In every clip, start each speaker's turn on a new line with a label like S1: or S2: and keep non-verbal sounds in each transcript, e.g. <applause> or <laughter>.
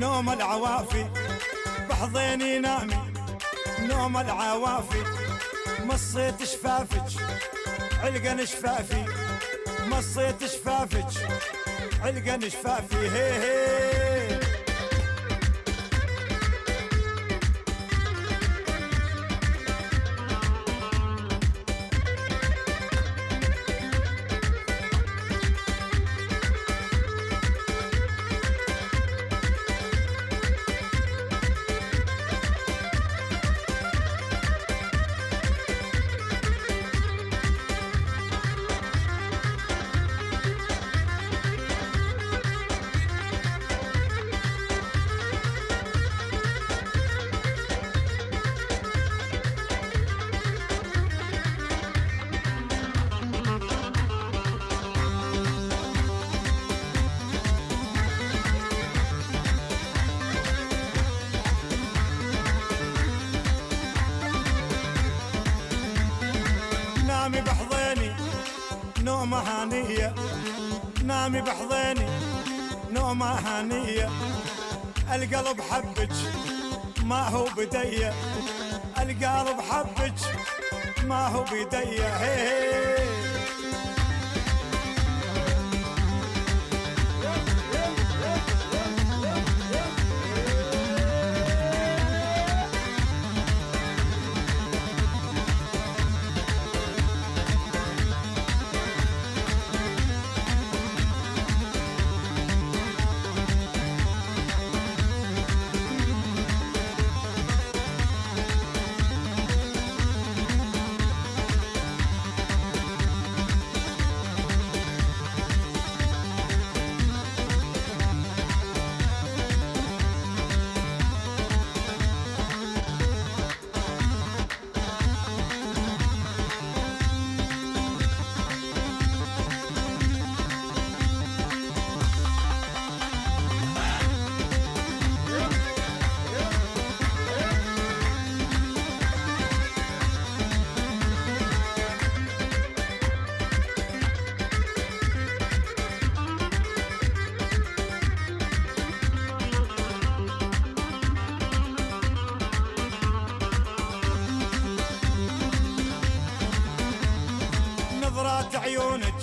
S1: نوم العوافي بحضيني نامي نوم العوافي مصيت شفافج علقن شفافي مصيت شفافج علقن شفافي هي هي نامي بحضيني نومة هانية نامي بحضيني نومة هانية القلب حبج ما هو بدي القلب حبج ما هو بدي هي هي نظرات عيونك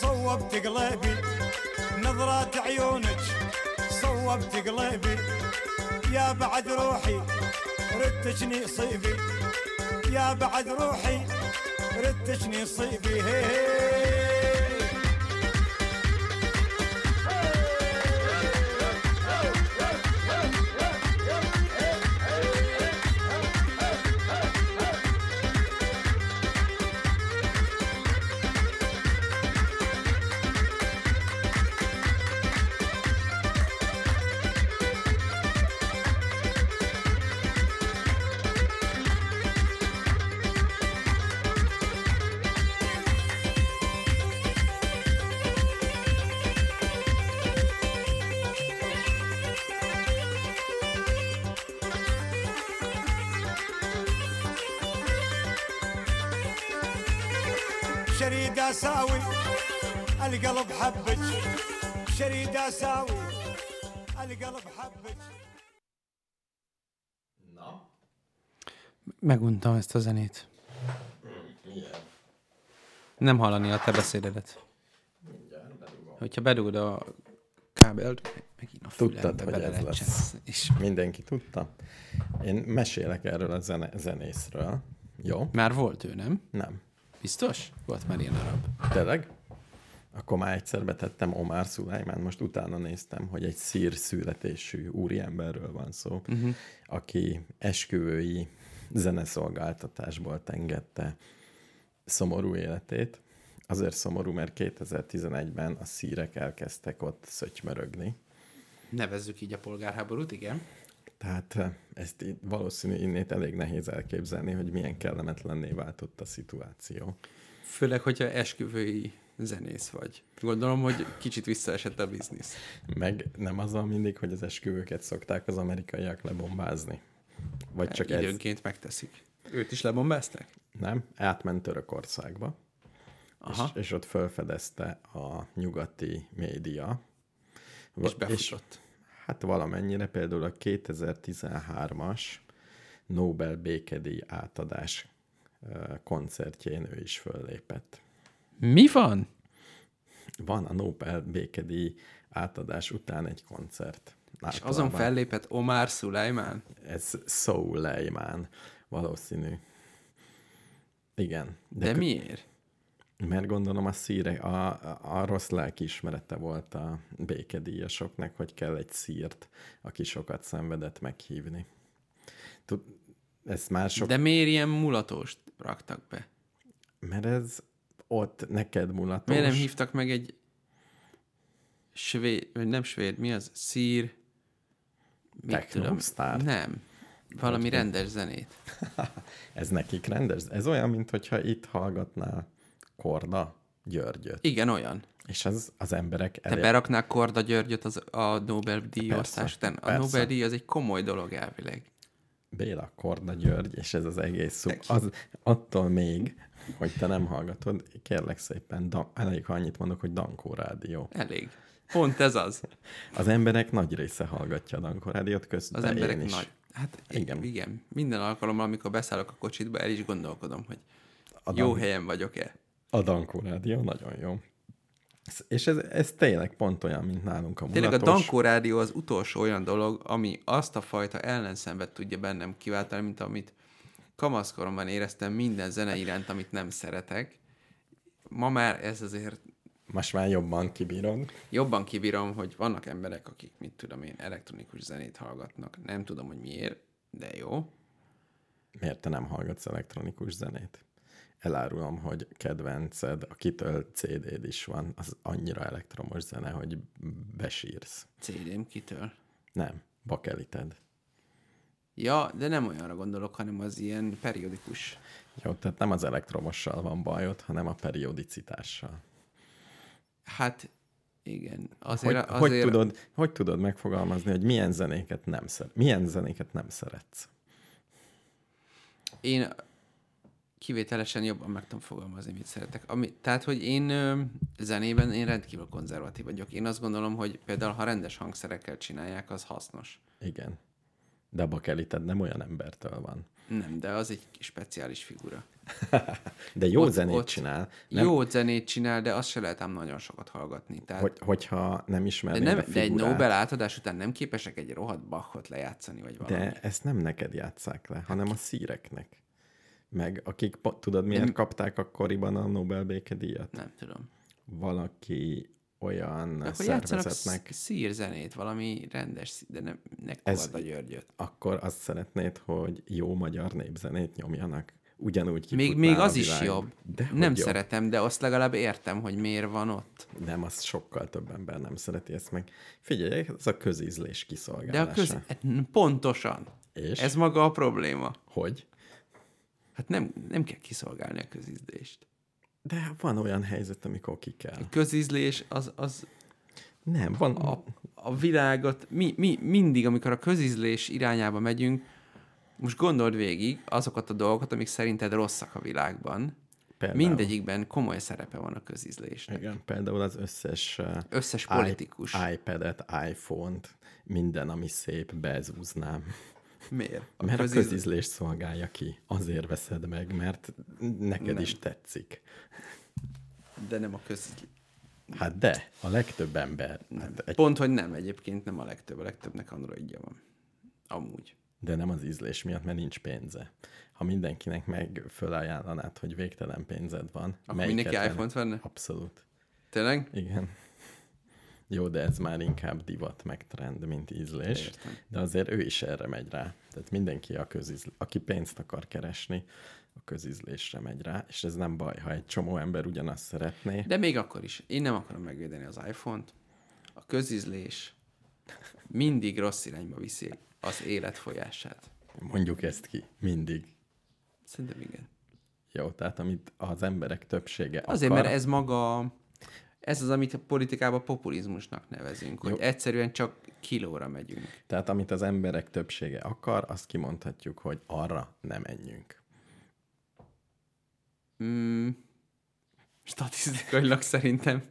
S1: صوبت قلبي نظرات عيونك صوبت قلبي يا بعد روحي رتجني صيبي يا بعد روحي رتجني صيبي هي هي شريد اساوي القلب حبك شريد اساوي القلب حبك
S2: Na,
S3: Meguntam ezt a zenét.
S2: igen,
S3: Nem hallani a te beszédedet.
S2: mindjárt bedugom.
S3: Hogyha bedugod a kábelt, megint a
S2: Tudtad,
S3: fülembe
S2: hogy
S3: bele
S2: ez lesz.
S3: lecsesz, És
S2: Mindenki tudta? Én mesélek erről a zene- zenészről. Jó?
S3: már volt ő, nem?
S2: Nem.
S3: Biztos? Volt már ilyen arab.
S2: Tényleg? Akkor már egyszer betettem Omar Szulajmán, most utána néztem, hogy egy szír születésű úriemberről van szó, uh-huh. aki esküvői zeneszolgáltatásból tengette szomorú életét. Azért szomorú, mert 2011-ben a szírek elkezdtek ott szöcsmörögni.
S3: Nevezzük így a polgárháborút, igen.
S2: Tehát eh, ezt így, valószínű innét elég nehéz elképzelni, hogy milyen kellemetlenné váltott a szituáció.
S3: Főleg, hogyha esküvői zenész vagy. Gondolom, hogy kicsit visszaesett a biznisz.
S2: Meg nem az van mindig, hogy az esküvőket szokták az amerikaiak lebombázni.
S3: E,
S2: Vagy csak ez,
S3: Időnként megteszik. Őt is lebombázták?
S2: nem? Átment Törökországba,
S3: Aha.
S2: És, és ott felfedezte a nyugati média. Va-
S3: És befutott.
S2: Hát valamennyire például a 2013-as Nobel békedíj átadás ö, koncertjén ő is föllépett.
S3: Mi van?
S2: Van a Nobel békedíj átadás után egy koncert.
S3: És azon
S2: Általában
S3: fellépett Omar Szulajmán?
S2: Ez Szólejmán valószínű. Igen.
S3: De, De
S2: kö-
S3: miért?
S2: Mert gondolom a szíre, a, a, a rossz lelki ismerete volt a békedíjasoknak, hogy kell egy szírt, aki sokat szenvedett meghívni. Tud, ezt már sok...
S3: De miért ilyen mulatóst raktak be?
S2: Mert ez ott neked mulatos.
S3: Miért nem hívtak meg egy svéd, vagy nem svéd, mi az? Szír? Mit
S2: Techno
S3: tudom?
S2: sztár.
S3: Nem. Valami rendes zenét.
S2: Ez nekik rendes. Ez olyan, mintha itt hallgatnál Korda Györgyöt.
S3: Igen, olyan.
S2: És ez az emberek
S3: Te
S2: elé...
S3: beraknál Korda Györgyöt az, a Nobel-díj
S2: Persze,
S3: osztás után. A
S2: persze.
S3: Nobel-díj az egy komoly dolog elvileg.
S2: Béla Korda György, és ez az egész szub. Az, attól még, hogy te nem hallgatod, kérlek szépen, da, elég, ha annyit mondok, hogy Dankó Rádió.
S3: Elég. Pont ez az.
S2: Az emberek nagy része hallgatja a Dankó Rádiót, közben
S3: Az emberek
S2: én is.
S3: nagy. Hát
S2: Igen.
S3: igen. igen. Minden alkalommal, amikor beszállok a kocsitba, el is gondolkodom, hogy jó helyen vagyok-e.
S2: A Dankó Rádió nagyon jó. Ez- És ez, ez tényleg pont olyan, mint nálunk a
S3: Tényleg a
S2: mulatos.
S3: Dankó Rádió az utolsó olyan dolog, ami azt a fajta ellenszenvet tudja bennem kiváltani, mint amit kamaszkoromban éreztem minden zene iránt, amit nem szeretek. Ma már ez azért
S2: Most már jobban kibírod.
S3: jobban kibírom, hogy vannak emberek, akik, mit tudom én, elektronikus zenét hallgatnak. Nem tudom, hogy miért, de jó.
S2: Miért te nem hallgatsz elektronikus zenét? Elárulom, hogy kedvenced, akitől CD-d is van, az annyira elektromos zene, hogy besírsz.
S3: CD-m kitől.
S2: Nem, bakelited.
S3: Ja, de nem olyanra gondolok, hanem az ilyen periodikus.
S2: Jó, tehát nem az elektromossal van bajod, hanem a periodicitással.
S3: Hát, igen.
S2: Hogy,
S3: Azért,
S2: azért... hogy,
S3: azért
S2: tudod, hogy tudod megfogalmazni, hogy milyen zenéket nem, szer- milyen zenéket nem szeretsz?
S3: én kivételesen jobban meg tudom fogalmazni, mit szeretek. Ami, tehát, hogy én ö, zenében én rendkívül konzervatív vagyok. Én azt gondolom, hogy például, ha rendes hangszerekkel csinálják, az hasznos.
S2: Igen. De a bakelited nem olyan embertől van.
S3: Nem, de az egy speciális figura.
S2: De jó
S3: Ott-
S2: ott, zenét
S3: ott
S2: ott csinál.
S3: Nem.
S2: Nem, jó.
S3: Jó zenét csinál, de azt se lehet ám nagyon sokat hallgatni. Tehát,
S2: Hogy, hogyha nem
S3: de,
S2: ismernéd
S3: nem,
S2: a
S3: de egy
S2: figurát,
S3: Nobel átadás után nem képesek egy rohadt Bachot lejátszani, vagy valami.
S2: de ezt nem neked játsszák
S3: Hát
S2: le, hanem a szíreknek. Meg akik, po- tudod miért
S3: mi-
S2: kapták akkoriban a Nobel békedíjat?
S3: Nem tudom.
S2: Valaki olyan
S3: De akkor játszanak
S2: szervezetnek...
S3: sz- szírzenét, valami rendes, szí- de nem, ne
S2: Ez-
S3: Korda Györgyöt.
S2: akkor azt szeretnéd, hogy jó magyar népzenét nyomjanak. Ugyanúgy
S3: Még,
S2: kifutnál
S3: még
S2: a
S3: az is
S2: világ.
S3: jobb.
S2: De
S3: nem
S2: jobb.
S3: szeretem, de azt legalább értem, hogy miért van ott.
S2: Nem, azt sokkal több ember nem szereti ezt meg. Figyelj, ez a közízlés
S3: De
S2: kiszolgálása.
S3: a köz... eh, Pontosan.
S2: És?
S3: Ez maga a probléma.
S2: Hogy?
S3: Hát nem, nem kell kiszolgálni a közízlést.
S2: De van olyan helyzet, amikor ki kell.
S3: Közízlés az, az
S2: Nem, van...
S3: a, a világot, mi, mi mindig, amikor a közízlés irányába megyünk, most gondold végig azokat a dolgokat, amik szerinted rosszak a világban.
S2: Például.
S3: Mindegyikben komoly szerepe van a közízlésnek.
S2: Igen, például az összes uh,
S3: Összes
S2: i-
S3: politikus.
S2: iPad-et, iPhone-t, minden, ami szép, bezúznám.
S3: Miért? A
S2: Mert
S3: közíz-
S2: a közízlés szolgálja ki. Azért veszed meg, mert neked
S3: Nem.
S2: is tetszik.
S3: De nem a közízlés.
S2: Hát de, a legtöbb ember. Hát egy,
S3: Pont, hogy nem egyébként, nem a legtöbb, a legtöbbnek androidja van. Amúgy.
S2: de nem az ízlés miatt, mert nincs pénze. Ha mindenkinek meg fölajánlanád, hogy végtelen pénzed van,
S3: Akkor
S2: melyiket
S3: mindenki
S2: vennéd?
S3: iPhone-t venne?
S2: Abszolút.
S3: Tényleg?
S2: Igen. Jó, de ez már inkább divat meg trend, mint ízlés.
S3: Értem.
S2: De azért ő is erre megy rá. Tehát mindenki, a közizl... aki pénzt akar keresni, a közízlésre megy rá, és ez nem baj, ha egy csomó ember ugyanazt szeretné.
S3: De még akkor is. Én nem akarom megvédeni az iPhone-t. A közízlés mindig rossz irányba viszi az élet folyását.
S2: Mondjuk ezt ki, mindig.
S3: Szerintem igen.
S2: Jó, tehát amit az emberek többsége
S3: Azért,
S2: akar,
S3: mert ez maga, ez az, amit a politikában populizmusnak nevezünk, hogy
S2: Jó.
S3: egyszerűen csak kilóra megyünk.
S2: Tehát amit az emberek többsége akar, azt kimondhatjuk, hogy arra nem menjünk.
S3: Mm, statisztikailag Hmm. szerintem.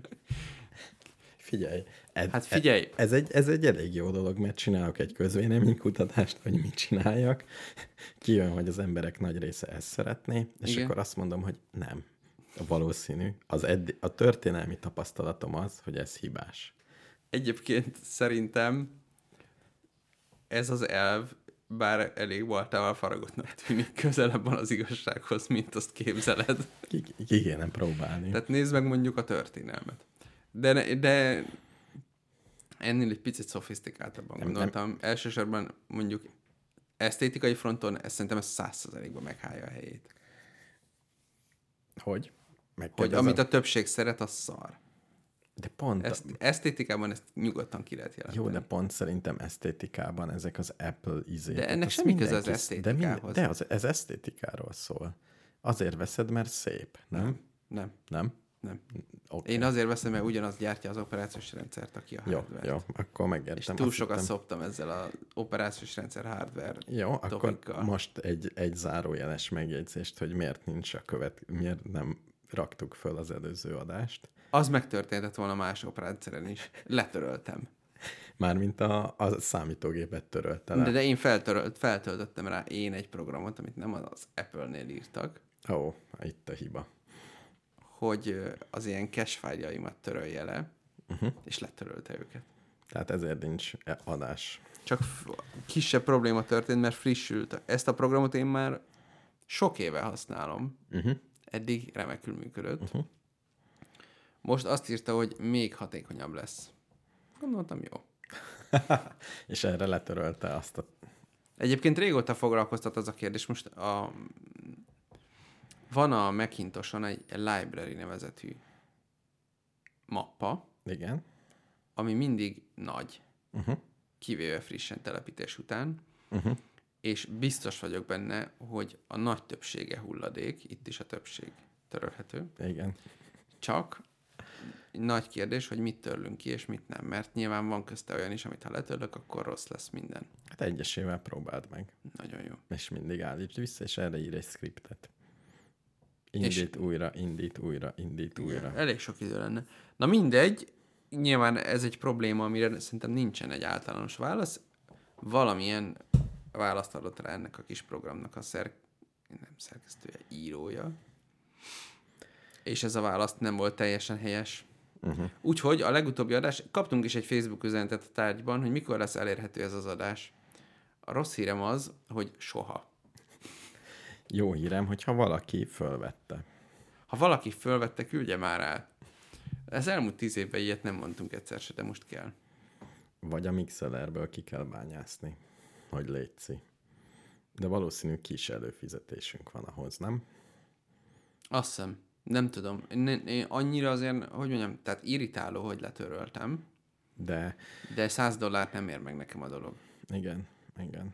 S2: Figyelj, e- Ez,
S3: Hát figyelj.
S2: Ez egy, ez egy elég jó dolog, mert csinálok egy közvéleménykutatást, hogy mit csináljak. Kijön, hogy az emberek nagy része ezt szeretné, és
S3: Igen.
S2: Igen. akkor azt mondom, hogy nem. Valószínű. Az eddi, a történelmi tapasztalatom az, hogy ez hibás.
S3: Egyébként szerintem ez az elv, bár elég baltával faragottnak tűnik, közelebb van az igazsághoz, mint azt képzeled.
S2: Ki, ki kéne próbálni.
S3: Tehát nézd meg mondjuk a történelmet. De, ne- de ennél egy picit szofisztikáltabban
S2: Nem, nem.
S3: gondoltam. Elsősorban mondjuk esztétikai fronton ez szerintem ez száz százalékban meghálja a helyét.
S2: Hogy?
S3: Hogy
S2: Megkérdezem.
S3: amit a többség szeret, az szar.
S2: De pont,
S3: Ezt,
S2: ezt...
S3: esztétikában ezt nyugodtan ki lehet jelenteni.
S2: jó, de pont szerintem esztétikában ezek az Apple izé.
S3: De
S2: tehát
S3: ennek
S2: azt
S3: semmi köze
S2: mindenki
S3: az
S2: sz- De, minden,
S3: esztétikához.
S2: de az, ez esztétikáról szól. Azért veszed, mert szép, nem?
S3: Nem,
S2: Nem?
S3: nem.
S2: Okay.
S3: Én azért veszem, mert ugyanazt gyártja az operációs rendszert, aki a
S2: Jó,
S3: hardware.
S2: jó, akkor megértem.
S3: És túl
S2: Azt
S3: sokat
S2: hittem-
S3: szoptam ezzel az operációs rendszer hardware
S2: Jó, akkor
S3: topikkal.
S2: most egy, egy zárójeles megjegyzést, hogy miért nincs a követ, miért nem raktuk föl az előző adást.
S3: Az megtörténhetett volna más operációrendszeren is. Letöröltem.
S2: Mármint a, a számítógépet törölte le.
S3: De, de én feltörölt, feltöltöttem rá én egy programot, amit nem az Apple-nél írtak,
S2: Ó, oh, itt a hiba.
S3: hogy ö, az ilyen cache fájljaimat törölje le, uh-huh. és letörölte őket.
S2: Tehát ezért nincs e- adás.
S3: Csak f- kisebb probléma történt, mert frissült. Ezt a programot én már sok éve használom.
S2: Uh-huh.
S3: Eddig remekül működött. Uh-huh. Most azt írta, hogy még hatékonyabb lesz. Gondoltam, jó.
S2: És erre letörölte azt a...
S3: Egyébként régóta foglalkoztat az a kérdés. Most a... van a Macintoson egy library nevezetű mappa,
S2: Igen.
S3: ami mindig nagy,
S2: Uh-huh.
S3: kivéve frissen telepítés után, uh-huh. és biztos vagyok benne, hogy a nagy többsége hulladék, itt is a többség törölhető,
S2: Igen.
S3: csak nagy kérdés, hogy mit törlünk ki, és mit nem, mert nyilván van közte olyan is, amit ha letörlök, akkor rossz lesz minden.
S2: Hát egyesével próbáld meg.
S3: Nagyon jó.
S2: És mindig állítsd vissza, és erre ír egy scriptet. Indít újra, indít újra, indít újra.
S3: Elég sok idő lenne. Na mindegy, nyilván ez egy probléma, amire szerintem nincsen egy általános válasz. Valamilyen választ adott rá ennek a kis programnak a szer... nem szerkesztője, írója. És ez a választ nem volt teljesen helyes. Uh-huh. Úgyhogy a legutóbbi adás, kaptunk is egy Facebook üzenetet a tárgyban, hogy mikor lesz elérhető ez az adás. A rossz hírem az, hogy soha.
S2: Jó hírem, hogyha valaki fölvette.
S3: Ha valaki fölvette, küldje már el. Ez elmúlt tíz évben ilyet nem mondtunk egyszer se, de most kell.
S2: Vagy a mixelerből ki kell bányászni, hogy létszi. De valószínű kis előfizetésünk van ahhoz, nem?
S3: Azt hiszem. Nem tudom. Én, én- én annyira azért, hogy mondjam, tehát irritáló, hogy letöröltem,
S2: De
S3: de 100 dollárt nem ér meg nekem a dolog.
S2: igen, igen.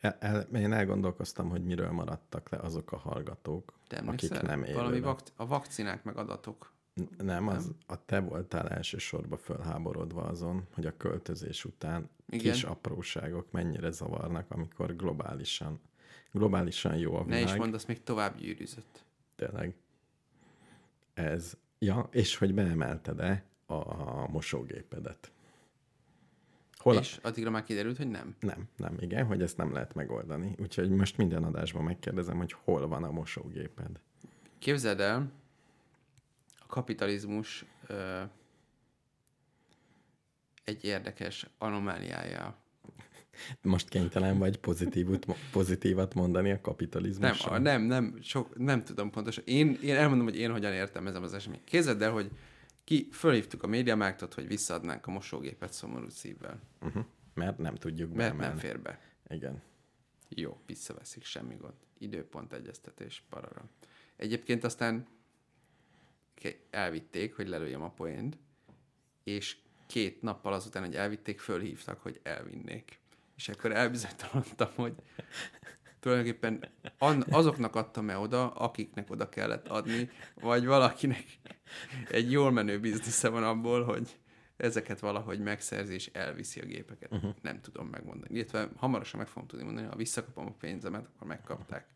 S2: El, el, én elgondolkoztam, hogy miről maradtak le azok a hallgatók,
S3: Te
S2: akik
S3: emlékszel?
S2: nem
S3: Valami
S2: élőben.
S3: vak- a vakcinák meg adatok.
S2: N- Nem, az, a te voltál elsősorban fölháborodva azon, hogy a költözés után
S3: Igen.
S2: Igen. kis apróságok mennyire zavarnak, amikor globálisan, globálisan jó a
S3: Ne
S2: világ.
S3: is mondd, azt még tovább gyűrűzött.
S2: Tényleg. Ez. Ja, és hogy beemelted-e a mosógépedet? Hol? És?
S3: És addigra már kiderült, hogy nem.
S2: Nem, nem, igen, hogy ezt nem lehet megoldani. Úgyhogy most minden adásban megkérdezem, hogy hol van a mosógéped.
S3: Képzeld el, a kapitalizmus ö, egy érdekes anomáliája.
S2: Most kénytelen vagy pozitívut, pozitívat mondani a
S3: Nem,
S2: kapitalizmusra?
S3: a, nem, nem, sok, nem tudom pontosan. Én, én elmondom, hogy én hogyan értelmezem az eseményt. Képzeld el, hogy ki fölhívtuk a médiamágtot, hogy visszaadnánk a mosógépet szomorú szívvel.
S2: Uh-huh. Mert nem tudjuk
S3: Mert nem
S2: beemelni.
S3: fér be.
S2: Igen.
S3: Jó, visszaveszik, semmi gond. Időpont egyeztetés, parara. Egyébként aztán ke- elvitték, hogy lelőjem a poént, és két nappal azután, hogy elvitték, fölhívtak, hogy elvinnék. És akkor elbizonytalanodtam, hogy tulajdonképpen an- azoknak adtam el oda, akiknek oda kellett adni, vagy valakinek egy jól menő biznisze van abból, hogy ezeket valahogy megszerzi és elviszi a gépeket. Uh-huh. Nem tudom megmondani. Illetve hamarosan meg fogom tudni mondani, ha visszakapom a pénzemet, akkor megkapták.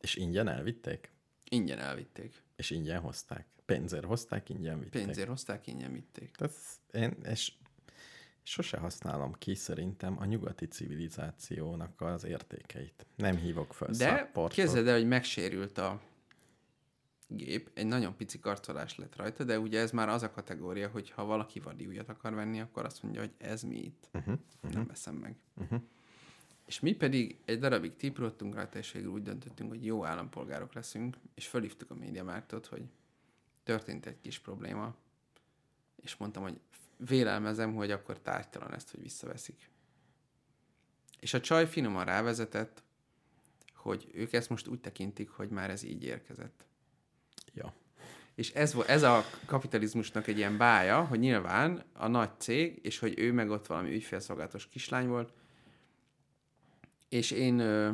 S2: És ingyen elvitték?
S3: Ingyen elvitték.
S2: És ingyen hozták? Pénzért hozták, ingyen vitték.
S3: Pénzért hozták, ingyen vitték.
S2: Tehát én és sose használom ki szerintem a nyugati civilizációnak az értékeit. Nem hívok fel
S3: De
S2: szapportot.
S3: képzeld el, hogy megsérült a gép, egy nagyon pici karcolás lett rajta, de ugye ez már az a kategória, hogy ha valaki vadi újat akar venni, akkor azt mondja, hogy ez mi itt. Uh-huh, uh-huh. Nem veszem meg. Uh-huh. És mi pedig egy darabig tipródtunk rajta, és végül úgy döntöttünk, hogy jó állampolgárok leszünk, és fölhívtuk a médiamártot, hogy történt egy kis probléma, és mondtam, hogy vélelmezem, hogy akkor tárgytalan ezt, hogy visszaveszik. És a csaj finoman rávezetett, hogy ők ezt most úgy tekintik, hogy már ez így érkezett.
S2: Ja.
S3: És ez, vo- ez a kapitalizmusnak egy ilyen bája, hogy nyilván a nagy cég, és hogy ő meg ott valami ügyfélszolgálatos kislány volt, és én ö,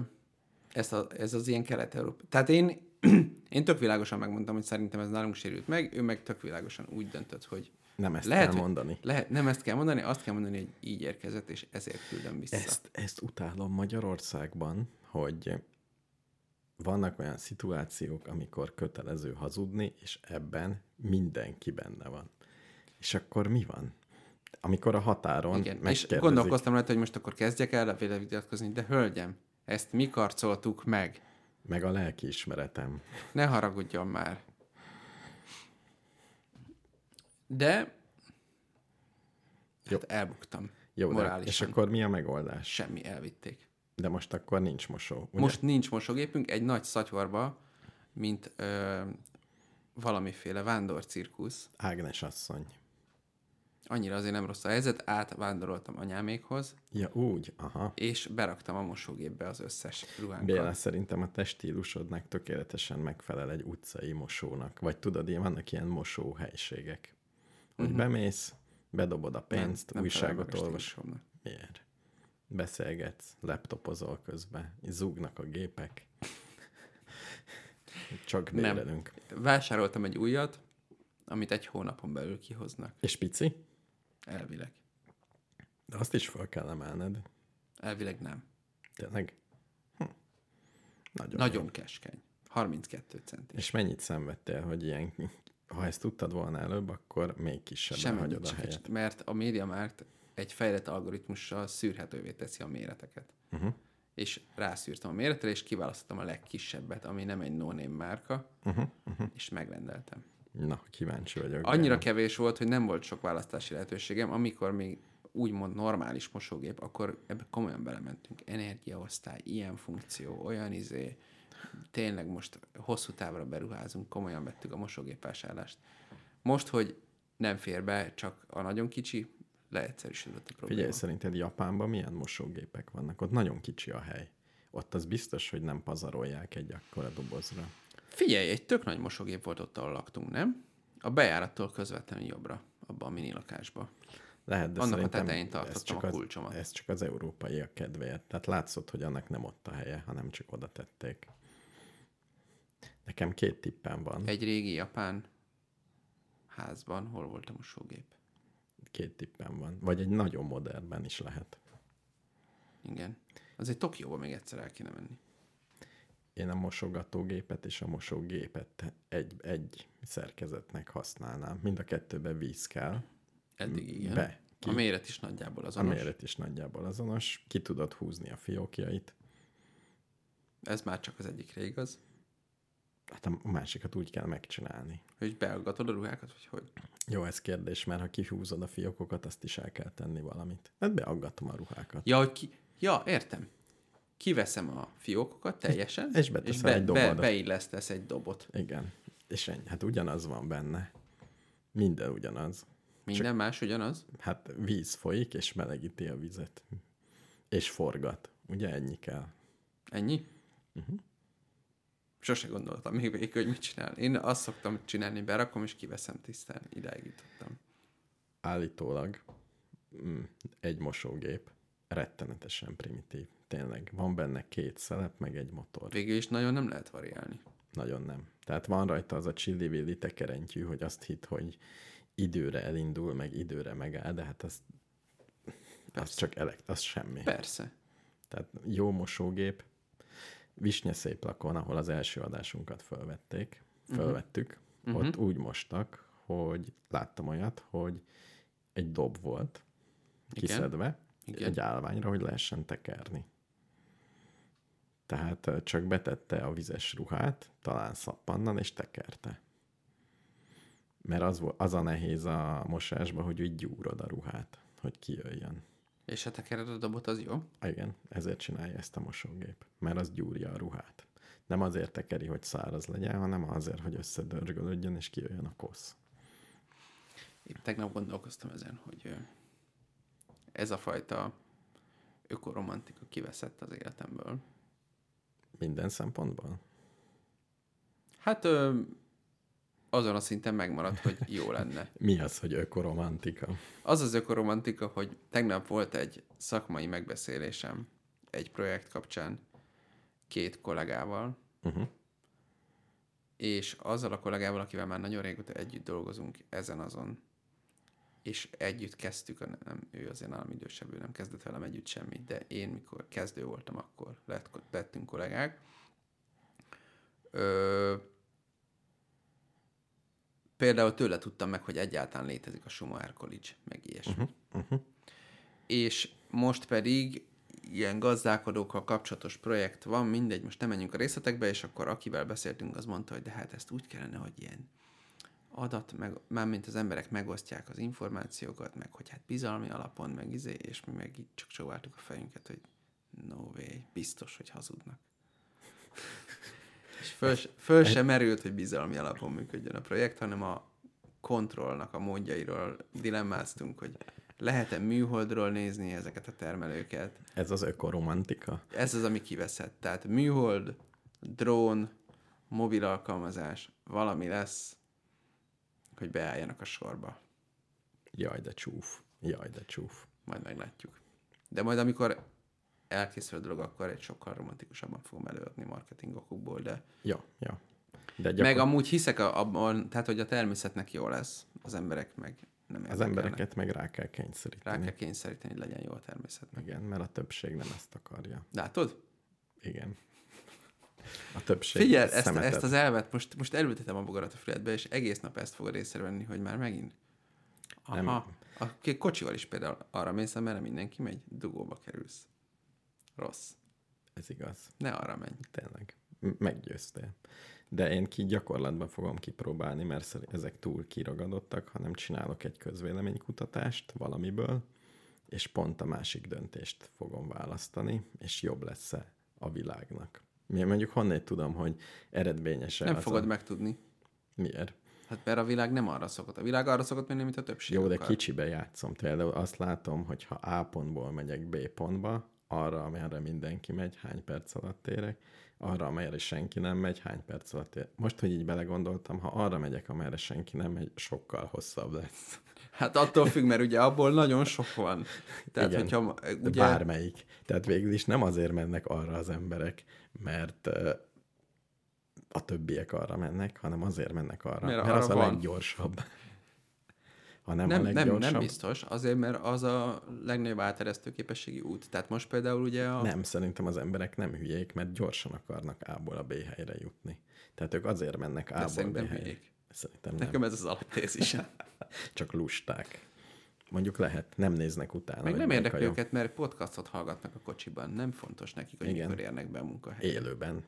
S3: ezt a, ez az ilyen kelet-európa. Tehát én, <clears throat> én tök világosan megmondtam, hogy szerintem ez nálunk sérült meg, ő meg tök világosan úgy döntött, hogy
S2: Nem ezt
S3: lehet,
S2: kell
S3: hogy-
S2: mondani.
S3: Lehet, nem ezt kell mondani, azt kell mondani, hogy így érkezett, és ezért küldöm vissza.
S2: Ezt, ezt utálom Magyarországban, hogy vannak olyan szituációk, amikor kötelező hazudni, és ebben mindenki benne van. És akkor mi van? Amikor a határon
S3: Igen, és
S2: megkérdezik.
S3: gondolkoztam rajta, hogy most akkor kezdjek el vele vitatkozni, de hölgyem, ezt mi karcoltuk meg?
S2: Meg a lelkiismeretem.
S3: Ne haragudjon már. De hát elbuktam.
S2: Jó, de, és
S3: morálisan.
S2: akkor mi a megoldás?
S3: Semmi elvitték.
S2: De most akkor nincs mosó. Ugye?
S3: Most nincs mosógépünk, egy nagy szatyvarba, mint ö, valamiféle vándorcirkusz.
S2: Ágnes asszony.
S3: Annyira azért nem rossz a helyzet, átvándoroltam anyámékhoz,
S2: Ja, úgy, aha.
S3: és beraktam a mosógépbe az összes ruhánkat.
S2: Béla, szerintem a te stílusodnak tökéletesen megfelel egy utcai mosónak. Vagy tudod, ilyen vannak ilyen mosó helységek. Hogy uh-huh. bemész, bedobod a pénzt, nem,
S3: Mhm. felel
S2: újságot
S3: meg a
S2: olvas.
S3: stílusomnak.
S2: Miért? Beszélgetsz, laptopozol közben, így zúgnak a
S3: <laughs>
S2: gépek. Csak
S3: Nem.
S2: bélelünk.
S3: Vásároltam egy újat, amit egy hónapon belül kihoznak,
S2: És pici?
S3: elvileg.
S2: De azt is fel kell emelned.
S3: Elvileg nem.
S2: Tényleg? Hm. Nagyon.
S3: Nagyon keskeny. 32 centi.
S2: És mennyit szenvedtél, hogy ilyen, ha ezt tudtad volna előbb, akkor még kisebben
S3: Semmi
S2: hagyod a
S3: nincs,
S2: helyet.
S3: kicsit, mert a MediaMarkt egy fejlett algoritmussal szűrhetővé teszi a méreteket.
S2: Mhm.
S3: Uh-huh. És rászűrtem a méretre, és kiválasztottam a legkisebbet, ami nem egy no-name márka,
S2: Mhm,
S3: uh-huh. Uh-huh. és megrendeltem.
S2: Na, kíváncsi vagyok.
S3: Annyira
S2: Gergő.
S3: kevés volt, hogy nem volt sok választási lehetőségem, amikor még úgymond normális mosógép, akkor ebbe komolyan belementünk. Energiaosztály, ilyen funkció, olyan izé, tényleg most hosszú távra beruházunk, komolyan vettük a mosógép vásárlást. Most, hogy nem fér be, csak a nagyon kicsi, leegyszerűsödött a probléma.
S2: Figyelj, szerinted Japánban milyen mosógépek vannak? Ott nagyon kicsi a hely. Ott az biztos, hogy nem pazarolják egy akkora dobozra.
S3: Figyelj, egy tök nagy mosógép volt ott, ahol laktunk, nem? A bejárattól közvetlenül jobbra, abba a mini lakásba.
S2: Lehet, de
S3: Annak a
S2: szerintem
S3: tetején
S2: ez
S3: tartottam
S2: csak
S3: a
S2: az-
S3: kulcsomat.
S2: Ez csak az európaiak kedvéért. Tehát látszott, hogy annak nem ott a helye, hanem csak oda tették. Nekem két tippem van.
S3: Egy régi japán házban, hol volt a mosógép.
S2: Két tippem van. Vagy egy nagyon modernben is lehet.
S3: Igen. Azért Tokióba még egyszer el kéne menni.
S2: Én a mosogatógépet és a mosógépet egy, egy szerkezetnek használnám. Mind a kettőbe víz kell.
S3: Eddig igen.
S2: Be.
S3: A méret is nagyjából
S2: A
S3: azonos.
S2: méret is nagyjából azonos. Ki tudod húzni a fiókjait.
S3: Ez már csak az egyikre igaz.
S2: Hát a másikat úgy kell megcsinálni.
S3: Hogy beaggatod a ruhákat, vagy hogy?
S2: Jó, ez kérdés, mert ha kihúzod a fiókokat, azt is el kell tenni valamit. Hát beaggatom a ruhákat.
S3: Ja, hogy ki... ja értem. Kiveszem a fiókokat teljesen,
S2: És beteszel
S3: be,
S2: egy
S3: be,
S2: dobodat.
S3: beillesztesz egy dobot.
S2: Igen. És ennyi. Hát ugyanaz van benne. Minden ugyanaz.
S3: Minden Csak... más ugyanaz?
S2: Hát víz folyik, és melegíti a vizet. És forgat. Ugye ennyi kell.
S3: Ennyi? Uh-huh.
S2: Mhm.
S3: Sose gondoltam még végig, hogy mit csinál. Én azt szoktam csinálni, berakom és kiveszem tisztán. Idáig jutottam.
S2: állítólag mm, egy mosógép rettenetesen primitív. Tényleg, van benne két szelep, meg egy motor.
S3: Végül is nagyon nem lehet variálni.
S2: Nagyon nem. Tehát van rajta az a csillivilli tekerentyű, hogy azt hitt, hogy időre elindul, meg időre megáll, de hát az, az
S3: Persze.
S2: csak elekt, az semmi.
S3: Persze.
S2: Tehát jó mosógép.
S3: Mhm.
S2: Visnyeszép lakon, ahol az első adásunkat fölvették, fölvettük, Uh-huh. Ott úgy mostak, hogy láttam olyat, hogy egy dob volt
S3: Igen.
S2: kiszedve
S3: Igen.
S2: egy állványra, hogy lehessen tekerni. Tehát ö, csak betette a vizes ruhát, talán szappannan, és tekerte. Mert az, vo- az a nehéz a mosásban, hogy úgy gyúrod a ruhát, hogy kijöjjön.
S3: És hát ha tekered a dobot, az jó?
S2: Igen, ezért csinálja ezt a mosógép, mert az gyúrja a ruhát. Nem azért tekeri, hogy száraz legyen, hanem azért, hogy összedörgölődjön és kijöjjön a kosz.
S3: Épp tegnap gondolkoztam ezen, hogy ö, ez a fajta ökoromantika kiveszett az életemből.
S2: Minden szempontból?
S3: Hát ö, azon a szinten megmaradt, hogy jó lenne.
S2: Mi az, hogy ökoromantika?
S3: Az az ökoromantika, hogy tegnap volt egy szakmai megbeszélésem egy projekt kapcsán két kollégával,
S2: Uh-huh.
S3: és azzal a kollégával, akivel már nagyon régóta együtt dolgozunk ezen azon, és együtt kezdtük, a- nem, ő azért nálam idősebb, ő nem kezdett velem együtt semmit, de én mikor kezdő voltam, akkor lett, lettünk kollégák. Ö, például tőle tudtam meg, hogy egyáltalán létezik a Schumacher College, meg ilyesmi. Uh-huh, uh-huh. És most pedig ilyen gazdálkodókkal kapcsolatos projekt van, mindegy, most nem menjünk a részletekbe, és akkor akivel beszéltünk, az mondta, hogy de hát ezt úgy kellene, hogy ilyen adat, meg, mármint az emberek megosztják az információkat, meg hogy hát bizalmi alapon, meg izé, és mi meg így csak csóváltuk a fejünket, hogy no way, biztos, hogy hazudnak. és föl, se- föl sem merült, hogy bizalmi alapon működjön a projekt, hanem a kontrollnak a módjairól dilemmáztunk, hogy lehet-e műholdról nézni ezeket a termelőket,
S2: Ez az ökoromantika?
S3: ez az, ami kiveszett. Tehát műhold, drón, mobil alkalmazás, valami lesz, hogy beálljanak a sorba.
S2: Jaj, de csúf. Jaj, de csúf.
S3: Majd meglátjuk. De majd amikor elkészül a dolog, akkor egy sokkal romantikusabban fogom előadni marketing okokból, de
S2: Ja, ja. De
S3: Gyakor...
S2: gyakor-
S3: meg amúgy hiszek a- abban, tehát hogy a természetnek jó lesz, az emberek meg nem
S2: az
S3: érdekelnek.
S2: embereket meg rá kell
S3: Rá
S2: kényszeríteni.
S3: kell kényszeríteni, hogy legyen jó a természetnek.
S2: Igen, mert a többség nem ezt akarja.
S3: Látod?
S2: Igen. A többség
S3: Figyelj, ezt,
S2: szemetet.
S3: ezt az elvet most, most elültetem a bogarat a füledbe, és egész nap ezt fogod észrevenni, hogy már megint. Aha,
S2: Nem.
S3: a kék kocsival is például arra mész, mert mindenki megy, dugóba kerülsz. Rossz.
S2: Ez igaz.
S3: Ne arra menj.
S2: Tényleg. M- Meggyőztél. De én ki gyakorlatban fogom kipróbálni, mert szer- ezek túl kiragadottak, hanem csinálok egy közvéleménykutatást valamiből, és pont a másik döntést fogom választani, és jobb lesz -e a világnak. Mi- Mondjuk honnét tudom, hogy eredményese
S3: Nem
S2: az
S3: fogod
S2: a...
S3: megtudni.
S2: Miért?
S3: Hát mert a világ nem arra szokott. A világ arra szokott menni, mint a többség.
S2: Jó, de
S3: akar.
S2: kicsibe játszom. Például azt látom, hogy ha A pontból megyek B pontba, arra, amerre mindenki megy, hány perc alatt érek, arra, amerre senki nem megy, hány perc alatt érek. Most, hogy így belegondoltam, ha arra megyek, amerre senki nem megy, sokkal hosszabb lesz.
S3: Hát attól függ, mert ugye abból nagyon sok van. Tehát,
S2: Igen.
S3: hogyha
S2: De
S3: ugye,
S2: Ugye... Bármelyik. Tehát végül is nem azért mennek arra az emberek, mert ö, a többiek arra mennek, hanem azért mennek arra,
S3: Mert
S2: mert,
S3: arra
S2: mert az a
S3: van.
S2: leggyorsabb. Ha nem,
S3: nem,
S2: a
S3: nem,
S2: leggyorsabb,
S3: nem biztos, azért, mert az a legnagyobb áteresztő képességi út. Tehát most például ugye a...
S2: Nem, szerintem az emberek nem hülyék, mert gyorsan akarnak A-ból a B helyre jutni. Tehát ők azért mennek A-ból B
S3: szerintem
S2: helyre.
S3: hülyék.
S2: Szerintem nem.
S3: Nekem ez az <laughs> alaptézisem.
S2: Csak lusták. Mondjuk lehet, nem néznek utána.
S3: Meg
S2: hogy
S3: nem
S2: melyik a
S3: érdekli
S2: jó.
S3: őket, mert podcastot hallgatnak a kocsiban. Nem fontos nekik, hogy Igen.
S2: Igen.
S3: mikor érnek be a munkahelyre.
S2: Élőben.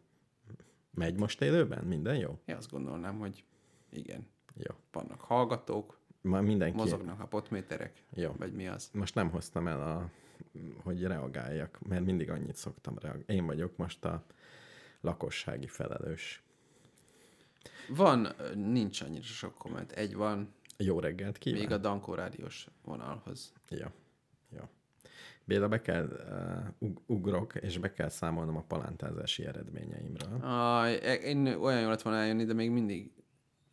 S2: Megy most élőben? Minden jó?
S3: Én azt gondolnám, hogy igen,
S2: Jó.
S3: vannak hallgatók,
S2: Ma mindenki...
S3: mozognak a potméterek,
S2: Jó.
S3: vagy mi az.
S2: Most nem hoztam el, a, hogy reagáljak, mert mindig annyit szoktam reagálni. Én vagyok most a lakossági felelős.
S3: Van, ö, nincs annyira sok komment. Egy van,
S2: Jó reggelt kívánok!
S3: még a Dankó rádiós vonalhoz.
S2: Ja, ja. Béla, be kell, uh, ug- ugrok, és be kell számolnom a palántázási eredményeimről.
S3: Aj, e- én olyan jó lett volna eljönni, de még mindig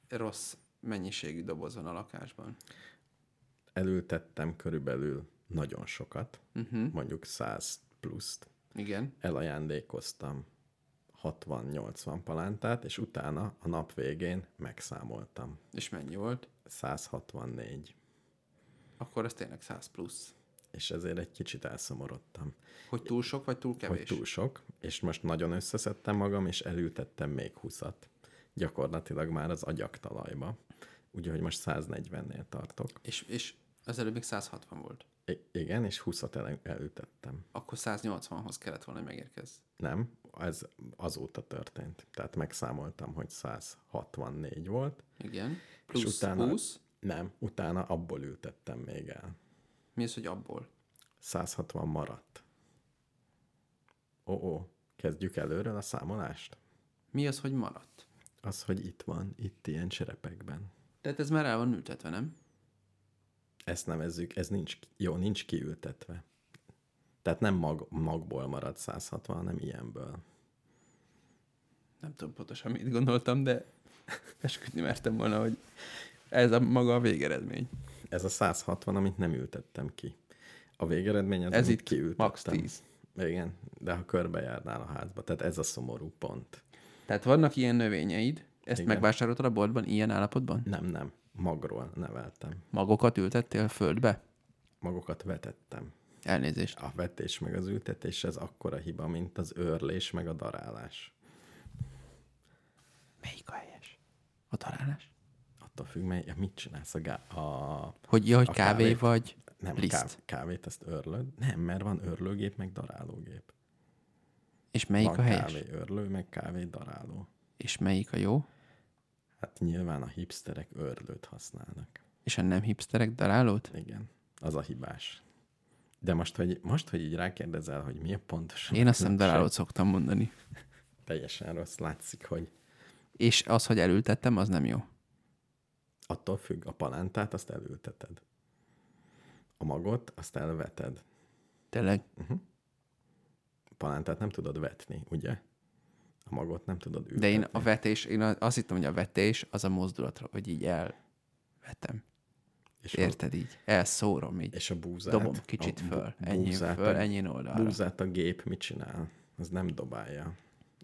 S3: rossz mennyiségű doboz van a lakásban.
S2: Elültettem körülbelül nagyon sokat,
S3: Hm?
S2: uh-huh. mondjuk 100 pluszt.
S3: Mhm, Igen.
S2: Elajándékoztam 60-80 palántát, és utána a nap végén megszámoltam.
S3: És mennyi volt?
S2: 164.
S3: Akkor ez tényleg 100 plusz.
S2: És ezért egy kicsit elszomorodtam.
S3: Hogy túl sok, vagy túl kevés?
S2: Hogy túl sok, és most nagyon összeszedtem magam, és elültettem még 20-at. gyakorlatilag már az agyaktalajba. Úgyhogy most 140-nél tartok.
S3: És, és az előbb még 160 volt.
S2: I- igen, és 20-at el- elütettem.
S3: Akkor 180-hoz kellett volna, hogy megérkezz.
S2: Nem, ez azóta történt. Tehát megszámoltam, hogy 164 volt.
S3: Igen. Plusz
S2: utána-
S3: 20.
S2: Nem, utána abból ültettem még el.
S3: Mi az, hogy abból?
S2: 160 maradt. Ó, ó, kezdjük előről a számolást?
S3: Mi az, hogy maradt?
S2: Az, hogy itt van, itt ilyen cserepekben.
S3: Tehát ez már el van ültetve, nem?
S2: Ezt nevezzük, ez nincs, ki- jó, nincs kiültetve. Tehát nem mag, magból maradt 160, hanem ilyenből.
S3: Nem tudom pontosan, mit gondoltam, de <laughs> esküdni mertem volna, hogy ez a maga a végeredmény.
S2: Ez a 160, amit nem ültettem ki. A végeredmény az,
S3: Ez
S2: amit
S3: itt
S2: kiültettem.
S3: max 10.
S2: Igen, de ha körbejárnál a házba, tehát ez a szomorú pont.
S3: Tehát vannak ilyen növényeid, ezt
S2: Igen.
S3: Igen. megvásároltad a boltban ilyen állapotban?
S2: Nem, nem, magról neveltem.
S3: Magokat ültettél földbe?
S2: Magokat vetettem.
S3: Elnézést.
S2: A vetés meg az ültetés, ez akkora hiba, mint az őrlés meg a darálás.
S3: Melyik a helyes? A találás?
S2: Attól függ, mely, ja, mit csinálsz a, gá- a
S3: Hogy, ja, hogy
S2: A
S3: kávé
S2: kávét.
S3: vagy
S2: nem,
S3: liszt.
S2: káv, kávét, ezt örlöd? Nem, mert van örlőgép, meg darálógép.
S3: És melyik
S2: van
S3: a helyes?
S2: kávé örlő, meg kávé daráló.
S3: És melyik a jó?
S2: Hát nyilván a hipsterek örlőt használnak.
S3: És a nem hipsterek darálót?
S2: Igen, az a hibás. De most, hogy, most, hogy így rákérdezel, hogy mi a pontosan...
S3: Én azt hiszem
S2: különbség,
S3: darálót szoktam mondani.
S2: <laughs> Teljesen rossz, látszik, hogy
S3: És az, hogy elültettem, az nem jó.
S2: attól függ, a palántát azt elülteted. A magot azt elveted. Mhm.
S3: Tényleg.
S2: palántát nem tudod vetni, ugye? A magot nem tudod ültetni.
S3: De én a vetés, én a- azt hittem, hogy a vetés az a mozdulatra, hogy így elvetem.
S2: és A,
S3: Érted így? Elszórom így.
S2: és a búzát.
S3: Dobom kicsit
S2: a bu-
S3: föl, ennyi
S2: búzát
S3: föl,
S2: a,
S3: ennyi oldalra.
S2: Búzát a gép mit csinál? Az nem dobálja.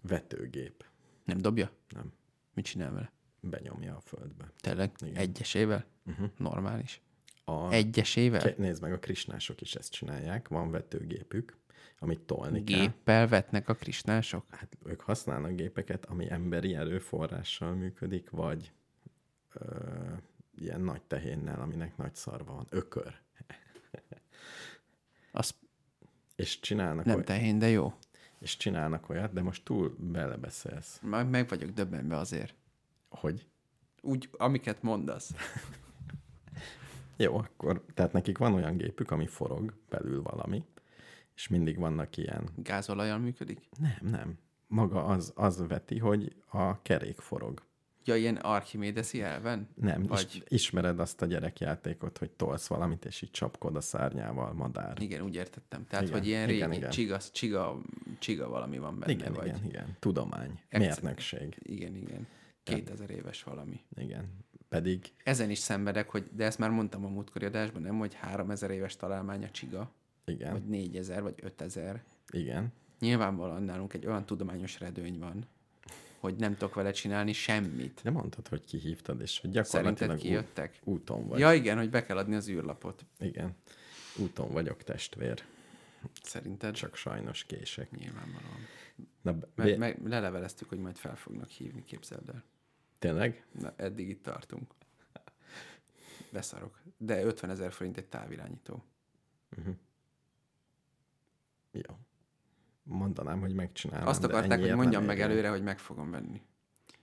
S2: Vetőgép.
S3: Nem dobja?
S2: Nem.
S3: Mit csinál vele?
S2: Benyomja a földbe.
S3: Tényleg?
S2: Igen.
S3: Egyesével?
S2: Uh-huh.
S3: Normális.
S2: A,
S3: Egyesével?
S2: Ke- Nézd meg, a krisnások is ezt csinálják. Van vetőgépük, amit tolni kell.
S3: Géppel vetnek a krisnások?
S2: Hát ők használnak gépeket, ami emberi erőforrással működik, vagy ö, ilyen nagy tehénnel, aminek nagy szarva van. Ökör.
S3: Az
S2: És csinálnak
S3: nem tehén, de jó.
S2: és csinálnak olyat, de most túl belebeszélsz,
S3: Már meg vagyok döbbenve azért.
S2: hogy
S3: Úgy, amiket mondasz.
S2: jó, akkor, tehát nekik van olyan gépük, ami forog belül valami, és mindig vannak ilyen,
S3: Gázolajjal működik?
S2: nem, nem, maga az, az veti, hogy a kerék forog.
S3: Ja, ilyen archimédeszi elven?
S2: Nem, Vagy...
S3: Vagy-
S2: ismered azt a gyerekjátékot, hogy tolsz valamit, és így csapkod a szárnyával madár.
S3: Igen, úgy értettem. Tehát,
S2: Igen,
S3: hogy ilyen
S2: igen,
S3: régi igen,
S2: igen.
S3: Csiga, csiga, csiga valami van benne,
S2: igen,
S3: vagy...
S2: igen, igen, tudomány,
S3: Egyszer-
S2: mérnökség,
S3: igen, igen. 2000 éves valami.
S2: igen. Pedig
S3: Ezen is szenvedek, hogy, de ezt már mondtam a múltkori adásban, nem, hogy 3000 éves találmány a csiga,
S2: igen,
S3: vagy 4000, vagy 5000.
S2: igen,
S3: Nyilvánvalóan nálunk egy olyan tudományos redőny van, hogy nem tudok vele csinálni semmit.
S2: de mondtad, hogy kihívtad, és hogy
S3: Szerinted
S2: gyakorlatilag ú-
S3: kijöttek?
S2: úton vagy.
S3: Ja, igen, hogy be kell adni az űrlapot.
S2: Igen. Úton vagyok, testvér.
S3: Szerinted?
S2: Csak sajnos kések.
S3: Nyilvánvalóan.
S2: Na, b-
S3: Mert meg leleveleztük, hogy majd fel fognak hívni, képzeld el.
S2: tényleg?
S3: Na, eddig itt tartunk. Beszarok. De 50 ezer forint egy távirányító. Mhm.
S2: Jó. Mondanám, hogy megcsinálom.
S3: Azt
S2: de
S3: akarták, hogy
S2: ennyiért
S3: mondjam
S2: nem
S3: meg
S2: érem.
S3: előre, hogy meg fogom venni.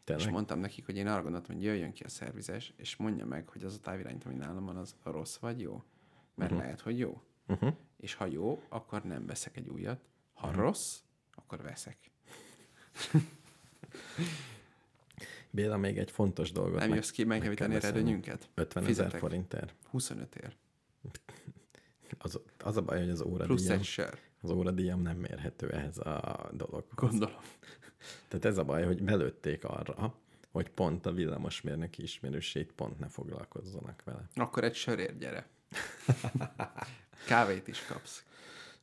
S2: Tényleg?
S3: És mondtam nekik, hogy én arra gondoltam, hogy jöjjön ki a szervizes, és mondja meg, hogy az a távirányító, ami nálam van, az rossz vagy jó. Mert
S2: Mhm.
S3: uh-huh. lehet, hogy jó.
S2: Uh-huh.
S3: És ha jó, akkor nem veszek egy újat. Ha
S2: Mhm.
S3: uh-huh. rossz, akkor veszek.
S2: Béla, még egy fontos dolgot.
S3: nem
S2: meg-
S3: jössz ki megjavítani a
S2: kell beszélni.
S3: redőnyünket?
S2: 50 ezer
S3: Fizetek.
S2: forintért.
S3: 25 ér.
S2: Az, az a baj, hogy az
S3: Plusz
S2: óradíjam,
S3: egy sör.
S2: az óradíjam nem mérhető ehhez a dologhoz.
S3: Gondolom.
S2: Tehát ez a baj, hogy belőtték arra, hogy pont a villamosmérnöki ismerősét pont ne foglalkozzanak vele.
S3: Akkor egy sörért gyere. <laughs> Kávét is kapsz.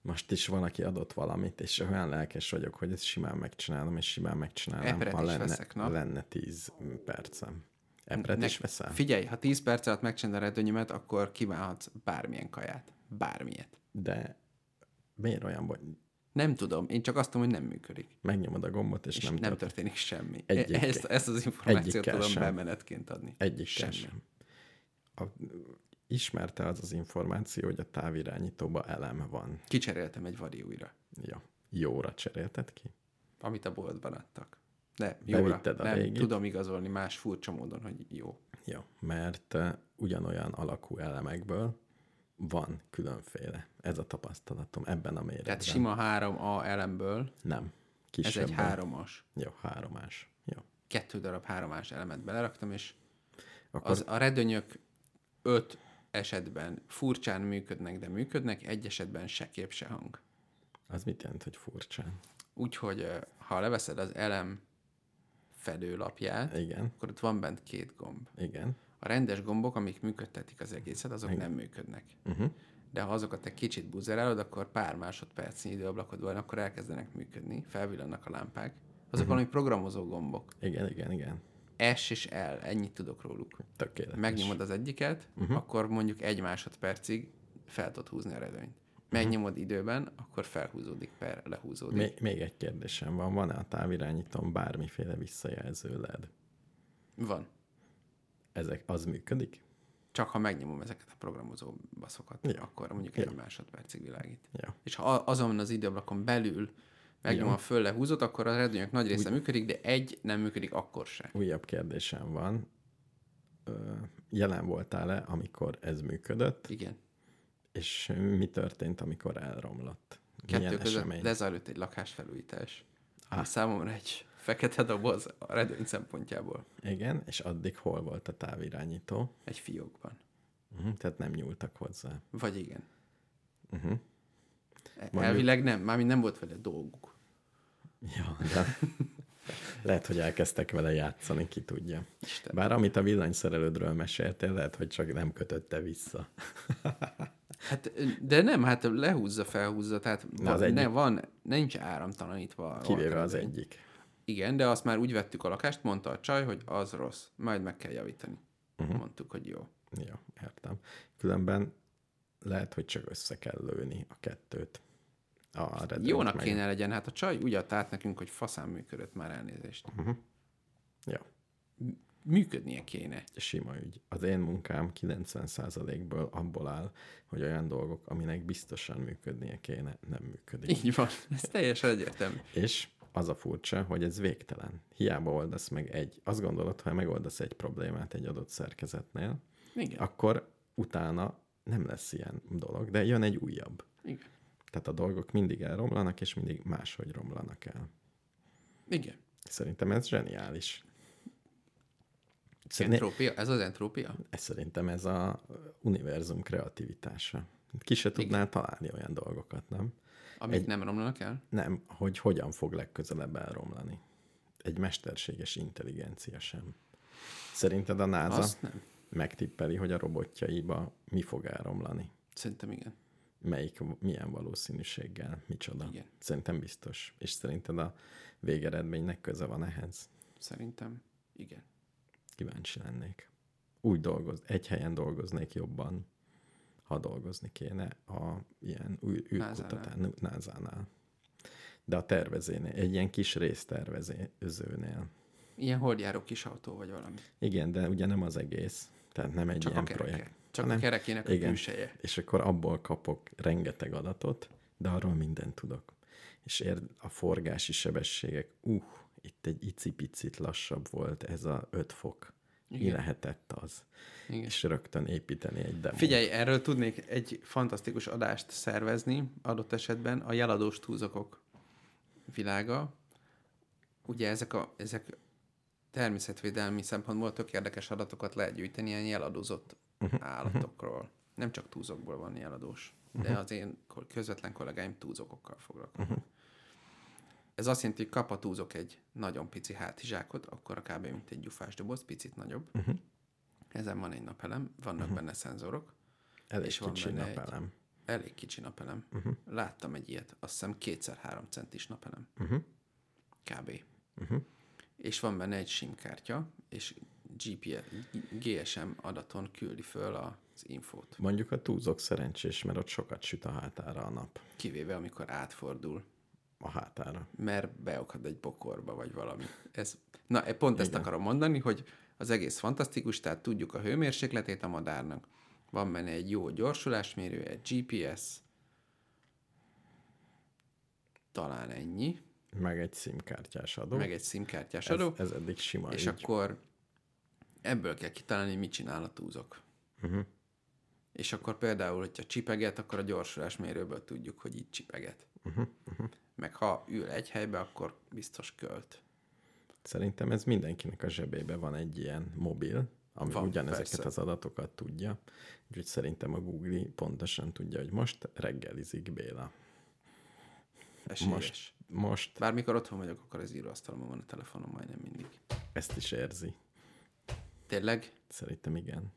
S2: most is valaki adott valamit, és olyan lelkes vagyok, hogy ezt simán megcsinálom, és simán megcsinálom,
S3: Epret
S2: ha
S3: is
S2: lenne,
S3: veszek, na.
S2: lenne 10 percem. Epret
S3: Ne-
S2: is veszel?
S3: Figyelj, ha 10 perc alatt megcsinálod a redőnyömet, akkor kívánhatsz bármilyen kaját. Bármilyet.
S2: De miért olyan baj?
S3: Nem tudom, én csak azt tudom, hogy nem működik.
S2: Megnyomod a gombot, és,
S3: És
S2: nem,
S3: nem,
S2: tört.
S3: történik semmi. E-
S2: Egyikkel.
S3: Ezt, ezt az információt
S2: Egyikkel
S3: tudom
S2: sem.
S3: bemenetként adni.
S2: Egyikkel sem. A, ismerte az az információ, hogy a távirányítóba elem van.
S3: Kicseréltem egy vari újra,
S2: Ja. Jóra cserélted ki?
S3: amit a boltban adtak. De jóra.
S2: Bevitted a
S3: nem,
S2: régit.
S3: tudom igazolni más furcsa módon, hogy jó.
S2: Ja, mert eh, ugyanolyan alakú elemekből van különféle. Ez a tapasztalatom ebben a méretben.
S3: Tehát sima 3A elemből,
S2: Nem.
S3: ez
S2: Kisebb.
S3: egy 3-as.
S2: Jó, háromás. Jó.
S3: Kettő darab 3-as elemet beleraktam, és
S2: Akkor
S3: az a redönyök öt esetben furcsán működnek, de működnek, egy esetben se kép, se hang.
S2: az mit jelent, hogy furcsán?
S3: Úgyhogy ö, ha leveszed az elem fedőlapját,
S2: Igen,
S3: akkor ott van bent két gomb.
S2: igen.
S3: A rendes gombok, amik működtetik az egészet, azok nem működnek.
S2: Uh-huh.
S3: De ha azokat egy kicsit buzerálod, akkor pár másodpercnyi időablakod van, akkor elkezdenek működni, felvillannak a lámpák. Azok valami programozó gombok.
S2: Igen, igen, igen.
S3: S és L, ennyit tudok róluk.
S2: Tökéletes.
S3: Megnyomod az egyiket,
S2: Mhm.
S3: uh-huh. akkor mondjuk egy másodpercig fel tudod húzni a redőnyt.
S2: Mhm.
S3: Megnyomod időben, akkor felhúzódik per, lehúzódik. Mi?
S2: Még, még egy kérdésem van. Van-e a távirányítón bármiféle visszajelző led?
S3: Van.
S2: Ezek, az működik?
S3: Csak ha megnyomom ezeket a programozó baszokat,
S2: Ja.
S3: ja. akkor mondjuk
S2: Ja.
S3: egy másodpercig világít.
S2: Ja.
S3: És ha a- azon az időablakon belül megnyomom a föl lehúzót, akkor a redőnyök nagy része működik, de egy nem működik akkor se.
S2: Újabb kérdésem van. Ö, jelen voltál-e, amikor ez működött,
S3: Igen.
S2: és mi történt, amikor elromlott?
S3: Kettő
S2: Milyen
S3: között
S2: esemény?
S3: lezajlott egy lakásfelújítás. Ah. Számomra egy fekete doboz a redőny szempontjából.
S2: Igen, és addig hol volt a távirányító?
S3: Egy fiókban.
S2: Uh-huh, tehát nem nyúltak hozzá.
S3: Vagy igen.
S2: Uh-huh.
S3: Van Elvileg nem, mármint nem volt vele dolguk.
S2: Ja, de <laughs> lehet, hogy elkezdtek vele játszani, ki tudja.
S3: Isten.
S2: Bár amit a villanyszerelődről meséltél, lehet, hogy csak nem kötötte vissza.
S3: Hát, de nem, hát lehúzza, felhúzza, tehát van,
S2: az
S3: az ne,
S2: egyik-
S3: van, nincs áramtalanítva. a
S2: Kivéve az
S3: alkatrény.
S2: egyik.
S3: Igen, de azt már úgy vettük a lakást, mondta a csaj, hogy az rossz, majd meg kell javítani.
S2: Mhm.
S3: Uh-huh. Mondtuk, hogy jó.
S2: Jó, értem. Különben lehet, hogy csak össze kell lőni a kettőt. A redőnyt
S3: Jónak
S2: meg-
S3: kéne legyen, hát a csaj úgy adta át nekünk, hogy faszán működött már elnézést.
S2: Mhm. Ja,
S3: Működnie kéne.
S2: sima ügy. Az én munkám 90%-ből abból áll, hogy olyan dolgok, aminek biztosan működnie kéne, nem működik.
S3: Így van, ez teljesen egyértelmű.
S2: És az a furcsa, hogy ez végtelen. Hiába oldasz meg egy. Azt gondolod, ha megoldasz egy problémát egy adott szerkezetnél,
S3: Igen,
S2: akkor utána nem lesz ilyen dolog, de jön egy újabb.
S3: igen.
S2: Tehát a dolgok mindig elromlanak, és mindig máshogy romlanak el.
S3: igen.
S2: Szerintem ez zseniális. Szerintem,
S3: Entrópia? Ez az entrópia?
S2: szerintem ez a univerzum kreativitása. Ki se tudnál találni olyan dolgokat, nem?
S3: Amik Egy... nem romlanak el?
S2: Nem, hogy hogyan fog legközelebb elromlani. Egy mesterséges intelligencia sem. Szerinted a NASA
S3: Azt nem.
S2: megtippeli, hogy a robotjaiba mi fog elromlani?
S3: Szerintem igen.
S2: Melyik, milyen valószínűséggel, micsoda?
S3: Igen.
S2: Szerintem biztos. És szerinted a végeredménynek köze van ehhez?
S3: Szerintem igen.
S2: Kíváncsi lennék. Úgy dolgoz, egy helyen dolgoznék jobban, ha dolgozni kéne a ilyen új űrkutatán, názánál. De a tervezénél, egy ilyen kis résztervezőnél.
S3: Ilyen hordjáró kis autó vagy valami.
S2: Igen, de ugye nem az egész, tehát nem egy
S3: Csak
S2: ilyen
S3: a kereke.
S2: projekt.
S3: Csak a kerekének a külseje.
S2: És akkor abból kapok rengeteg adatot, de arról mindent tudok. És ér a forgási sebességek, uh, itt egy icipicit lassabb volt ez a 5 fok. Igen. Mi lehetett az?
S3: Igen.
S2: És rögtön építeni egy demót.
S3: Figyelj, erről tudnék egy fantasztikus adást szervezni, adott esetben a jeladós túzokok világa. Ugye ezek a ezek természetvédelmi szempontból tök érdekes adatokat lehet gyűjteni ilyen jeladózott állatokról. Nem csak túzokból van jeladós, de az én kol- közvetlen kollégáim túzokokkal foglalkoznak. Ez azt jelenti, hogy kap a túzok egy nagyon pici hátizsákot, akkor a kb. mint egy gyufás doboz, picit nagyobb. Ezen van egy napelem, vannak benne szenzorok,
S2: Elég
S3: és van
S2: kicsi
S3: benne egy-
S2: napelem.
S3: elég kicsi napelem. Uh-huh. Láttam egy ilyet, azt hiszem kétszer három centis napelem.
S2: Mhm,
S3: Uh-huh. Kb. Uh-huh. És van benne egy SIM kártya, és GPS, GSM adaton küldi föl az infót.
S2: Mondjuk a túzok szerencsés, mert ott sokat süt a hátára a nap.
S3: Kivéve, amikor átfordul.
S2: a hátára.
S3: mert beokad egy bokorba, vagy valami. Ez, na, e- pont ezt akarom mondani, hogy az egész fantasztikus, tehát tudjuk a hőmérsékletét a madárnak. Van benne egy jó gyorsulásmérő, egy GPS, talán ennyi,
S2: Meg egy simkártyás adó.
S3: meg egy szimkártyás
S2: ez,
S3: adó,
S2: ez eddig sima
S3: és
S2: Szóval így.
S3: akkor ebből kell kitalálni, hogy mit csinál a túzok. Uh-huh.
S2: Mhm.
S3: És akkor például, hogyha csipeget, akkor a gyorsulásmérőből tudjuk, hogy itt csipeget. Uh-huh.
S2: Mhm,
S3: Meg ha ül egy helybe, akkor biztos költ.
S2: Szerintem ez mindenkinek a zsebébe van egy ilyen mobil, ami
S3: Van,
S2: van, ugyanezeket
S3: persze.
S2: persze. az adatokat tudja. Úgyhogy szerintem a Google pontosan tudja, hogy most reggelizik Béla.
S3: Esélyes.
S2: Most, most
S3: Bármikor otthon vagyok, akkor az íróasztalomon van a telefonom majdnem mindig.
S2: ezt is érzi.
S3: Tényleg?
S2: Szerintem igen.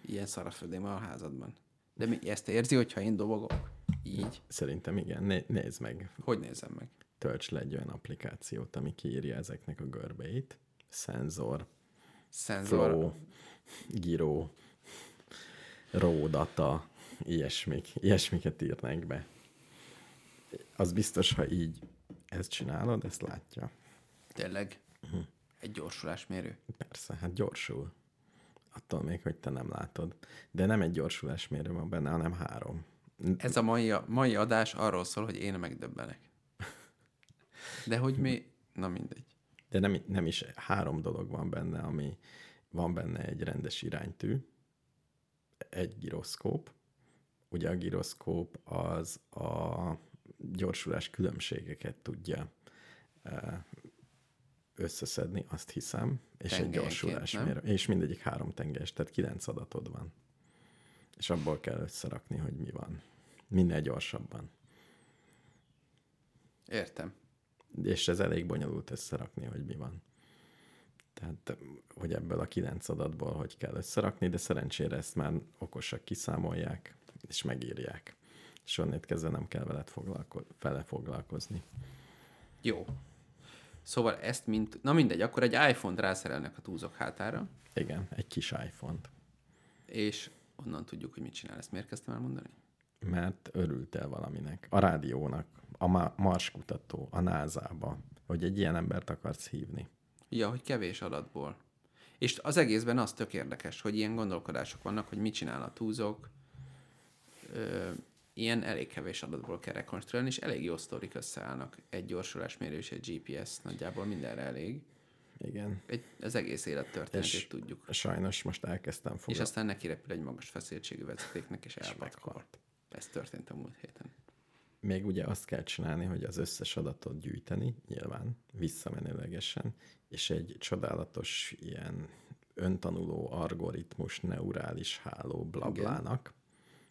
S3: Ilyen szar a földém van a házadban. De mi ezt érzi, hogyha én dobogok? Így?
S2: Szerintem igen. Né- nézd meg,
S3: Hogy nézem meg?
S2: tölts le egy olyan applikációt, ami kiírja ezeknek a görbeit. Szenzor,
S3: Szenzor.
S2: Flow, Giro, Ródata, ilyesmik, ilyesmiket írnánk be. Az biztos, ha így ezt csinálod, ezt látja.
S3: Tényleg?
S2: Mhm.
S3: Egy gyorsulásmérő.
S2: Persze, hát gyorsul. Attól még, hogy te nem látod. De nem egy gyorsulásmérő van benne, hanem három.
S3: Ez a mai, mai adás arról szól, hogy én megdöbbenek. De hogy mi... Na mindegy.
S2: De nem, nem is három dolog van benne, ami van benne egy rendes iránytű, egy giroszkóp. Ugye a giroszkóp az a gyorsulás különbségeket tudja ö, összeszedni, azt hiszem, és egy
S3: Tengelyenként,
S2: gyorsulás
S3: nem?
S2: mérő. És mindegyik három tengelyes, tehát kilenc adatod van. És abból kell összerakni, hogy mi van. Minél gyorsabban.
S3: Értem.
S2: és ez elég bonyolult összerakni, hogy mi van. Tehát, hogy ebből a kilenc adatból hogy kell összerakni, de szerencsére ezt már okosak kiszámolják, és megírják. És onnét kezdve nem kell veled foglalko- vele foglalkozni.
S3: Jó. Szóval ezt mint... Na mindegy, akkor egy iPhone-t rászerelnek a túzok hátára,
S2: Igen, egy kis iPhone-t.
S3: és onnan tudjuk, hogy mit csinál. Ezt miért kezdtem el mondani?
S2: Mert örültél valaminek. A rádiónak, a ma- Mars kutató, a NASA-ba, hogy egy ilyen embert akarsz hívni.
S3: Ja, hogy kevés adatból. És az egészben az tök érdekes, hogy ilyen gondolkodások vannak, hogy mit csinál a túzok. Ö, ilyen elég kevés adatból kell rekonstruálni, és elég jó sztorik összeállnak. Egy gyorsulásmérő és egy GPS nagyjából mindenre elég.
S2: Igen.
S3: Egy, az egész élet történetét
S2: És-
S3: tudjuk.
S2: Sajnos most elkezdtem
S3: És
S2: foglalkozni.
S3: aztán neki repül egy magas feszültségű vezetéknek, és elpatkol. Ez történt a múlt héten.
S2: még ugye azt kell csinálni, hogy az összes adatot gyűjteni, nyilván, visszamenőlegesen, és egy csodálatos ilyen öntanuló algoritmus neurális háló blablának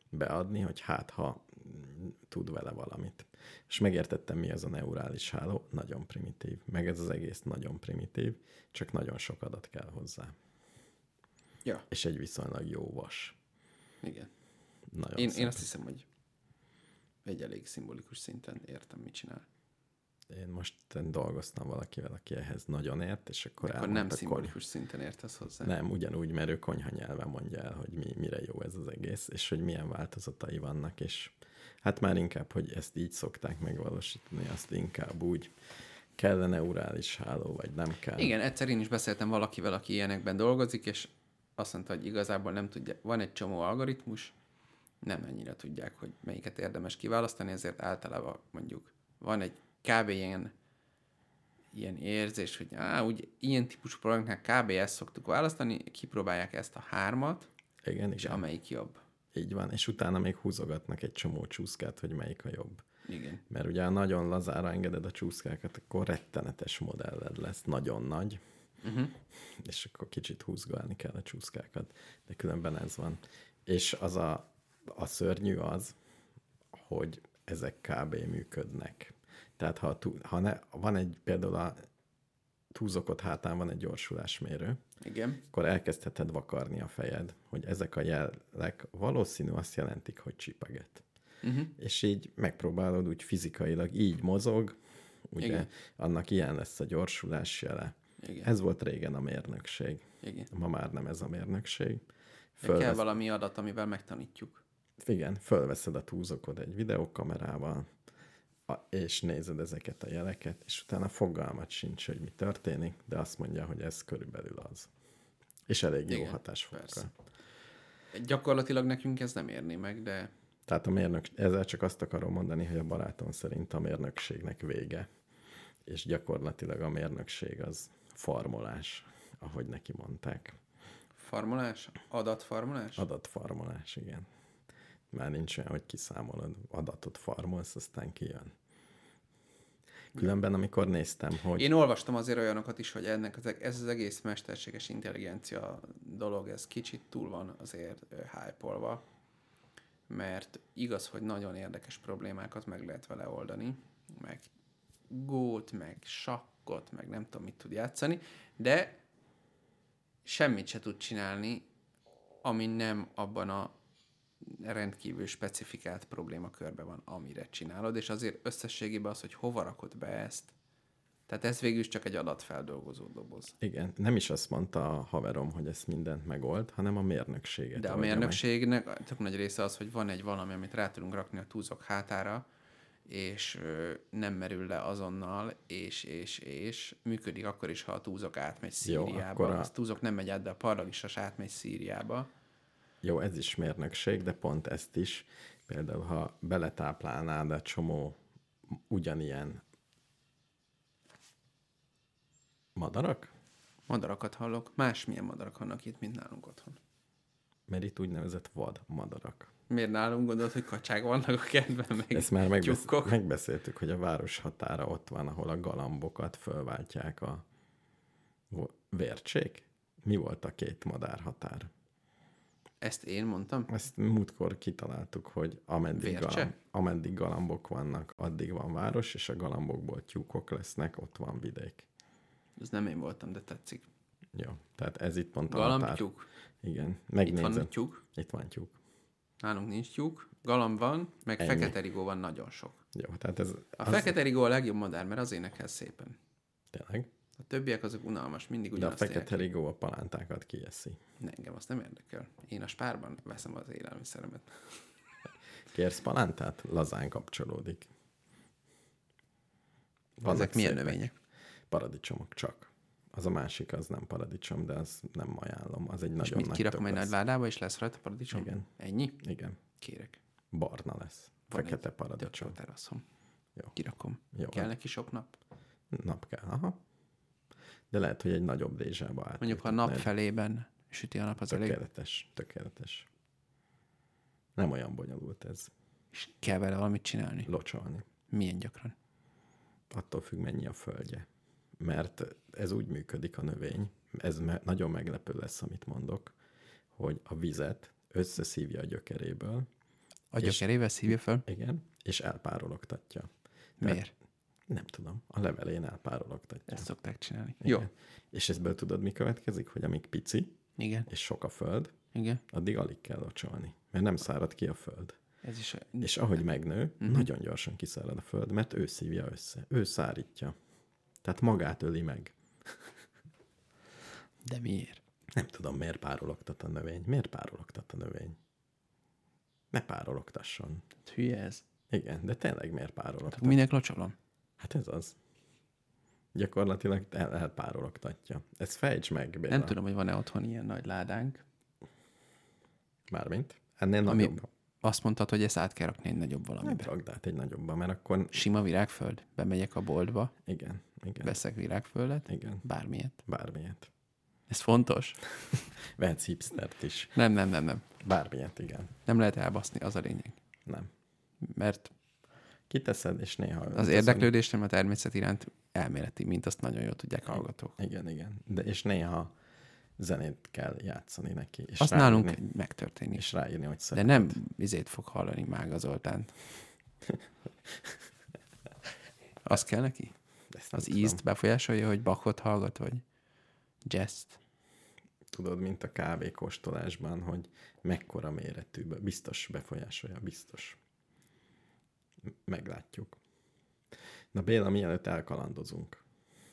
S2: beadni, hogy hát ha mm, tud vele valamit. És megértettem, mi az a neurális háló, nagyon primitív. Meg ez az egész nagyon primitív, csak nagyon sok adat kell hozzá.
S3: Ja.
S2: És egy viszonylag jó vas.
S3: Igen.
S2: Nagyon
S3: Én, én
S2: szép.
S3: azt hiszem, hogy egy elég szimbolikus szinten értem, mit csinál.
S2: én most dolgoztam valakivel, aki ehhez nagyon ért, és akkor,
S3: Akkor nem
S2: elmondta, hogy-
S3: szimbolikus szinten értesz hozzá.
S2: Nem, ugyanúgy, mert ő konyha nyelven mondja el, hogy mi, mire jó ez az egész, és hogy milyen változatai vannak, és hát már inkább, hogy ezt így szokták megvalósítani, azt inkább úgy kellene urális háló, vagy nem kell.
S3: Igen, egyszer én is beszéltem valakivel, aki ilyenekben dolgozik, és azt mondta, hogy igazából nem tudja, van egy csomó algoritmus, nem ennyire tudják, hogy melyiket érdemes kiválasztani, ezért általában mondjuk van egy kb. ilyen, ilyen érzés, hogy á, úgy ilyen típusú programoknál kb. ezt szoktuk választani, kipróbálják ezt a hármat,
S2: igen,
S3: és
S2: igen
S3: amelyik jobb.
S2: így van, és utána még húzogatnak egy csomó csúszkát, hogy melyik a jobb.
S3: Igen.
S2: Mert ugye ha nagyon lazára engeded a csúszkákat, akkor rettenetes modelled lesz, nagyon nagy,
S3: Uh-huh.
S2: és akkor kicsit húzgálni kell a csúszkákat, de különben ez van. És az a, a szörnyű az, hogy ezek kb. működnek. Tehát ha, a tú- ha ne, van egy például a túzokot hátán van egy gyorsulásmérő,
S3: Igen.
S2: akkor elkezdheted vakarni a fejed, hogy ezek a jelek valószínű azt jelentik, hogy csipeget.
S3: Uh-huh.
S2: És így megpróbálod úgy fizikailag, így mozog, ugye
S3: Igen.
S2: Igen. annak ilyen lesz a gyorsulás jele.
S3: Igen.
S2: Ez volt régen a mérnökség
S3: Igen.
S2: ma már nem ez a mérnökség.
S3: De kell
S2: Fölvesz...
S3: valami adat, amivel megtanítjuk.
S2: Igen, fölveszed a túzokod egy videokamerával, a, a- és nézed ezeket a jeleket, és utána fogalmat sincs, hogy mi történik, de azt mondja, hogy ez körülbelül az. És elég jó
S3: Igen,
S2: hatásfokkal.
S3: persze. Gyakorlatilag nekünk ez nem érné meg, de
S2: Tehát a mérnök, ezzel csak azt akarom mondani, hogy a barátom szerint a mérnökségnek vége, és gyakorlatilag a mérnökség az farmolás, ahogy neki mondták.
S3: farmolás? Adatfarmolás?
S2: Adatfarmolás, igen. Már nincs olyan, hogy kiszámolod, adatot farmolsz, aztán kijön. Különben, amikor néztem, hogy...
S3: Én olvastam azért olyanokat is, hogy ennek az, e- ez az egész mesterséges intelligencia dolog, ez kicsit túl van azért ö, hype-olva, mert igaz, hogy nagyon érdekes problémákat meg lehet vele oldani, meg gót, meg sakkot, meg nem tudom mit tud játszani, de semmit se tud csinálni, ami nem abban a rendkívül specifikált problémakörben van, amire csinálod, és azért összességében az, hogy hova rakod be ezt, tehát ez végül is csak egy adatfeldolgozó doboz.
S2: Igen, nem is azt mondta a haverom, hogy ezt mindent megold, hanem a mérnökséget.
S3: De a
S2: oldja meg.
S3: mérnökségnek a tök nagy része az, hogy van egy valami, amit rá tudunk rakni a túzok hátára, és ö, nem merül le azonnal, és, és, és működik akkor is, ha a túzok átmegy
S2: Jó,
S3: Szíriába.
S2: akkor
S3: Jó,
S2: a-
S3: a... túzok nem megy át, de a parlag is az átmegy Szíriába.
S2: Jó, ez is mérnökség, de pont ezt is, például ha beletáplálnád a csomó ugyanilyen madarak,
S3: Madarakat hallok. Másmilyen madarak vannak itt, mint nálunk otthon.
S2: mert itt úgynevezett vad madarak.
S3: Miért nálunk gondolod, hogy kacsák vannak a kertben, meg
S2: Ezt már megbesz-
S3: tyúkok?
S2: megbeszéltük, hogy a város határa ott van, ahol a galambokat fölváltják a vo- vércsék. Mi volt a két madár határ?
S3: Ezt én mondtam?
S2: Ezt múltkor kitaláltuk, hogy ameddig,
S3: Vércse?
S2: galamb, ameddig galambok vannak, addig van város, és a galambokból tyúkok lesznek, ott van vidék.
S3: Ez nem én voltam, de tetszik.
S2: Jó, tehát ez itt pont a határ.
S3: Galambtyúk.
S2: Igen,
S3: Itt
S2: megnézem.
S3: van tyúk.
S2: Itt van tyúk.
S3: Nálunk nincs tyúk, galamb van, meg
S2: Ennyi.
S3: Ennyi. fekete rigó van nagyon sok.
S2: Jó, tehát ez
S3: A
S2: az,
S3: fekete rigó a legjobb madár, mert az énekel szépen.
S2: tényleg.
S3: A többiek azok unalmas, mindig
S2: De a
S3: ugyanazt
S2: fekete
S3: fekete...
S2: rigó a palántákat kieszi.
S3: Engem azt nem érdekel. Én a spárban veszem az élelmiszeremet.
S2: Kérsz palántát? Lazán kapcsolódik. Vannak
S3: Ezek milyen
S2: szépek.
S3: növények?
S2: Paradicsomok csak. Az a másik, az nem paradicsom, de az nem ajánlom. Az egy nagyon
S3: És mit
S2: nagy
S3: kirakom egy
S2: tökös.
S3: nagy ládába, és lesz rajta paradicsom?
S2: Igen.
S3: Ennyi?
S2: Igen.
S3: Kérek.
S2: barna lesz.
S3: Van
S2: Fekete
S3: egy tök
S2: paradicsom.
S3: jó teraszom.
S2: Jó.
S3: Kirakom.
S2: Jó.
S3: Kell neki sok nap?
S2: Nap kell, aha. De lehet, hogy egy nagyobb dézsába át.
S3: Mondjuk, ha a nap felében süti a nap, az elég.
S2: Tökéletes, tökéletes. Nem olyan bonyolult ez.
S3: És kell vele valamit csinálni.
S2: Locsolni.
S3: Milyen gyakran?
S2: Attól függ, mennyi a földje. Mert ez úgy működik a növény, ez me- nagyon meglepő lesz, amit mondok, hogy a vizet összeszívja a gyökeréből,
S3: A
S2: És-
S3: gyökerével szívja fel?
S2: igen, és elpárologtatja. Tehát-
S3: Miért?
S2: Nem tudom, a levelén elpárologtatja.
S3: Ezt szokták csinálni.
S2: Igen.
S3: Jó.
S2: És ezből tudod, mi következik? Hogy amíg pici,
S3: Igen.
S2: és sok a föld,
S3: Igen.
S2: addig alig kell locsolni, mert nem szárad ki a föld.
S3: Ez is
S2: És ahogy megnő,
S3: Mhm.
S2: nagyon gyorsan kiszárad a föld, mert ő szívja össze, ő szárítja. Tehát magát öli meg.
S3: De miért?
S2: Nem tudom, miért párologtat a növény. Miért párologtat a növény? Ne párologtasson.
S3: Hülye ez.
S2: Igen, de tényleg miért párologtat?
S3: Tehát minek locsolom?
S2: Hát ez az. Gyakorlatilag el, elpárologtatja. Ez fejtsd meg, Béla.
S3: Nem tudom, hogy van-e otthon ilyen nagy ládánk.
S2: Mármint. Ennél
S3: Ami-
S2: nagyobb.
S3: Azt mondtad, hogy ezt át kell rakni egy nagyobb
S2: Nem
S3: valamibe.
S2: rakd át egy nagyobba, mert akkor...
S3: Sima virágföld. Bemegyek a boltba,
S2: Igen, igen,
S3: veszek virágföldet,
S2: igen.
S3: bármilyet.
S2: Bármilyet.
S3: Ez fontos?
S2: Vehetsz hipstert is.
S3: Nem, nem, nem, nem.
S2: Bármilyet, igen.
S3: Nem lehet elbaszni, az a lényeg.
S2: Nem.
S3: Mert
S2: Kiteszed, és néha...
S3: az
S2: öltözöd.
S3: érdeklődésem a természet iránt elméleti, mint azt nagyon jól tudják hallgatók.
S2: Igen, igen. De, és néha zenét kell játszani neki. És
S3: Azt
S2: ráírni,
S3: nálunk megtörténik.
S2: És ráírni, hogy
S3: De
S2: szeret.
S3: nem izét fog hallani Mága
S2: <laughs>
S3: Zoltán. Az kell neki?
S2: Ezt nem
S3: Az
S2: tudom.
S3: ízt befolyásolja, hogy Bachot hallgat, vagy jazz
S2: Tudod, mint a kávékóstolásban, hogy mekkora méretű. be- Biztos befolyásolja, biztos. M- Meglátjuk. Na Béla, mielőtt elkalandozunk.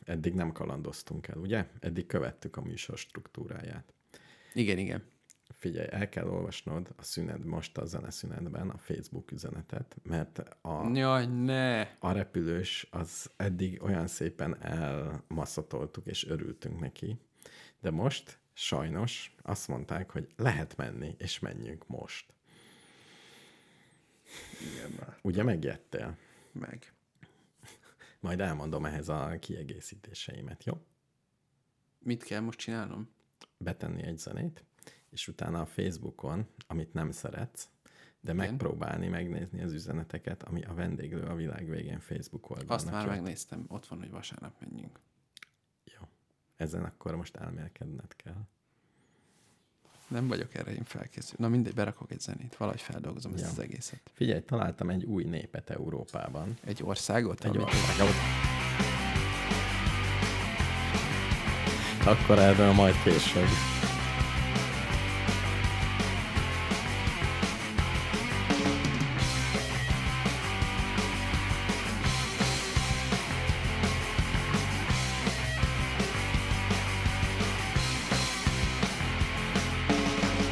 S2: Eddig nem kalandoztunk el, ugye? Eddig követtük a műsor struktúráját.
S3: Igen, igen.
S2: Figyelj, el kell olvasnod a szünet most a zeneszünetben a Facebook üzenetet, mert a,
S3: Jaj, ne!
S2: a repülős az eddig olyan szépen elmaszatoltuk és örültünk neki, de most sajnos azt mondták, hogy lehet menni, és menjünk most. Igen, Ugye megjettél?
S3: Meg.
S2: Majd elmondom ehhez a kiegészítéseimet, jó?
S3: Mit kell most csinálnom?
S2: betenni egy zenét, és utána a Facebookon, amit nem szeretsz, de megpróbálni megnézni az üzeneteket, ami a vendéglő a világ végén Facebook oldalnak.
S3: Azt már
S2: jött.
S3: megnéztem, ott van, hogy vasárnap menjünk.
S2: Jó. Ezen akkor most elmélkedned kell.
S3: Nem vagyok erre én felkészült. Na mindegy, berakok egy zenét, valahogy feldolgozom
S2: Ja.
S3: ezt az egészet.
S2: Figyelj, találtam egy új népet Európában.
S3: Egy országot?
S2: Egy
S3: amit-
S2: országot. Akkor erről majd később.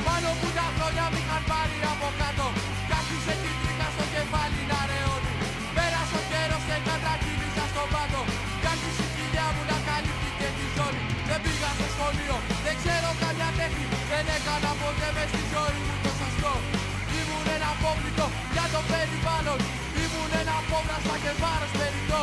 S4: Πάνω που τα χρόνια μ' είχαν πάρει από κάτω Κάποιοι σε τίτρικα στο κεφάλι να ρεώνει Πέρασε ο καιρός και κατακύλησα στον πάτο Κάποιοι η κοιλιά μου να καλύπτει και τη ζώνη Δεν πήγα στο σχολείο, δεν ξέρω καμιά τέχνη Δεν έκανα ποτέ με στη ζωή μου το σωστό Ήμουν ένα απόβλητο για το περιβάλλον Ήμουν ένα απόβλασμα και βάρος περιττό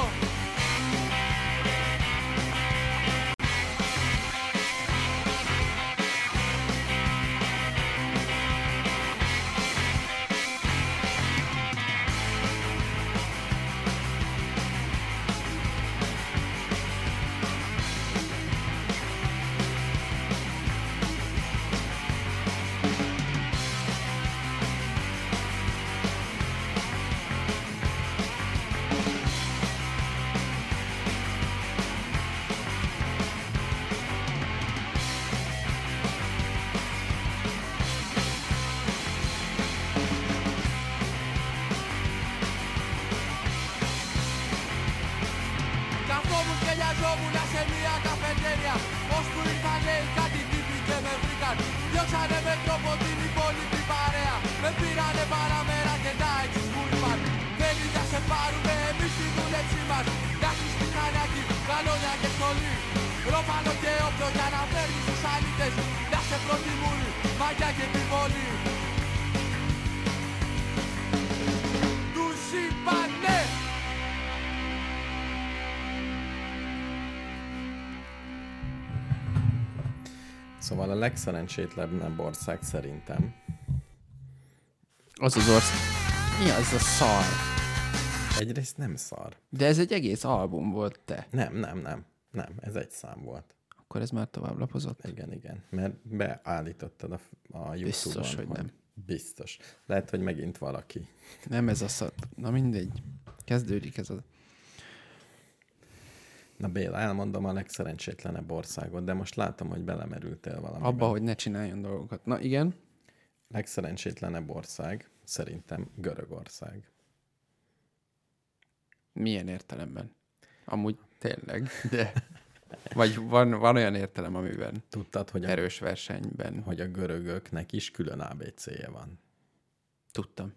S4: Καθόμουν και λιαζόμουν σε μια καφετέρια Ως που ήρθαν λέει κάτι τύποι και με βρήκαν Διώξανε με τρόπο την υπόλοιπη παρέα Με πήρανε παραμέρα και τα έτσι σκούρπαν Θέλει να σε πάρουμε εμείς τη δούλεψή μας Κάποιους πιχανάκι, καλόνια και στολή Ρόπαλο και όπλο για να φέρνεις τους αλήτες Να σε προτιμούν, μαγιά και επιβολή Τους είπανε
S2: Szóval a legszerencsétlenebb ország szerintem
S3: Az az ország. Mi az a szar?
S2: egyrészt nem szar.
S3: De ez egy egész album volt, te.
S2: Nem, nem, nem. Nem, ez egy szám volt.
S3: Akkor ez már tovább lapozott?
S2: Igen, igen. Mert beállítottad a, a YouTube-on.
S3: Biztos, hogy nem.
S2: Biztos. Lehet, hogy megint valaki.
S3: Nem ez a szar. Na mindegy. Kezdődik ez a...
S2: Na Béla, elmondom a legszerencsétlenebb országot, de most látom, hogy belemerültél valami.
S3: Abba, hogy ne csináljon dolgokat. Na igen.
S2: Legszerencsétlenebb ország szerintem Görögország.
S3: Milyen értelemben? Amúgy tényleg, de... Vagy van, van olyan értelem, amiben
S2: Tudtad, hogy a,
S3: erős versenyben
S2: hogy a görögöknek is külön ABC-je van,
S3: tudtam.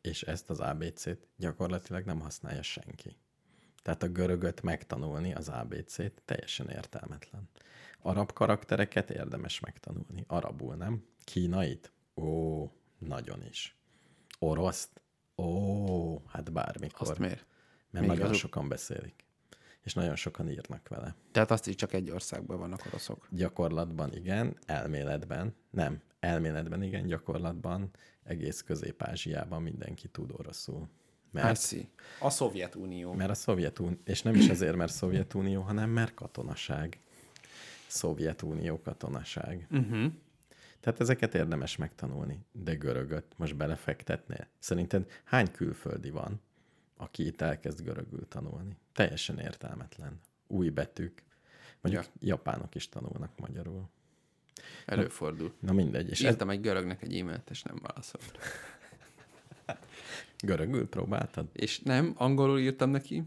S2: és ezt az ABC-t gyakorlatilag nem használja senki. Tehát a görögöt megtanulni, az ABC-t teljesen értelmetlen. Arab karaktereket érdemes megtanulni. Arabul, nem? Kínait? Ó, nagyon is. Oroszt? Ó, hát bármikor.
S3: Azt miért?
S2: Mert
S3: még
S2: nagyon
S3: azok-
S2: sokan beszélik. És nagyon sokan írnak vele.
S3: Tehát azt is csak egy országban vannak oroszok.
S2: Hát, Gyakorlatban igen, elméletben nem. Elméletben igen, gyakorlatban egész Közép-Ázsiában mindenki tud oroszul. Mert,
S3: Persze. A Szovjetunió.
S2: mert a Szovjetunió, és nem is azért, mert Szovjetunió, hanem mert katonaság. Szovjetunió katonaság. Uh-huh.
S3: Mhm.
S2: Tehát ezeket érdemes megtanulni. De görögöt most belefektetnél? Szerinted hány külföldi van, aki itt elkezd görögül tanulni? Teljesen értelmetlen. Új betűk. Mondjuk
S3: Ja.
S2: ja. japánok is tanulnak magyarul.
S3: Előfordul.
S2: Na mindegy, és
S3: És
S2: ez
S3: írtam egy görögnek egy e-mailt, és nem válaszolt.
S2: görögül próbáltad?
S3: És nem, angolul írtam neki,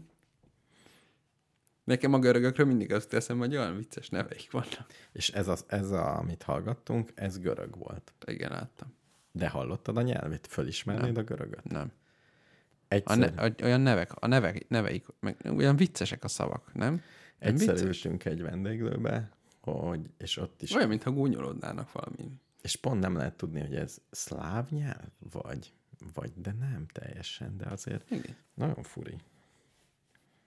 S3: Nekem a görögökről mindig azt teszem, hogy olyan vicces neveik vannak.
S2: És ez, az, ez a, amit hallgattunk, ez görög volt.
S3: Igen, láttam.
S2: De hallottad a nyelvét? Fölismernéd a görögöt?
S3: Nem. A
S2: Egyszer,
S3: ne, a, olyan nevek, a nevek, neveik, meg olyan viccesek a szavak, nem? nem
S2: egyszer
S3: vicces?
S2: ültünk egy vendéglőbe, hogy, és ott is,
S3: Olyan, mintha gúnyolódnának valami.
S2: és pont nem lehet tudni, hogy ez szláv nyelv, vagy, vagy de nem teljesen, de azért
S3: Igen.
S2: nagyon furi.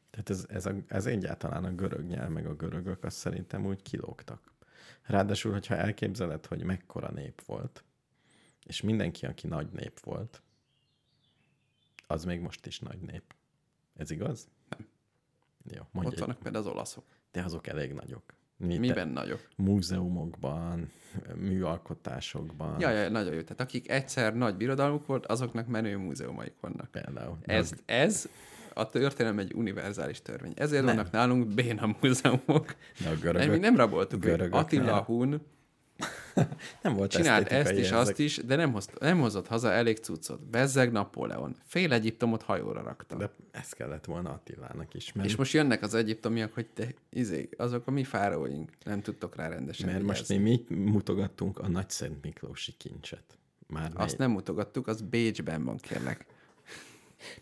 S2: Tehát ez, ez, a, ez egyáltalán a görög nyelv, meg a görögök, azt szerintem úgy kilógtak. Ráadásul, hogyha elképzeled, hogy mekkora nép volt, és mindenki, aki nagy nép volt, az még most is nagy nép. Ez igaz? Nem. Jó, mondj
S3: Ott
S2: egy
S3: vannak például az olaszok.
S2: de azok elég nagyok. Mi te-
S3: Miben nagyok?
S2: Múzeumokban, műalkotásokban
S3: Ja, ja, nagyon jó. Tehát akik egyszer nagy birodalmuk volt, azoknak menő múzeumaik vannak.
S2: például. De
S3: Ez,
S2: az-
S3: ez a történelem egy univerzális törvény. Ezért nem. vannak nálunk béna múzeumok.
S2: de a
S3: Nem, mi
S2: görögök, nem,
S3: nem raboltuk őket.
S2: görögöknél
S3: Attila Hun
S2: nem volt
S3: csinált ezt
S2: esztétikai
S3: is, azt
S2: érzek,
S3: is, de nem, hozt, nem hozott haza elég cuccot. Bezzeg Napóleon. Fél Egyiptomot hajóra rakta.
S2: De ez kellett volna Attilának is, mert,
S3: És most jönnek az egyiptomiak, hogy te, izé, azok a mi fáraóink. Nem tudtok rá rendesen
S2: mert most
S3: vigyázni.
S2: mi mit mutogattunk a Nagy Szent Miklósi kincset. Már
S3: Azt
S2: Azt
S3: nem mutogattuk, az Bécsben van, kérlek.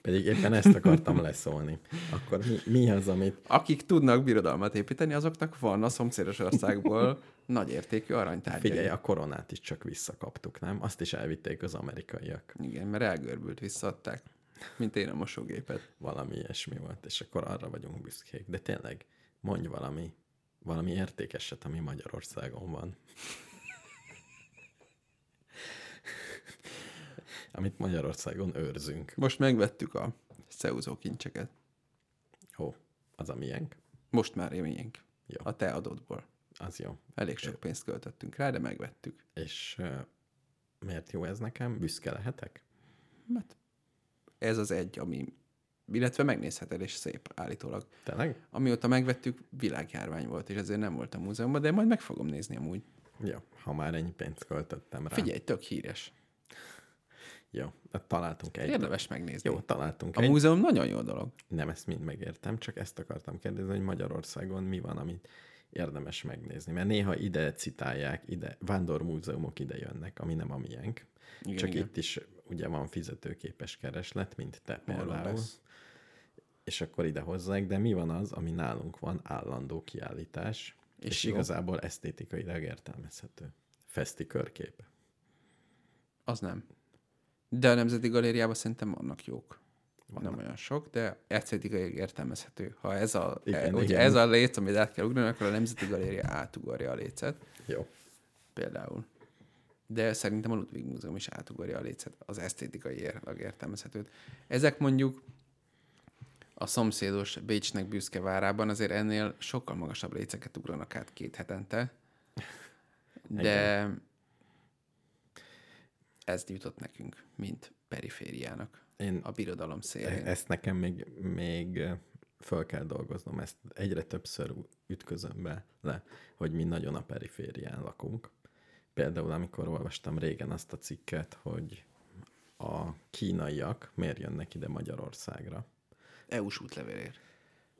S2: Pedig éppen ezt akartam leszólni. Akkor mi, mi az, amit...
S3: Akik tudnak birodalmat építeni, azoknak van a szomszédos
S2: <laughs>
S3: országból nagy értékű aranytárgyai.
S2: Figyelj, a koronát is csak visszakaptuk, nem? Azt is elvitték az amerikaiak.
S3: Igen, mert elgörbült, visszaadták. Mint én a mosógépet.
S2: valami ilyesmi volt, és akkor arra vagyunk büszkék. De tényleg, mondj valami, valami értékeset, ami Magyarországon van. <laughs> Amit Magyarországon őrzünk.
S3: Most megvettük a szeúzó kincseket.
S2: Ó, az a miénk?
S3: Most már éményénk.
S2: Jó.
S3: A te adódból.
S2: Az jó.
S3: Elég sok pénzt költöttünk rá, de megvettük.
S2: És ö, miért jó ez nekem? Büszke lehetek? Hát.
S3: Mert ez az egy, ami illetve megnézheted, és szép állítólag.
S2: Tényleg?
S3: Amióta megvettük, világjárvány volt, és ezért nem volt a múzeumban, de majd meg fogom nézni amúgy.
S2: Jó, ha már ennyi pénzt költöttem rá.
S3: Figyelj, tök híres.
S2: Jó, hát találtunk egy.
S3: Érdemes megnézni.
S2: Jó, találtunk
S3: A
S2: egy.
S3: múzeum nagyon jó dolog.
S2: Nem, ezt mind megértem, csak ezt akartam kérdezni, hogy Magyarországon mi van, amit érdemes megnézni. Mert néha ide citálják, ide vándormúzeumok ide jönnek, ami nem a miénk.
S3: Igen,
S2: csak
S3: igen.
S2: itt is ugye van fizetőképes kereslet, mint te
S3: Erről
S2: például,
S3: lesz.
S2: és akkor ide hozzák, de mi van az, ami nálunk van állandó kiállítás, és, és
S3: jó.
S2: igazából esztétikailag értelmezhető. Feszti körkép.
S3: Az nem. De a Nemzeti Galériában szerintem vannak jók. Vannak. Nem olyan sok, de esztétikai értelmezhető. Ha ez a,
S2: Igen,
S3: igen, ugye
S2: igen.
S3: ez a léc, amit át kell ugrani, akkor a Nemzeti Galéria átugorja a lécet,
S2: Jó.
S3: például. De szerintem a Ludwig Múzeum is átugorja a lécet, az esztétikai ér- értelmezhetőt. Ezek mondjuk a szomszédos Bécsnek büszke várában azért ennél sokkal magasabb léceket ugranak át két hetente. De ez jutott nekünk, mint perifériának
S2: Én
S3: a birodalom szélén.
S2: Ezt nekem még, még ö, föl kell dolgoznom, ezt egyre többször ú- ütközöm be le, hogy mi nagyon a periférián lakunk. Például amikor olvastam régen azt a cikket, hogy a kínaiak miért jönnek ide Magyarországra.
S3: EU-s útlevélért.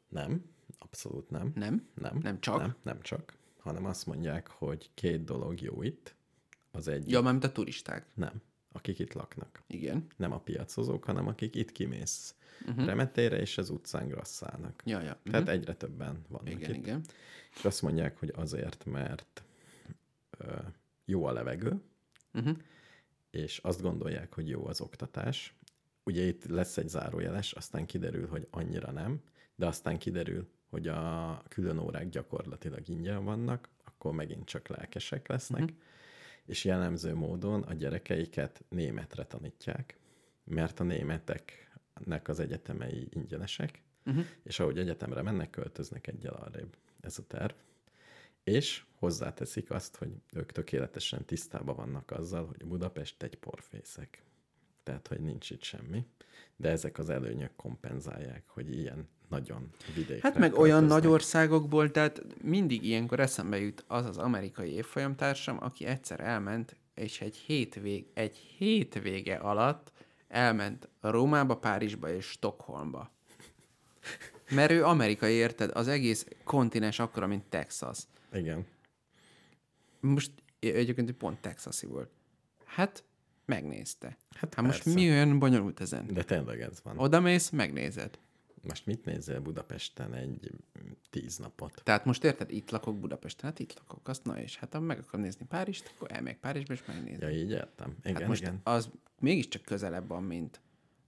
S2: Nem, abszolút nem.
S3: Nem?
S2: Nem,
S3: Nem csak?
S2: Nem, nem csak, hanem azt mondják, hogy két dolog jó itt. Az egy,
S3: Ja, mármint a turisták.
S2: nem, akik itt laknak
S3: Igen.
S2: nem a piacozók, hanem akik itt kimész
S3: Mhm.
S2: uh-huh. remetére, és az utcán grasszálnak.
S3: Ja, ja.
S2: Tehát uh-huh. egyre többen vannak
S3: Mhm. Igen,
S2: itt.
S3: igen.
S2: És azt mondják, hogy azért, mert ö, jó a levegő,
S3: Uh-huh.
S2: és azt gondolják, hogy jó az oktatás. Ugye itt lesz egy zárójeles, aztán kiderül, hogy annyira nem, de aztán kiderül, hogy a külön órák gyakorlatilag ingyen vannak, akkor megint csak lelkesek lesznek,
S3: Mhm.
S2: uh-huh. és jellemző módon a gyerekeiket németre tanítják, mert a németeknek az egyetemei ingyenesek,
S3: Mhm.
S2: uh-huh. és ahogy egyetemre mennek, költöznek egyel arrébb. Ez a terv. És hozzáteszik azt, hogy ők tökéletesen tisztában vannak azzal, hogy Budapest egy porfészek. Tehát, hogy nincs itt semmi. De ezek az előnyök kompenzálják, hogy ilyen nagyon vidékre
S3: Hát meg olyan
S2: költöznek.
S3: nagy országokból, tehát mindig ilyenkor eszembe jut az az amerikai évfolyamtársam, aki egyszer elment, és egy, hétvég, egy hétvége alatt elment Rómába, Párizsba és Stockholmba. Mert ő amerikai, érted? Az egész kontinens akkora, mint Texas.
S2: Igen.
S3: Most é- egyébként ő pont texasi volt. Hát, megnézte.
S2: Hát
S3: Hát, hát most
S2: persze.
S3: mi olyan bonyolult ezen?
S2: De tényleg ez van.
S3: Oda mész, megnézed.
S2: Most mit nézel Budapesten egy mm, tíz napot?
S3: Tehát most érted, itt lakok Budapesten, hát itt lakok, azt na és hát ha meg akarom nézni Párizst, akkor elmegyek Párizsba és megnézem.
S2: Ja, így értem. Igen,
S3: hát most
S2: igen.
S3: az mégiscsak közelebb van, mint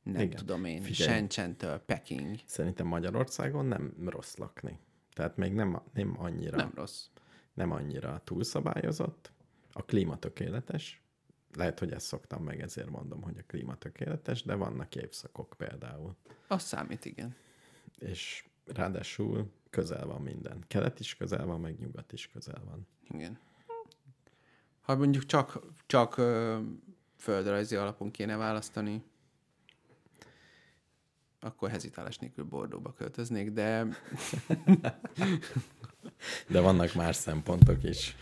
S3: nem
S2: Igen.
S3: igen. tudom én,
S2: Figyelj.
S3: Shenzhen-től Peking.
S2: Szerintem Magyarországon nem rossz lakni. Tehát még nem, nem annyira
S3: Nem rossz.
S2: nem annyira túlszabályozott, a klíma tökéletes, lehet, hogy ezt szoktam meg, ezért mondom, hogy a klíma tökéletes, de vannak évszakok például.
S3: Az számít, igen.
S2: És ráadásul közel van minden. Kelet is közel van, meg nyugat is közel van.
S3: Igen. Ha mondjuk csak, csak ö, földrajzi alapon kéne választani, akkor hezitálás nélkül Bordóba költöznék, de
S2: De vannak más szempontok is.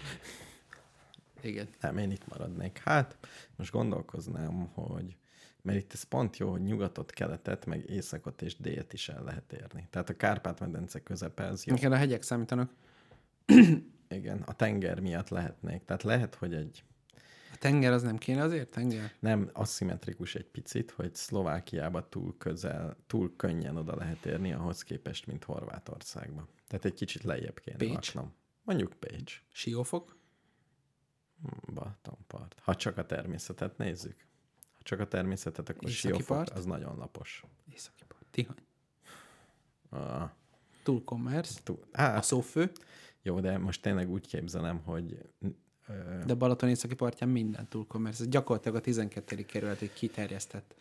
S3: igen.
S2: Nem, én itt maradnék. Hát, most gondolkoznám, hogy mert itt ez pont jó, hogy nyugatot, keletet, meg északot és délt is el lehet érni. Tehát a Kárpát-medence közepe az jó.
S3: Igen, a hegyek számítanak.
S2: Igen, a tenger miatt lehetnék. Tehát lehet, hogy egy
S3: A tenger az nem kéne azért, tenger?
S2: nem aszimmetrikus egy picit, hogy Szlovákiába túl közel, túl könnyen oda lehet érni ahhoz képest, mint Horvátországba. Tehát egy kicsit lejjebb kéne
S3: Pécs?
S2: laknom. Mondjuk Pécs,
S3: Siófok?
S2: Hm, Balatonpart. Ha csak a természetet nézzük. Ha csak a természetet, akkor
S3: Északi
S2: Siófok,
S3: part?
S2: az nagyon lapos.
S3: Északi part. Tihany.
S2: Ah,
S3: Túlkommersz.
S2: túl,
S3: A
S2: hát,
S3: szófő,
S2: jó, de most tényleg úgy képzelem, hogy ö,
S3: de Balaton északi partján minden túlkommersz. Ez gyakorlatilag a 12. kerület egy kiterjesztett.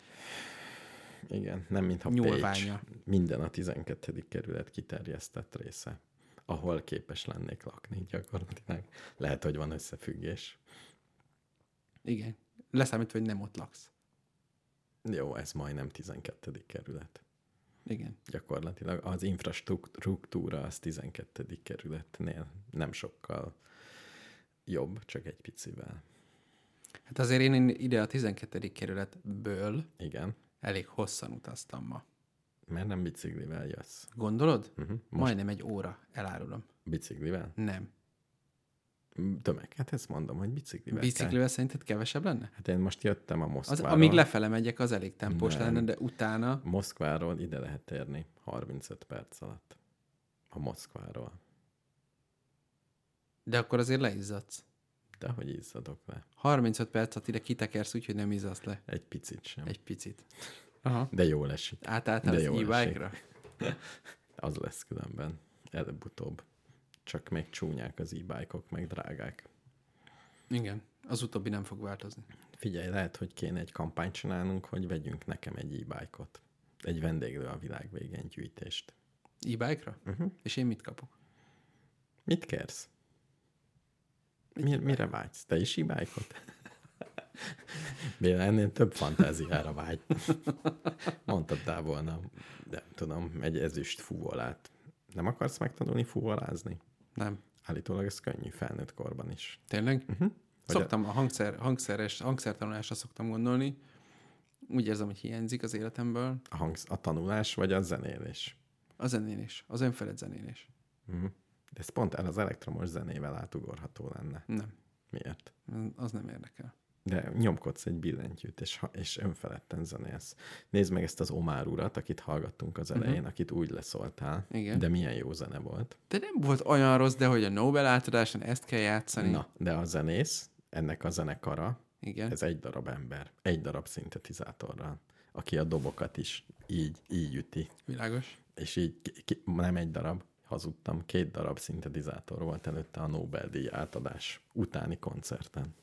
S2: igen, nem mintha Pécs.
S3: Nyúlványa.
S2: Minden a 12. kerület kiterjesztett része, ahol képes lennék lakni gyakorlatilag. Lehet, hogy van összefüggés.
S3: Igen. Leszámítva, hogy nem ott laksz.
S2: Jó, ez majdnem 12. kerület.
S3: Igen.
S2: Gyakorlatilag az infrastruktúra az 12. kerületnél nem sokkal jobb, csak egy picivel.
S3: Hát azért én ide a 12. kerületből
S2: Igen,
S3: elég hosszan utaztam ma.
S2: mert nem biciklivel jössz.
S3: Gondolod?
S2: Uh-huh. Most
S3: Majdnem egy óra, elárulom.
S2: biciklivel?
S3: Nem.
S2: M, Tömeg. Hát ezt mondom, hogy biciklivel. kell.
S3: Biciklivel szerinted kevesebb lenne?
S2: Hát én most jöttem a
S3: Az,
S2: Moszkváról.
S3: amíg lefele megyek, az elég tempós
S2: Nem.
S3: lenne, de utána
S2: Moszkváról ide lehet érni 35 perc alatt. A Moszkváról.
S3: De akkor azért leizzadsz.
S2: De hogy izzadok le?
S3: 35 percet ide kitekersz úgy, hogy nem izzadsz le.
S2: Egy picit sem. Egy...
S3: Egy picit. Aha.
S2: De jól esik.
S3: Átálltál
S2: De
S3: az
S2: jó
S3: e-bike-ra?
S2: Az lesz különben. Előbb-utóbb. Csak még csúnyák az e meg drágák.
S3: Igen. Az utóbbi nem fog változni.
S2: Figyelj, lehet, hogy kéne egy kampányt csinálnunk, hogy vegyünk nekem egy e Egy vendéglő a világ végén gyűjtést.
S3: E-bike-ra? Uh-huh. És én mit kapok?
S2: Mit kérsz? Mi, mire vágysz? Te is e <laughs> Béla, ennél több fantáziára vágy. Mondhattál volna, nem tudom, egy ezüst fúvolát. Nem akarsz megtanulni fúvolázni?
S3: Nem.
S2: Állítólag ez könnyű felnőtt korban is.
S3: Tényleg? Uh-huh.
S2: Vagy a-
S3: Szoktam a hangszer, hangszeres, hangszertanulásra szoktam gondolni. Úgy érzem, hogy hiányzik az életemből.
S2: A, hangsz, a tanulás vagy a zenélés.
S3: A zenélés. Az önfeled zenélés.
S2: De ez pont el az elektromos zenével átugorható lenne.
S3: Nem.
S2: Miért?
S3: Az nem érdekel.
S2: De nyomkodsz egy billentyűt, és, ha- és önfeledten zenélsz. Nézd meg ezt az Omár urat, akit hallgattunk az elején, uh-huh. akit úgy leszóltál,
S3: Mhm. Igen.
S2: de milyen jó zene volt.
S3: De nem volt olyan rossz, de hogy a Nobel átadáson ezt kell játszani.
S2: Na, de a zenész, ennek a zenekara,
S3: Igen.
S2: ez egy darab ember, egy darab szintetizátorral, aki a dobokat is így, így üti,
S3: Világos.
S2: és így ki, ki, nem egy darab, hazudtam, két darab szintetizátor volt előtte a Nobel-díj átadás utáni koncerten.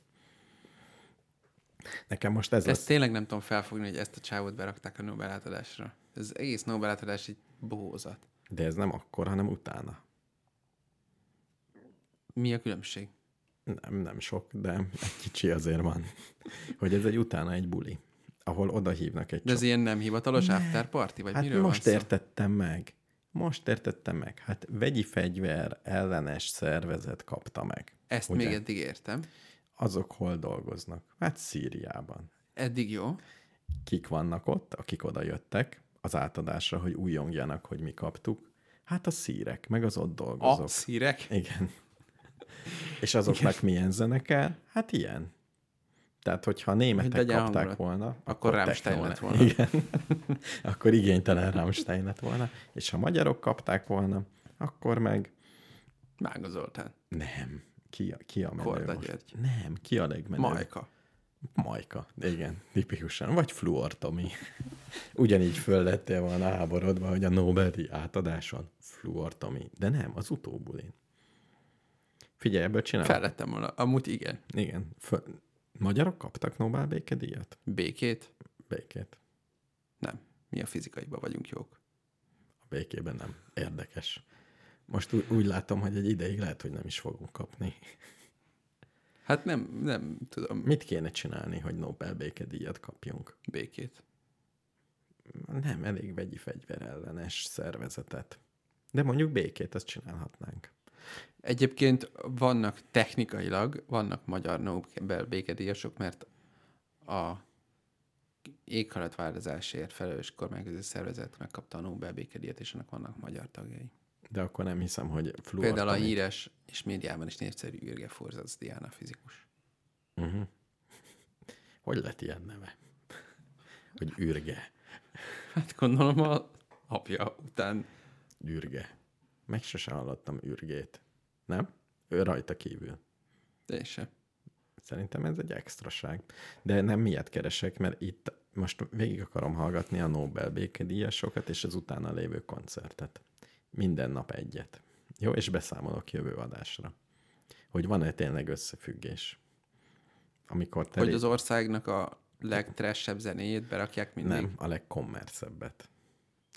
S2: Nekem most ez, ez
S3: Ezt
S2: lesz,
S3: tényleg nem tudom felfogni, hogy ezt a csávot berakták a Nobel átadásra. Ez az egész Nobel átadás egy bohózat.
S2: de ez nem akkor, hanem utána.
S3: Mi a különbség?
S2: Nem, nem sok, de egy kicsi azért van. Hogy ez egy utána egy buli, ahol oda hívnak egy
S3: De ez ilyen nem hivatalos after party, vagy
S2: Hát
S3: miről
S2: most
S3: van szó?
S2: értettem meg. Most értettem meg. Hát vegyi fegyver ellenes szervezet kapta meg.
S3: Ezt
S2: Ugye?
S3: még eddig értem.
S2: Azok hol dolgoznak? Hát Szíriában.
S3: Eddig jó.
S2: Kik vannak ott, akik oda jöttek? az átadásra, hogy újongjanak, hogy mi kaptuk. Hát a szírek, meg az ott dolgozók.
S3: A szírek? <laughs>
S2: Igen. És azoknak Igen. milyen zene kell? Hát ilyen. Tehát, hogyha a németek
S3: Hogy legyen
S2: kapták
S3: hangulat.
S2: volna,
S3: Rammstein
S2: techno
S3: lett
S2: le-
S3: volna.
S2: Igen. <laughs> akkor igénytelen Rammstein lett volna. És ha magyarok kapták volna, akkor meg
S3: Mága Zoltán.
S2: nem. Ki a, ki a menő
S3: Korda
S2: most?
S3: György.
S2: Nem, ki a legmenőbb?
S3: Majka.
S2: Majka, igen, tipikusan. Vagy Fluor Tomi. <laughs> Ugyanígy föl lettél volna háborodva, hogy a Nobel-díj átadáson Fluor Tomi. De nem, az utóbulin. Figyelj, ebből csinál.
S3: Fel lettem volna. Amúgy igen.
S2: Igen. Föl... Magyarok kaptak Nobel békedíjat?
S3: Békét?
S2: Békét.
S3: Nem. Mi a fizikaiban vagyunk jók.
S2: A békében nem. Érdekes. Most ú- úgy látom, hogy egy ideig lehet, hogy nem is fogunk kapni.
S3: Hát nem, nem tudom.
S2: Mit kéne csinálni, hogy Nobel békedíjat kapjunk?
S3: Békét.
S2: Nem, elég vegyi fegyver ellenes szervezetet. De mondjuk békét, azt csinálhatnánk.
S3: Egyébként vannak technikailag, vannak magyar Nobel békedíjasok, mert a éghajlatváltozásért felelős kormányközi szervezet megkapta a Nobel békedíjat, és annak vannak magyar tagjai.
S2: De akkor nem hiszem, hogy fluor.
S3: Például a
S2: Tomi-
S3: híres és médiában is népszerű Ürge Forzac Diana fizikus.
S2: Mhm. Hogy lett ilyen neve? Hogy ürge,
S3: <laughs> Hát gondolom a apja után
S2: ürge. Meg sose hallottam ürgét. Nem? Ő rajta kívül.
S3: én sem.
S2: Szerintem ez egy extraság. De nem miért keresek, mert itt most végig akarom hallgatni a Nobel békedíjasokat és az utána lévő koncertet. Minden nap egyet. Jó, és beszámolok jövő adásra. Hogy van-e tényleg összefüggés? Amikor te
S3: Hogy
S2: lé-
S3: az országnak a legtressebb zenéjét berakják mindig.
S2: Nem, a legkommerszebbet.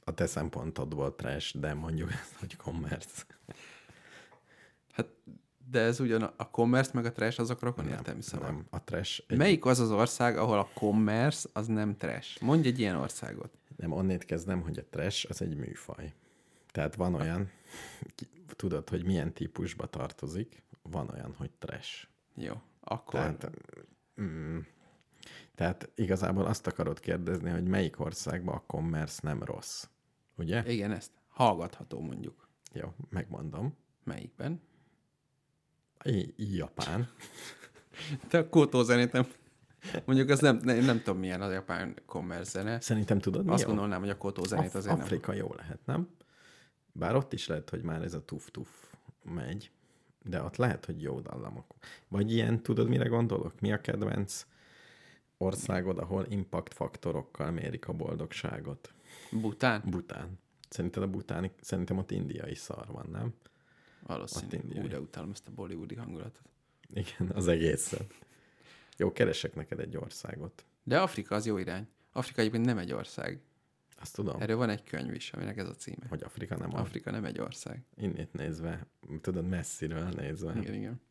S2: A te szempontodból trash, de mondjuk ez, hogy kommersz.
S3: Hát, de ez ugyan a, a commerce meg a trash azok rokon értelmi szavak.
S2: Nem, a trash egy,
S3: Hát, Melyik az az ország, ahol a commerce az nem trash? Mondj egy ilyen országot.
S2: nem onnét kezdem, hogy a trash az egy műfaj. Tehát van olyan, ki- tudod, hogy milyen típusba tartozik, van olyan, hogy trash.
S3: Jó, akkor
S2: Tehát, mm, tehát igazából azt akarod kérdezni, hogy melyik országban a commerce nem rossz. Ugye?
S3: igen, ezt hallgatható mondjuk.
S2: Jó, megmondom.
S3: Melyikben?
S2: I- Japán.
S3: Te a kótózenét nem... Mondjuk az nem, nem, nem tudom milyen az japán commerce zene.
S2: Szerintem tudod, mi
S3: Azt
S2: a-
S3: gondolnám, hogy a kótózenét
S2: Af-
S3: azért
S2: Afrika jó lehet, nem? Bár ott is lehet, hogy már ez a tuf-tuf megy, de ott lehet, hogy jó dallamok. Vagy ilyen, tudod, mire gondolok? Mi a kedvenc országod, ahol impact faktorokkal mérik a boldogságot?
S3: nem. Bután?
S2: Bután. Szerinted a butáni, szerintem ott indiai szar van, nem? Ott
S3: Valószínű.
S2: indiai.
S3: Újra utálom ezt a bollywoodi hangulatot.
S2: Igen, az egészen. Jó, keresek neked egy országot.
S3: De Afrika az jó irány. Afrika egyébként nem egy ország.
S2: Azt tudom,
S3: Erről van egy könyv is, aminek ez a címe.
S2: hogy Afrika nem Afrika.
S3: Afrika nem egy ország.
S2: Innét nézve, tudod, messziről nézve.
S3: Igen, igen.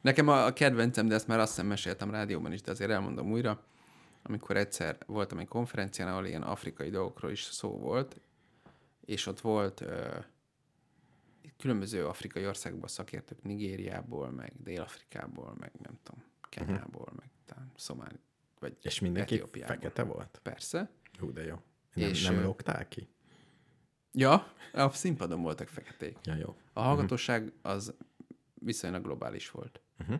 S3: Nekem a a kedvencem, de ezt már azt hiszem meséltem rádióban is, de azért elmondom újra, amikor egyszer voltam egy konferencián, ahol ilyen afrikai dolgokról is szó volt, és ott volt ö, különböző afrikai országokból szakértők, Nigériából, meg Dél-Afrikából, meg nem tudom, Kenyából, meg talán Szomáli, vagy
S2: Mhm. És mindenki
S3: Etiópiából.
S2: fekete volt?
S3: Persze.
S2: Hú, de jó. Nem,
S3: És,
S2: nem
S3: ö,
S2: lógtál ki?
S3: Ja, a színpadon voltak feketék.
S2: Ja, jó.
S3: A hallgatóság az viszonylag globális volt.
S2: Mhm.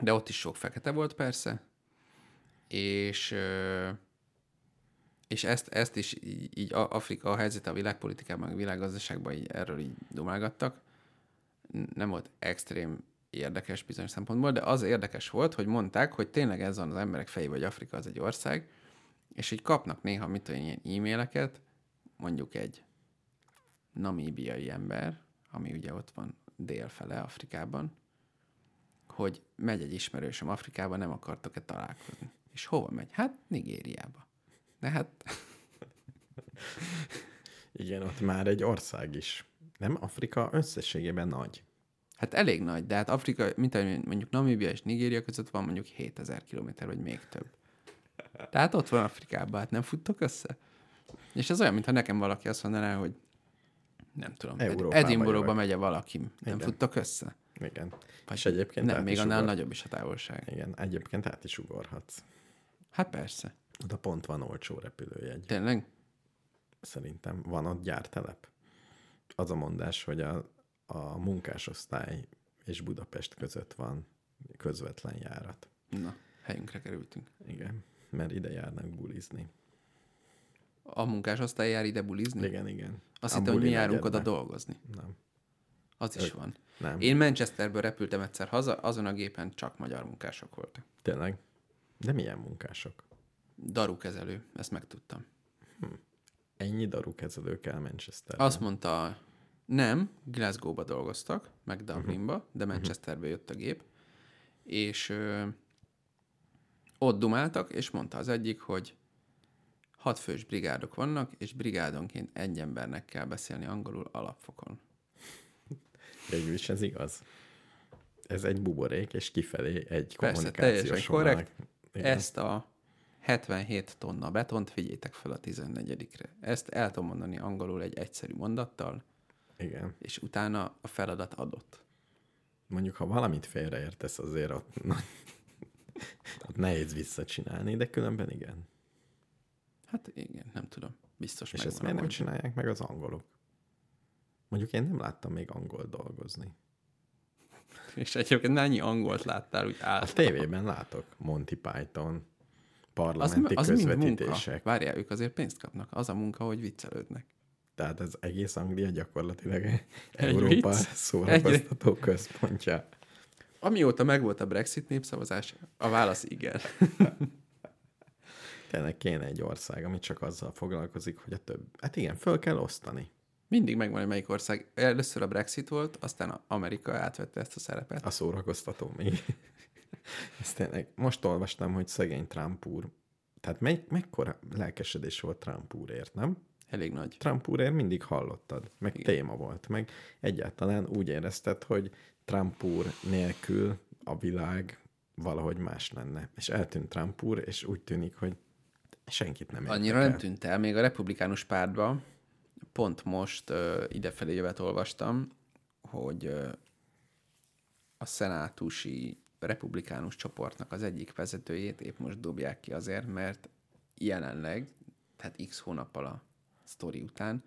S3: De ott is sok fekete volt persze, és ö, és ezt, ezt is így, így a- Afrika a helyzet a világpolitikában, a világgazdaságban így erről így dumálgattak. N- Nem volt extrém érdekes bizonyos szempontból, de az érdekes volt, hogy mondták, hogy tényleg ez van az emberek fejében, hogy Afrika az egy ország, és így kapnak néha mit tudom, én, ilyen e-maileket, mondjuk egy namíbiai ember, ami ugye ott van délfele Afrikában, hogy megy egy ismerősöm Afrikába, nem akartok-e találkozni. És hova megy? Hát Nigériába. De hát
S2: Igen, ott már egy ország is. Nem? Afrika összességében nagy.
S3: Hát elég nagy, de hát Afrika, mint ahogy mondjuk Namíbia és Nigéria között van mondjuk 7000 km, vagy még több. Tehát ott van Afrikában, hát nem futtok össze? És ez olyan, mintha nekem valaki azt mondaná, hogy nem tudom,
S2: Európába
S3: Edinburghba
S2: jövök.
S3: megy valaki, nem
S2: Igen.
S3: futtok össze?
S2: Igen. És egyébként
S3: nem,
S2: át
S3: még
S2: is
S3: annál
S2: ugor-
S3: nagyobb is a távolság.
S2: Igen, egyébként át is ugorhatsz.
S3: Hát persze,
S2: Oda pont van olcsó repülőjegy.
S3: tényleg.
S2: szerintem van ott gyártelep. Az a mondás, hogy a, a munkásosztály és Budapest között van közvetlen járat.
S3: Na, helyünkre kerültünk.
S2: Igen, mert ide járnak bulizni.
S3: A munkás aztán jár ide bulizni?
S2: Igen, igen.
S3: Azt
S2: A
S3: hittem, hogy mi
S2: buli
S3: járunk oda
S2: negyedben.
S3: dolgozni.
S2: Nem.
S3: Az is van.
S2: Nem.
S3: Én Manchesterből repültem egyszer haza, azon a gépen csak magyar munkások voltak.
S2: Tényleg? De milyen munkások?
S3: Darukezelő, ezt megtudtam.
S2: Ennyi darukezelő kell Manchesterben.
S3: Azt mondta, nem, Glasgow-ba dolgoztak,
S2: Mhm.
S3: meg Dublinba, de Manchesterből jött a gép, és ö, ott dumáltak, és mondta az egyik, hogy hatfős brigádok vannak, és brigádonként egy embernek kell beszélni angolul alapfokon.
S2: Végül is ez igaz. Ez egy buborék, és kifelé
S3: Persze,
S2: egy kommunikációs
S3: teljesen korrekt.
S2: vonalak. Igen.
S3: Ezt a 77 tonna betont figyétek fel a 14-re. Ezt el tudom mondani angolul egy egyszerű mondattal,
S2: Igen.
S3: és utána a feladat adott.
S2: Mondjuk, ha valamit félreértesz, azért ott, na, <laughs> ott nehéz visszacsinálni, de különben igen.
S3: Hát igen, nem tudom. Biztos
S2: És
S3: megvan
S2: ezt
S3: a
S2: miért nem
S3: módja.
S2: csinálják meg az angolok? Mondjuk én nem láttam még angol dolgozni.
S3: És egyébként annyi angolt láttál, úgy áll.
S2: Hát, A tévében látok Monty Python, parlamenti
S3: az mind munka.
S2: közvetítések.
S3: Várjál, ők azért pénzt kapnak. Az a munka, hogy viccelődnek.
S2: Tehát ez egész Anglia
S3: <laughs>
S2: gyakorlatilag Európa
S3: vicc.
S2: szórakoztató központja.
S3: Amióta megvolt a Brexit népszavazás, a válasz igen.
S2: Tényleg kéne egy ország, ami csak azzal foglalkozik, hogy a több... Hát igen, föl kell osztani.
S3: Mindig megvan, hogy melyik ország. Először a Brexit volt, aztán Amerika átvette ezt a szerepet.
S2: A szórakoztató
S3: <laughs>
S2: még. Ezt tényleg, most olvastam, hogy szegény Trump úr, tehát me- mekkora lelkesedés volt Trump úrért, nem?
S3: Elég nagy.
S2: Trump úrért mindig hallottad, meg Igen. téma volt, meg egyáltalán úgy érezted, hogy Trump úr nélkül a világ valahogy más lenne. És eltűnt Trump úr, és úgy tűnik, hogy senkit nem érdekel.
S3: Annyira nem tűnt el, még a republikánus pártban pont most ö, idefelé jövet olvastam, hogy ö, a szenátusi republikánus csoportnak az egyik vezetőjét épp most dobják ki azért, mert jelenleg, tehát x hónappal a sztori után,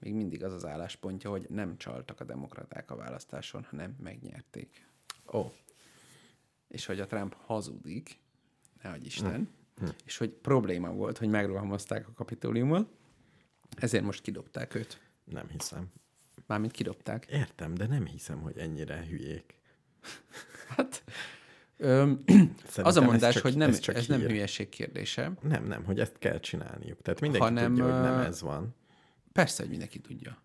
S3: még mindig az az álláspontja, hogy nem csaltak a demokraták a választáson, hanem megnyerték.
S2: Ó, oh,
S3: És hogy a Trump hazudik, nehogy Isten,
S2: Hm.
S3: és hogy probléma volt, hogy megrohamozták a kapitóliumot, ezért most kidobták őt.
S2: nem hiszem.
S3: Mármint kidobták.
S2: Értem, de nem hiszem, hogy ennyire hülyék.
S3: Hát, öm, az a
S2: ez
S3: mondás,
S2: csak-
S3: hogy nem,
S2: ez
S3: ez,
S2: csak
S3: ez nem
S2: hír.
S3: hülyeség kérdése.
S2: Nem, nem, hogy ezt kell csinálniuk. Tehát mindenki
S3: Hanem,
S2: tudja, hogy nem
S3: ö,
S2: ez van.
S3: Persze, hogy mindenki tudja.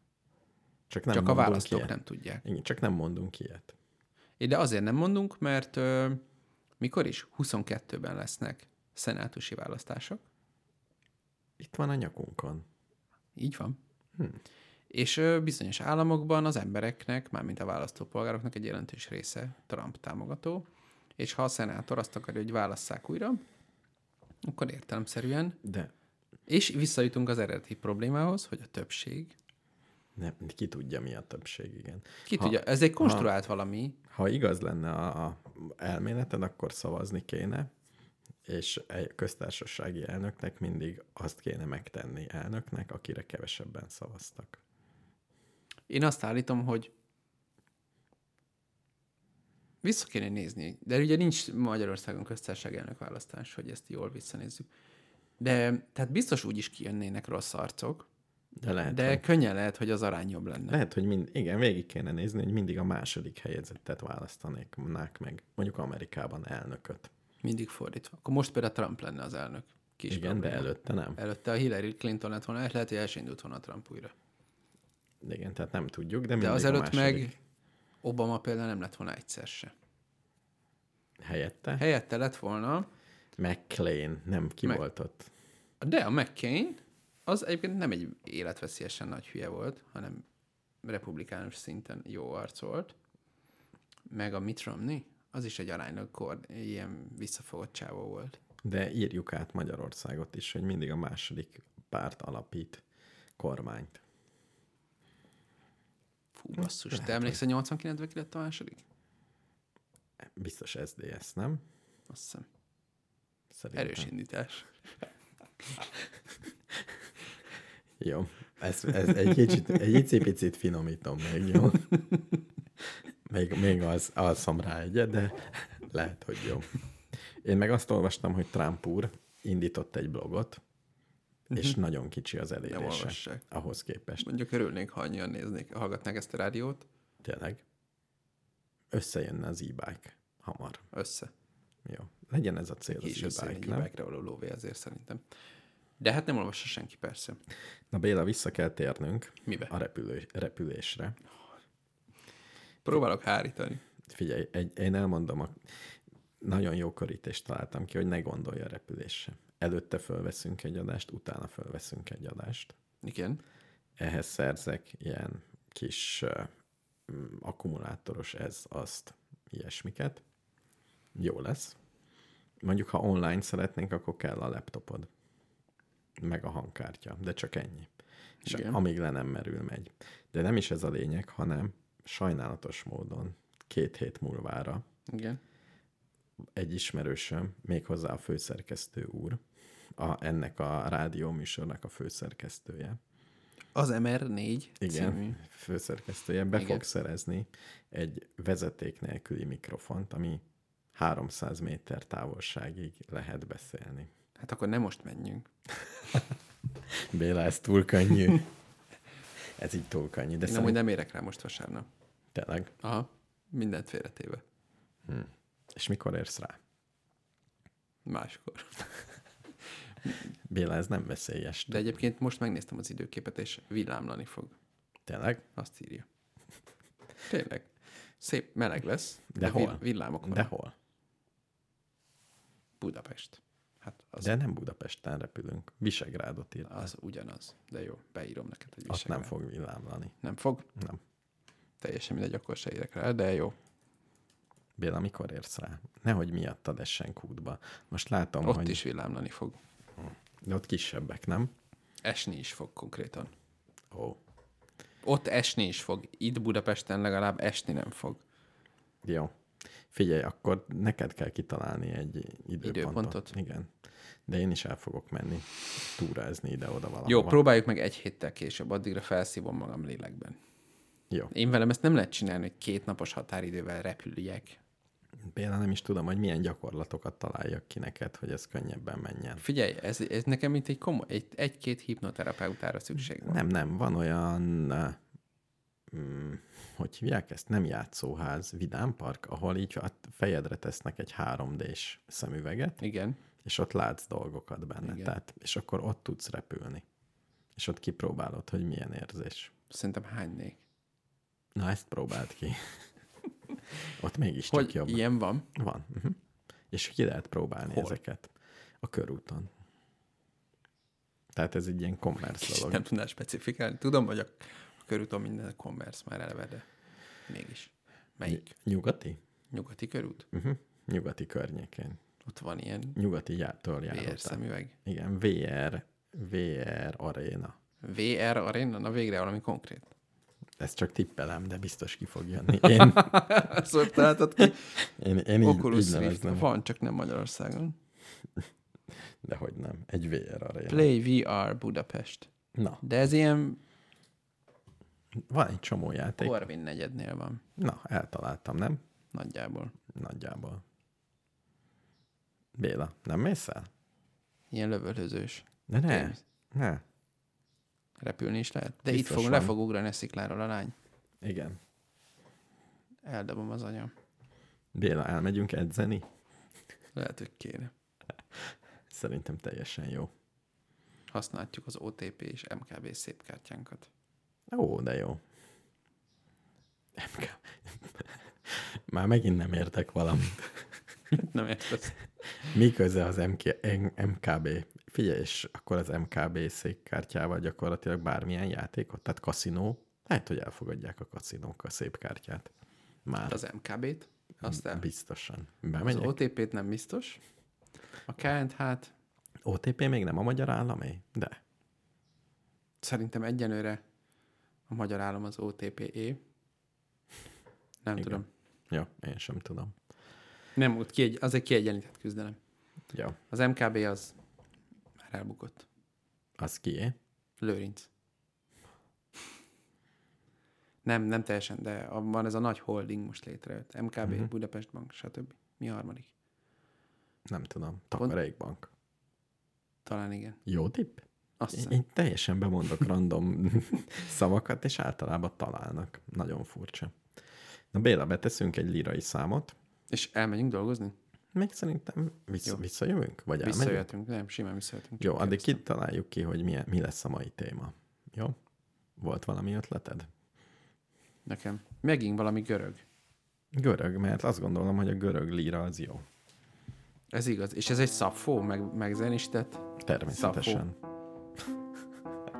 S2: Csak, nem
S3: Csak a
S2: mondunk
S3: választók
S2: ilyet.
S3: nem tudják.
S2: Igen, csak nem mondunk ilyet.
S3: É, De azért nem mondunk, mert ö, mikor is? 22-ben lesznek szenátusi választások.
S2: Itt van a nyakunkon.
S3: Így van.
S2: Hm.
S3: És ö, bizonyos államokban az embereknek, mármint a választópolgároknak egy jelentős része Trump támogató, és ha a szenátor azt akarja, hogy válasszák újra, akkor értelemszerűen,
S2: De
S3: és visszajutunk az eredeti problémához, hogy a többség,
S2: nem, ki tudja, mi a többség, igen.
S3: ki
S2: Ha-
S3: tudja, ez egy konstruált valami,
S2: ha igaz lenne a, a elméleted, akkor szavazni kéne, és egy köztársasági elnöknek mindig azt kéne megtenni elnöknek, akire kevesebben szavaztak.
S3: Én azt állítom, hogy vissza kéne nézni, de ugye nincs Magyarországon köztársaság elnök választás, hogy ezt jól visszanézzük. De tehát biztos úgy is kijönnének rossz arcok,
S2: De lehet,
S3: de
S2: de... Hát Hogy,
S3: könnyen lehet, hogy az arány jobb lenne.
S2: lehet, hogy mind, igen, végig kéne nézni, hogy mindig a második helyezettet választanék meg, mondjuk Amerikában elnököt.
S3: Mindig fordítva. Akkor most például Trump lenne az elnök. Kis
S2: igen, de előtte nem.
S3: Előtte a Hillary Clinton lett volna, lehet, hogy el sem indult volna Trump újra.
S2: Igen, tehát nem tudjuk, de mindig
S3: De
S2: a
S3: azelőtt
S2: második
S3: meg Obama például nem lett volna egyszer se.
S2: helyette. Hely...
S3: Helyette lett volna
S2: McLean, nem ki
S3: Meg-
S2: volt ott.
S3: De a McCain az egyébként nem egy életveszélyesen nagy hülye volt, hanem republikánus szinten jó arc volt. Meg a Mitt Romney, az is egy aránylag kor, ilyen visszafogott csávó volt.
S2: De írjuk át Magyarországot is, hogy mindig a második párt alapít kormányt.
S3: Fú, basszus, te emlékszel 89-ben ki lett a második?
S2: Biztos SDS, nem?
S3: Azt hiszem.
S2: Szerintem.
S3: Erős indítás.
S2: Jó. Ez, ez egy kicsit, egy icipicit finomítom még, jó? Még, még az, alszom rá egyet, de lehet, hogy jó. Én meg azt olvastam, hogy Trump úr indított egy blogot,
S3: Mhm. <laughs>
S2: és nagyon kicsi az elérése
S3: olvassák.
S2: ahhoz képest.
S3: Mondjuk örülnék, ha annyian néznék, hallgatnák ezt a rádiót
S2: Tényleg. Összejönne az e-bike hamar.
S3: össze.
S2: Jó. Legyen ez a cél
S3: És
S2: az
S3: össze egy
S2: e-bike, nem?
S3: e-bike-re való lóvé azért szerintem. De hát nem olvassa senki, persze.
S2: Na Béla, vissza kell térnünk
S3: Mibe?
S2: a repülő, repülésre.
S3: Próbálok hárítani.
S2: Figyelj, egy, én elmondom, a, nagyon jó körítést találtam ki, hogy ne gondolj a repülésre. Előtte fölveszünk egy adást, utána fölveszünk egy adást.
S3: Igen.
S2: Ehhez szerzek ilyen kis ö, mm, akkumulátoros ez, azt, ilyesmiket. Jó lesz. Mondjuk, ha online szeretnénk, akkor kell a laptopod. Meg a hangkártya, de csak ennyi. És
S3: Igen.
S2: amíg le nem merül, megy. De nem is ez a lényeg, hanem sajnálatos módon két hét múlvára
S3: Igen.
S2: egy ismerősöm, méghozzá a főszerkesztő úr, a, ennek a rádióműsornak a főszerkesztője,
S3: Az MR4
S2: igen,
S3: című.
S2: főszerkesztője, be
S3: Igen.
S2: fog szerezni egy vezeték nélküli mikrofont, ami 300 méter távolságig lehet beszélni.
S3: Hát akkor nem most menjünk.
S2: Béla, ez túl könnyű. <laughs> ez így túl könnyű, de
S3: Én amúgy
S2: szerintem
S3: nem érek rá most vasárnap.
S2: tényleg.
S3: Aha. Mindent félretéve.
S2: És mikor érsz rá?
S3: Máskor.
S2: Béla, ez nem veszélyes.
S3: De egyébként most megnéztem az időképet, és villámlani fog.
S2: Tényleg?
S3: Azt írja. Tényleg. Szép meleg lesz.
S2: De hol?
S3: vill- Villámok van.
S2: De hol?
S3: Budapest. Hát az,
S2: De nem Budapesten repülünk. Visegrádot írt.
S3: az ugyanaz. De jó, beírom neked, hogy
S2: Azt nem
S3: Visegrádon.
S2: fog villámlani.
S3: Nem fog?
S2: Nem.
S3: Teljesen mindegy, akkor se érek rá, de jó.
S2: Béla, mikor érsz rá? Nehogy miattad essen kútba. Most látom,
S3: Ott
S2: hogy...
S3: is villámlani fog.
S2: De ott kisebbek, nem?
S3: Esni is fog konkrétan.
S2: Ó. Oh.
S3: Ott esni is fog. Itt Budapesten legalább esni nem fog.
S2: Jó. Figyelj, akkor neked kell kitalálni egy időpontot.
S3: Időpontot?
S2: Igen. De én is el fogok menni túrázni ide-oda valahova.
S3: Jó, próbáljuk meg egy héttel később, addigra felszívom magam lélekben.
S2: Jó.
S3: Én velem ezt nem lehet csinálni, hogy két napos határidővel repüljek.
S2: Béla, nem is tudom, hogy milyen gyakorlatokat találjak ki neked, hogy ez könnyebben menjen.
S3: Figyelj, ez, ez nekem mint egy komoly, egy, egy-két hipnoterapeutára szükség van.
S2: Nem, nem, van olyan, eh, mm, hogy hívják ezt, nem játszóház, vidámpark, ahol így a fejedre tesznek egy 3D-s szemüveget,
S3: Igen.
S2: és ott látsz dolgokat benne,
S3: Igen.
S2: tehát, és akkor ott tudsz repülni. És ott kipróbálod, hogy milyen érzés.
S3: Szerintem hánynék.
S2: Na, ezt próbáld
S3: <laughs>
S2: ki. Ott mégis csak
S3: Hogy
S2: jobb.
S3: ilyen van?
S2: Van. Uh-huh. És ki lehet próbálni
S3: Hol?
S2: Hol? ezeket? A körúton. Tehát ez egy ilyen commerce
S3: Kicsit
S2: dolog.
S3: nem tudnál specifikálni. Tudom, hogy a, a körúton minden a Converse már eleve, de mégis. Melyik?
S2: Nyugati?
S3: Nyugati körút?
S2: Uh-huh. Nyugati környékén.
S3: Ott van ilyen
S2: Nyugati jártól
S3: VR
S2: járottam.
S3: szemüveg.
S2: Igen, VR, VR aréna.
S3: VR Arena? Na végre valami konkrét.
S2: Ez csak tippelem, de biztos ki fog jönni.
S3: <laughs>
S2: Én,
S3: Szóval találtad ki.
S2: én, én így, így
S3: Oculus Rift
S2: nevezném,
S3: van, csak nem Magyarországon.
S2: de hogy nem. Egy VR aréna.
S3: Play VR Budapest.
S2: Na,
S3: De ez ilyen
S2: van egy csomó játék.
S3: Corvin negyednél van,
S2: Na, eltaláltam, nem?
S3: nagyjából.
S2: Nagyjából. Béla, nem mész el?
S3: Ilyen lövölözős.
S2: De ne,
S3: Tényleg.
S2: ne.
S3: Repülni is lehet. De
S2: Biztos
S3: itt fog,
S2: van.
S3: le fog ugrani a szikláról a lány.
S2: Igen.
S3: Eldobom az anyam.
S2: Béla, elmegyünk edzeni?
S3: Lehet, hogy kéne.
S2: Szerintem teljesen jó.
S3: Használhatjuk az OTP és MKB szép kártyánkat. <laughs>
S2: Ó, de jó. MK. <laughs> Már megint nem értek valamit.
S3: Nem értesz?
S2: Mi köze az MK, M- MKB? Figyelj, és akkor az MKB székkártyával gyakorlatilag bármilyen játékot, tehát kaszinó, lehet, hogy elfogadják a kaszinók a szép kártyát. Már.
S3: Hát Az MKB-t, azt el.
S2: Biztosan.
S3: Az
S2: Bemegyek?
S3: OTP-t nem biztos. A KNH-t
S2: OTP még nem a magyar államé? De.
S3: szerintem egyenőre a magyar állam az OTPE. Nem
S2: Igen.
S3: tudom.
S2: Jó, én sem tudom.
S3: Nem, ott kiegy, az egy kiegyenlített küzdelem.
S2: Jó.
S3: Az MKB az már elbukott.
S2: Az kié?
S3: Lőrinc. Nem, nem teljesen, de a- van ez a nagy holding most létrejött. MKB,
S2: Mhm.
S3: uh-huh. Budapest Bank, stb. Mi a harmadik?
S2: Nem tudom. Takarékbank.
S3: Talán igen.
S2: Jó tipp?
S3: Azt
S2: Én,
S3: hiszem.
S2: én teljesen bemondok random <laughs> szavakat, és általában találnak. Nagyon furcsa. Na Béla, beteszünk egy lirai számot.
S3: És elmegyünk dolgozni?
S2: Még szerintem
S3: Jó.
S2: vissza, visszajövünk? Vagy elmegyünk?
S3: Visszajöhetünk. Nem, simán visszajöhetünk.
S2: Jó,
S3: Csak
S2: addig
S3: kérdeztem.
S2: kitaláljuk ki, hogy mi, mi lesz a mai téma. Jó? Volt valami ötleted?
S3: Nekem. Megint valami görög.
S2: Görög, mert azt gondolom, hogy a görög líra az jó.
S3: Ez igaz. És ez egy szafó, meg, megzenistett.
S2: Természetesen.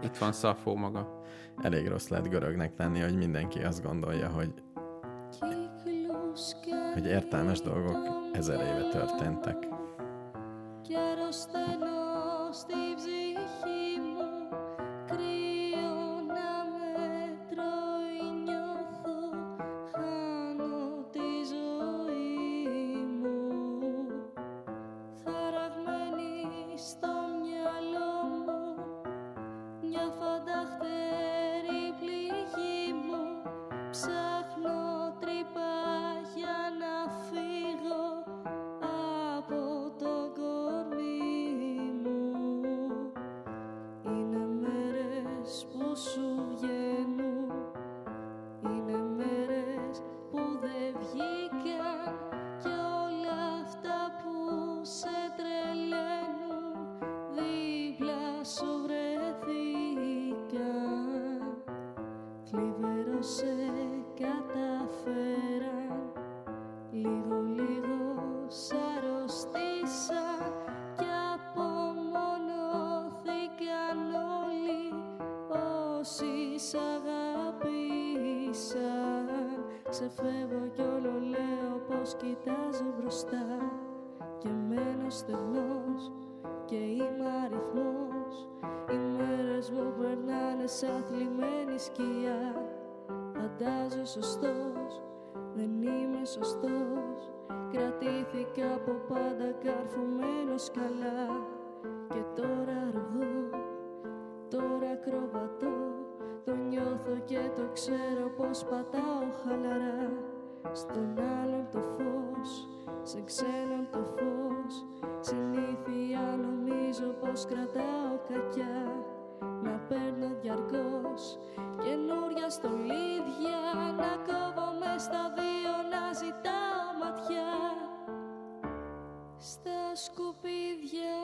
S3: Itt van szafó maga.
S2: Elég rossz lehet görögnek lenni, hogy mindenki azt gondolja, hogy, hogy értelmes dolgok ezer éve történtek.
S5: Κι αρρωσταίνω στη ψυχή μου Κρύο να με τρώει νιώθω Χάνω τη ζωή μου Χαραγμένη στο μυαλό μου Μια φανταχτερή πληγή μου Ψάχνω τρύπα για να φύγω από το κορμί μου Είναι μέρες που σου βγαίνουν Είναι μέρες που δεν βγήκαν Και όλα αυτά που σε τρελαίνουν Δίπλα σου βρεθήκαν Θλιβερό σε καταφέραν Λίγο λίγο σ' αρρωστήσα Κι απομονώθηκαν όλοι Όσοι σ' αγάπησαν Ξεφεύγω κι όλο λέω πως κοιτάζω μπροστά Και μένω στεγνός και είμαι αριθμός Οι μέρες μου περνάνε σαν θλιμμένη σκιά Φαντάζω σωστός, δεν είμαι σωστός Κρατήθηκα από πάντα καρφωμένος καλά Και τώρα αργώ, τώρα κροβατώ Το νιώθω και το ξέρω πως πατάω χαλαρά Στον άλλον το φως, σε ξένον το φως Συνήθεια νομίζω πως κρατάω κακιά να παίρνω διαρκώς καινούρια στολίδια Να κόβω μες στα δύο να ζητάω ματιά Στα σκουπίδια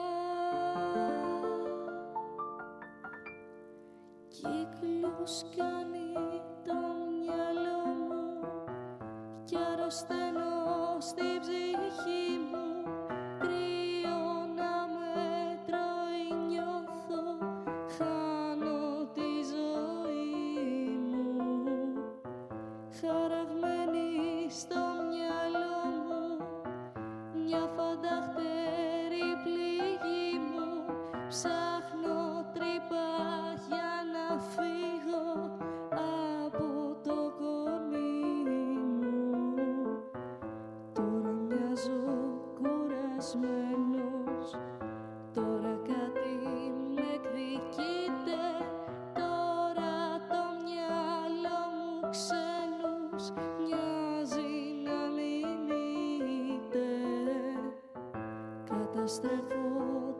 S5: Κύκλους κάνει το μυαλό μου Κι αρρωσταίνω στη ψυχή μου Κρύο να με τρώει νιώθω Χάνω τη ζωή μου Χαραγμένη στο μυαλό μου μια φανταχτερή πληγή μου Ψάχνω τρύπα για να φύγω από το κορμί μου Τώρα μοιάζω κουρασμένος Τώρα κάτι με εκδικείται Τώρα το μυαλό μου ξένους Μοιάζει να λύνεται Καταστρέφω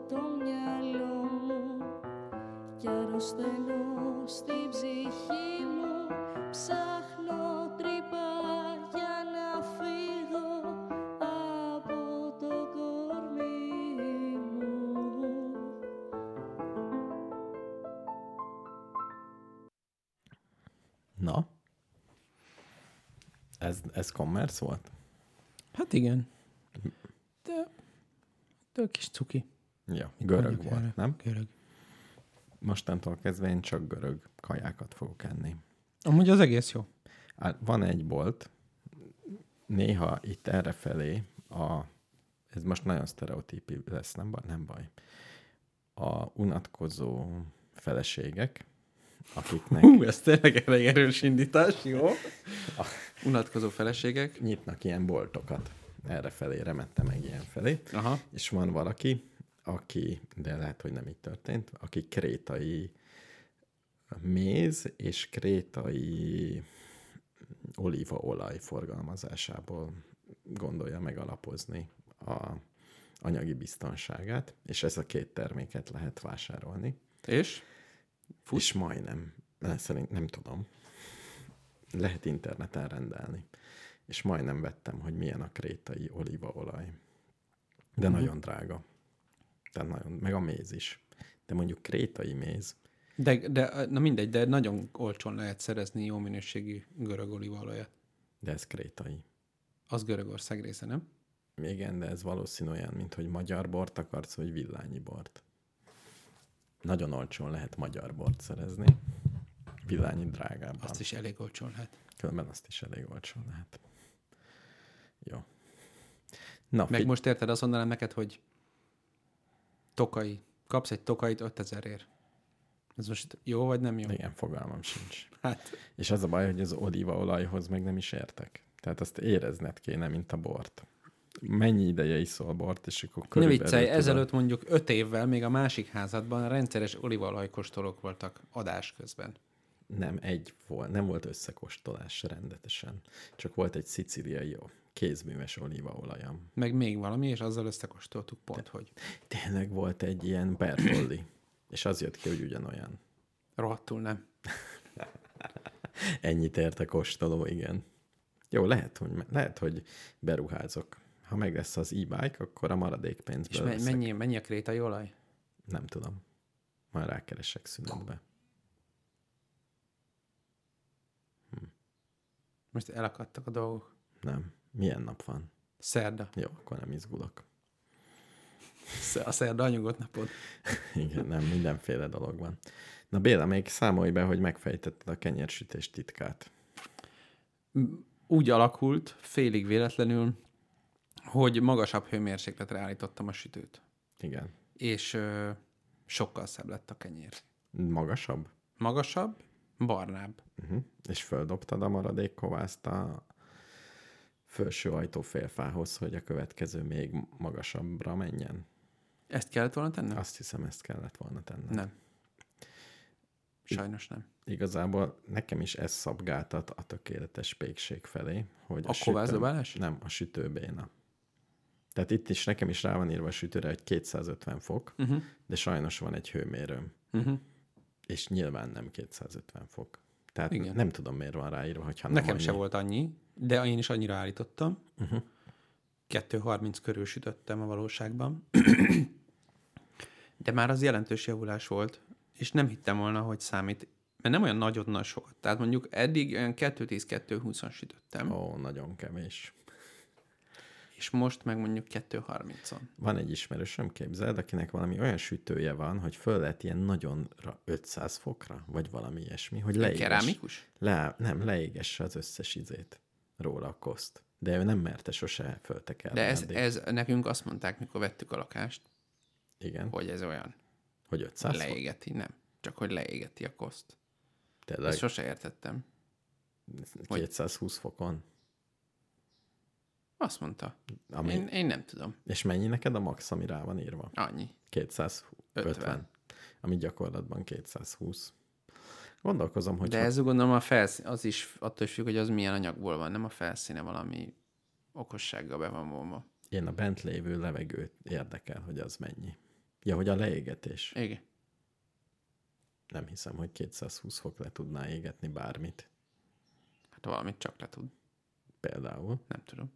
S5: το μυαλό μου κι αρρωσταίνω στην ψυχή μου Ψάχνω τρύπα για να φύγω από το κορμί μου
S2: Na? Ez, ez commerce volt?
S6: Hát igen. De, de kis cuki.
S2: Ja, görög
S6: Mondjuk erre.
S2: volt, nem?
S6: Görög.
S2: Mostantól kezdve én csak görög kajákat fogok enni.
S6: Amúgy az egész jó.
S2: Á, Van egy bolt, néha itt errefelé a, ez most nagyon sztereotípi lesz, nem baj, nem baj, a unatkozó feleségek, akiknek
S6: Hú, ez tényleg elég erős indítás, jó?
S3: Unatkozó feleségek.
S2: nyitnak ilyen boltokat. Errefelé remette meg ilyen felé.
S3: Aha.
S2: És van valaki, aki, de lehet, hogy nem így történt, aki krétai méz és krétai olívaolaj forgalmazásából gondolja megalapozni a anyagi biztonságát, és ez a két terméket lehet vásárolni.
S7: És?
S2: Fut? És majdnem. Ne, Szerint nem tudom. Lehet interneten rendelni. És majdnem vettem, hogy milyen a krétai olívaolaj. De nagyon drága. Tehát nagyon, meg a méz is. De mondjuk krétai méz,
S3: De, de, na mindegy, de nagyon olcsón lehet szerezni jó minőségű görög olívaolajat.
S2: de ez krétai.
S3: Az Görögország része, nem?
S2: Igen, de ez valószínű olyan, mint hogy magyar bort akarsz, vagy villányi bort. Nagyon olcsón lehet magyar bort szerezni, villányi drágábban.
S3: Azt is elég olcsón lehet.
S2: Különben azt is elég olcsón lehet. Jó. Na,
S3: Meg
S2: figy-
S3: most érted, azt mondanám neked, hogy tokai. Kapsz egy tokait 5000 ér. Ez most jó vagy nem jó?
S2: igen, fogalmam sincs.
S3: Hát,
S2: És az a baj, hogy az olívaolajhoz meg nem is értek. Tehát azt érezned kéne, mint a bort. Mennyi ideje iszol bort, és akkor
S3: ne
S2: körülbelül
S3: viccelj,
S2: tudod.
S3: ezelőtt mondjuk öt évvel még a másik házadban rendszeres olívaolajkostolók voltak adás közben.
S2: Nem, egy volt, nem volt összekóstolás rendetesen. Csak volt egy szicíliai jó kézműves olívaolajam.
S3: Meg még valami, és azzal összekóstoltuk pont, hogy
S2: Tényleg volt egy ilyen Bertolli, és az jött ki, hogy ugyanolyan.
S3: rohadtul nem.
S2: Ennyit ért a kóstoló, igen. Jó, lehet, hogy, lehet, hogy beruházok. Ha meg lesz az e-bike, akkor a maradék
S3: És
S2: pénzből
S3: me-
S2: veszek.
S3: mennyi, mennyi a krétai olaj?
S2: Nem tudom. Majd rákeresek szünetbe.
S3: Most elakadtak a dolgok.
S2: Nem. Milyen nap van?
S3: Szerda.
S2: Jó, akkor nem izgulok. <laughs>
S3: Sz- A szerda anyugot napod.
S2: Igen, nem, mindenféle dolog van. Na Béla, még számolj be, hogy megfejtetted a kenyérsütés titkát.
S3: Úgy alakult, félig véletlenül, hogy magasabb hőmérsékletre állítottam a sütőt.
S2: Igen.
S3: És ö, sokkal szebb lett a kenyér.
S2: Magasabb?
S3: Magasabb, barnább.
S2: Uh-huh. És földobtad a maradék kovászt a felső ajtó félfához, hogy a következő még magasabbra menjen.
S3: Ezt kellett volna tennem?
S2: Azt hiszem, ezt kellett volna tenned.
S3: Nem. Sajnos nem.
S2: Igazából nekem is ez szabgáltat a tökéletes pékség felé, hogy
S3: A kovászdobálás?
S2: Nem, a sütőbéna. Tehát itt is nekem is rá van írva a sütőre, hogy 250 fok,
S3: Mhm.
S2: uh-huh. de sajnos van egy hőmérőm.
S3: Uh-huh.
S2: És nyilván nem 250 fok. Tehát
S3: Igen.
S2: Igen. nem tudom, miért van ráírva, hogyha nem
S3: Nekem
S2: annyi.
S3: se volt annyi, de én is annyira állítottam. Uh-huh. 2.30 körül sütöttem a valóságban. de már az jelentős javulás volt, és nem hittem volna, hogy számít, mert nem olyan nagyon nagy sokat. Tehát mondjuk eddig olyan 2.10-2.20-on sütöttem, oh.
S2: Ó, nagyon kevés.
S3: és most meg mondjuk 2.30-on.
S2: Van egy ismerősöm, képzeld, akinek valami olyan sütője van, hogy föl lehet ilyen nagyon ra- 500 fokra, vagy valami ilyesmi, hogy leéges.
S3: Kerámikus?
S2: Le, nem, leégesse az összes izét róla a koszt. De ő nem merte sose föltekerni.
S3: De ez,
S2: addig.
S3: ez nekünk azt mondták, mikor vettük a lakást,
S2: Igen, hogy,
S3: hogy ez olyan.
S2: hogy 500 fok?
S3: leégeti, nem. Csak hogy leégeti a koszt.
S2: Tényleg
S3: Ezt sose értettem.
S2: 220 fokon?
S3: Azt mondta.
S2: Ami,
S3: Én, én nem tudom.
S2: És mennyi neked a max, ami rá van írva?
S3: Annyi.
S2: 250,
S3: Ötven.
S2: ami gyakorlatban 220. Gondolkozom, hogy
S3: De ez gondolom a felszín, az is attól is függ, hogy az milyen anyagból van, nem a felszíne valami okossággal be van vonva.
S2: én a bent lévő levegőt érdekel, hogy az mennyi. Ja, hogy a leégetés.
S3: Igen.
S2: Nem hiszem, hogy 220 fok le tudná égetni bármit.
S3: Hát valamit csak le tud.
S2: Például.
S3: Nem tudom.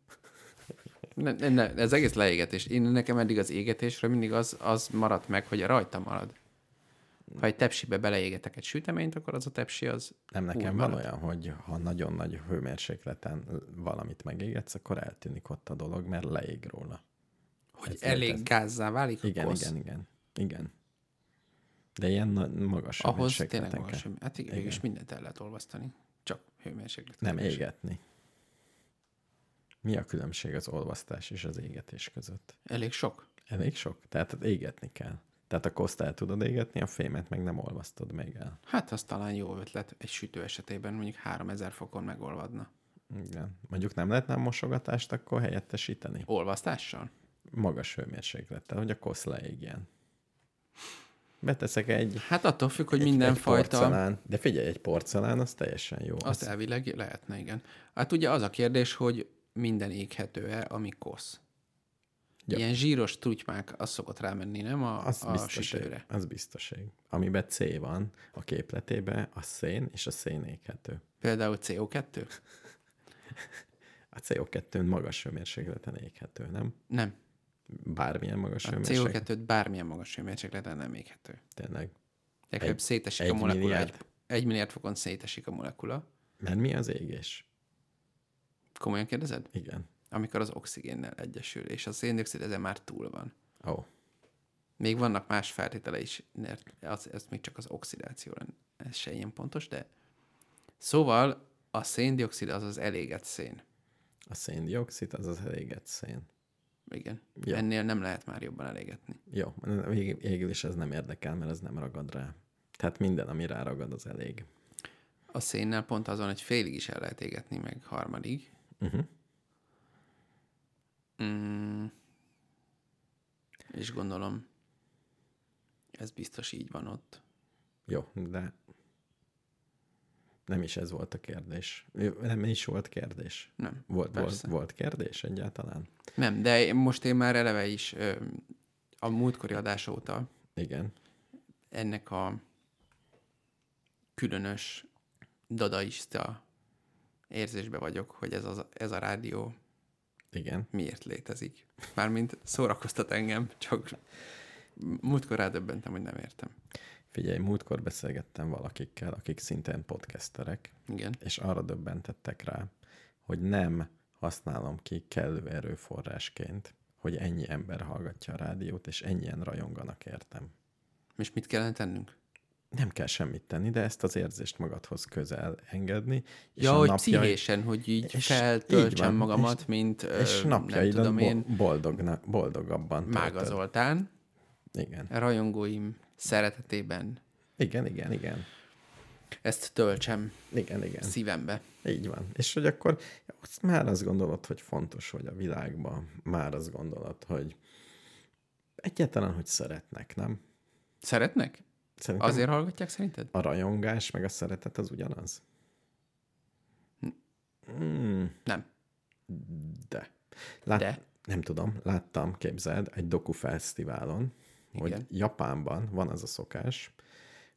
S3: Ne, ne, ne, ez egész leégetés. Én nekem eddig az égetésre mindig az, az maradt meg, hogy rajta marad. Ha egy tepsibe beleégetek egy süteményt, akkor az a tepsi az...
S2: Nem, nekem
S3: Úgy
S2: van
S3: marad.
S2: olyan, hogy ha nagyon nagy hőmérsékleten valamit megégetsz, akkor eltűnik ott a dolog, mert leég róla.
S3: Hogy
S2: Ez
S3: elég
S2: érted.
S3: gázzá válik a
S2: Igen,
S3: kosz.
S2: igen, igen. Igen. De ilyen na- magasabb
S3: Ahhoz tényleg
S2: hőmérsékleten
S3: van
S2: kell.
S3: semmi. Hát igen,
S2: Igen.
S3: mégis mindent el lehet olvasztani. Csak hőmérséklet.
S2: Nem
S3: kérdés.
S2: égetni. Mi a különbség az olvasztás és az égetés között?
S3: Elég sok.
S2: Elég sok? Tehát égetni kell. Tehát a koszt el tudod égetni, a fémet meg nem olvasztod még el.
S3: Hát az talán jó ötlet egy sütő esetében, mondjuk 3000 fokon megolvadna.
S2: Igen. Mondjuk nem lehetne a mosogatást akkor helyettesíteni?
S3: Olvasztással?
S2: Magas hőmérséklettel, hogy a kosz leégjen. Beteszek egy,
S3: Hát attól függ, hogy
S2: egy, egy
S3: mindenfajta...
S2: porcelán. De figyelj, egy porcelán az teljesen jó.
S3: Azt
S2: az,
S3: elvileg lehetne, igen. Hát ugye az a kérdés, hogy minden éghető-e, ami kosz.
S2: Ja.
S3: Ilyen zsíros trutymák, az szokott rámenni, nem? A,
S2: az
S3: a
S2: biztoség.
S3: sütőre.
S2: Az biztoség. Amiben C van a képletében, a szén és a szén éghető.
S3: Például CO2?
S2: A CO2 magas hőmérsékleten éghető, nem?
S3: Nem.
S2: Bármilyen magas
S3: A
S2: hőmérsékleten.
S3: CO2-t bármilyen magas hőmérsékleten nem éghető.
S2: Tényleg.
S3: Legfeljebb
S2: Egy-
S3: szétesik
S2: egy
S3: a molekula.
S2: milliárd?
S3: Egy, egy milliárd fokon szétesik a molekula.
S2: Mert mi az égés?
S3: Komolyan kérdezed?
S2: Igen.
S3: Amikor az oxigénnel egyesül, és a széndiokszid ezen már túl van.
S2: Ó, oh,
S3: Még vannak más feltétele is, mert az, ez még csak az oxidáció lenne. Ez se ilyen pontos, de... Szóval a széndiokszid az az elégett szén.
S2: a széndiokszid az az elégett szén.
S3: Igen.
S2: Ja.
S3: Ja. Ennél nem lehet már jobban elégetni.
S2: Jó, vég- végül is ez nem érdekel, mert ez nem ragad rá. Tehát minden, ami ráragad, az elég.
S3: A szénnel pont azon, hogy félig is el lehet égetni, meg harmadig.
S2: Uh-huh.
S3: Mm. És gondolom, ez biztos így van ott.
S2: Jó, de nem is ez volt a kérdés. Jó, Nem is volt kérdés.
S3: Nem.
S2: Volt, volt,
S3: Persze.
S2: volt kérdés egyáltalán?
S3: Nem, de én- most én már eleve is ö, a múltkori adás óta
S2: Igen.
S3: ennek a különös dadaista érzésbe vagyok, hogy ez, az, ez a rádió
S2: Igen.
S3: miért létezik. Mármint szórakoztat engem, csak múltkor rádöbbentem, hogy nem értem.
S2: Figyelj, múltkor beszélgettem valakikkel, akik szintén podcasterek,
S3: Igen.
S2: és arra döbbentettek rá, hogy nem használom ki kellő erőforrásként, hogy ennyi ember hallgatja a rádiót, és ennyien rajonganak értem.
S3: És mit kellene tennünk?
S2: Nem kell semmit tenni, de ezt az érzést magadhoz közel engedni. És
S3: Ja,
S2: a
S3: hogy
S2: napjai-
S3: pszichésén, hogy így
S2: És így
S3: feltöltsem
S2: van,
S3: magamat,
S2: és-
S3: mint
S2: És
S3: ö, nem
S2: napjaidat
S3: tudom én,
S2: bo- boldogna, boldogabban
S3: Mága
S2: töltöd.
S3: Zoltán,
S2: Igen.
S3: rajongóim szeretetében
S2: Igen, igen, igen.
S3: ezt töltsem
S2: Igen, igen.
S3: szívembe.
S2: Így van. És hogy akkor azt már azt gondolod, hogy fontos, hogy a világban már azt gondolod, hogy egyáltalán, hogy szeretnek, nem?
S3: Szeretnek?
S2: Szerintem
S3: Azért hallgatják szerinted?
S2: a rajongás meg a szeretet az ugyanaz? Mm,
S3: Nem.
S2: de. Lát,
S3: De?
S2: Nem tudom, láttam, képzeld, egy dokufesztiválon, hogy
S3: Igen.
S2: Japánban van az a szokás,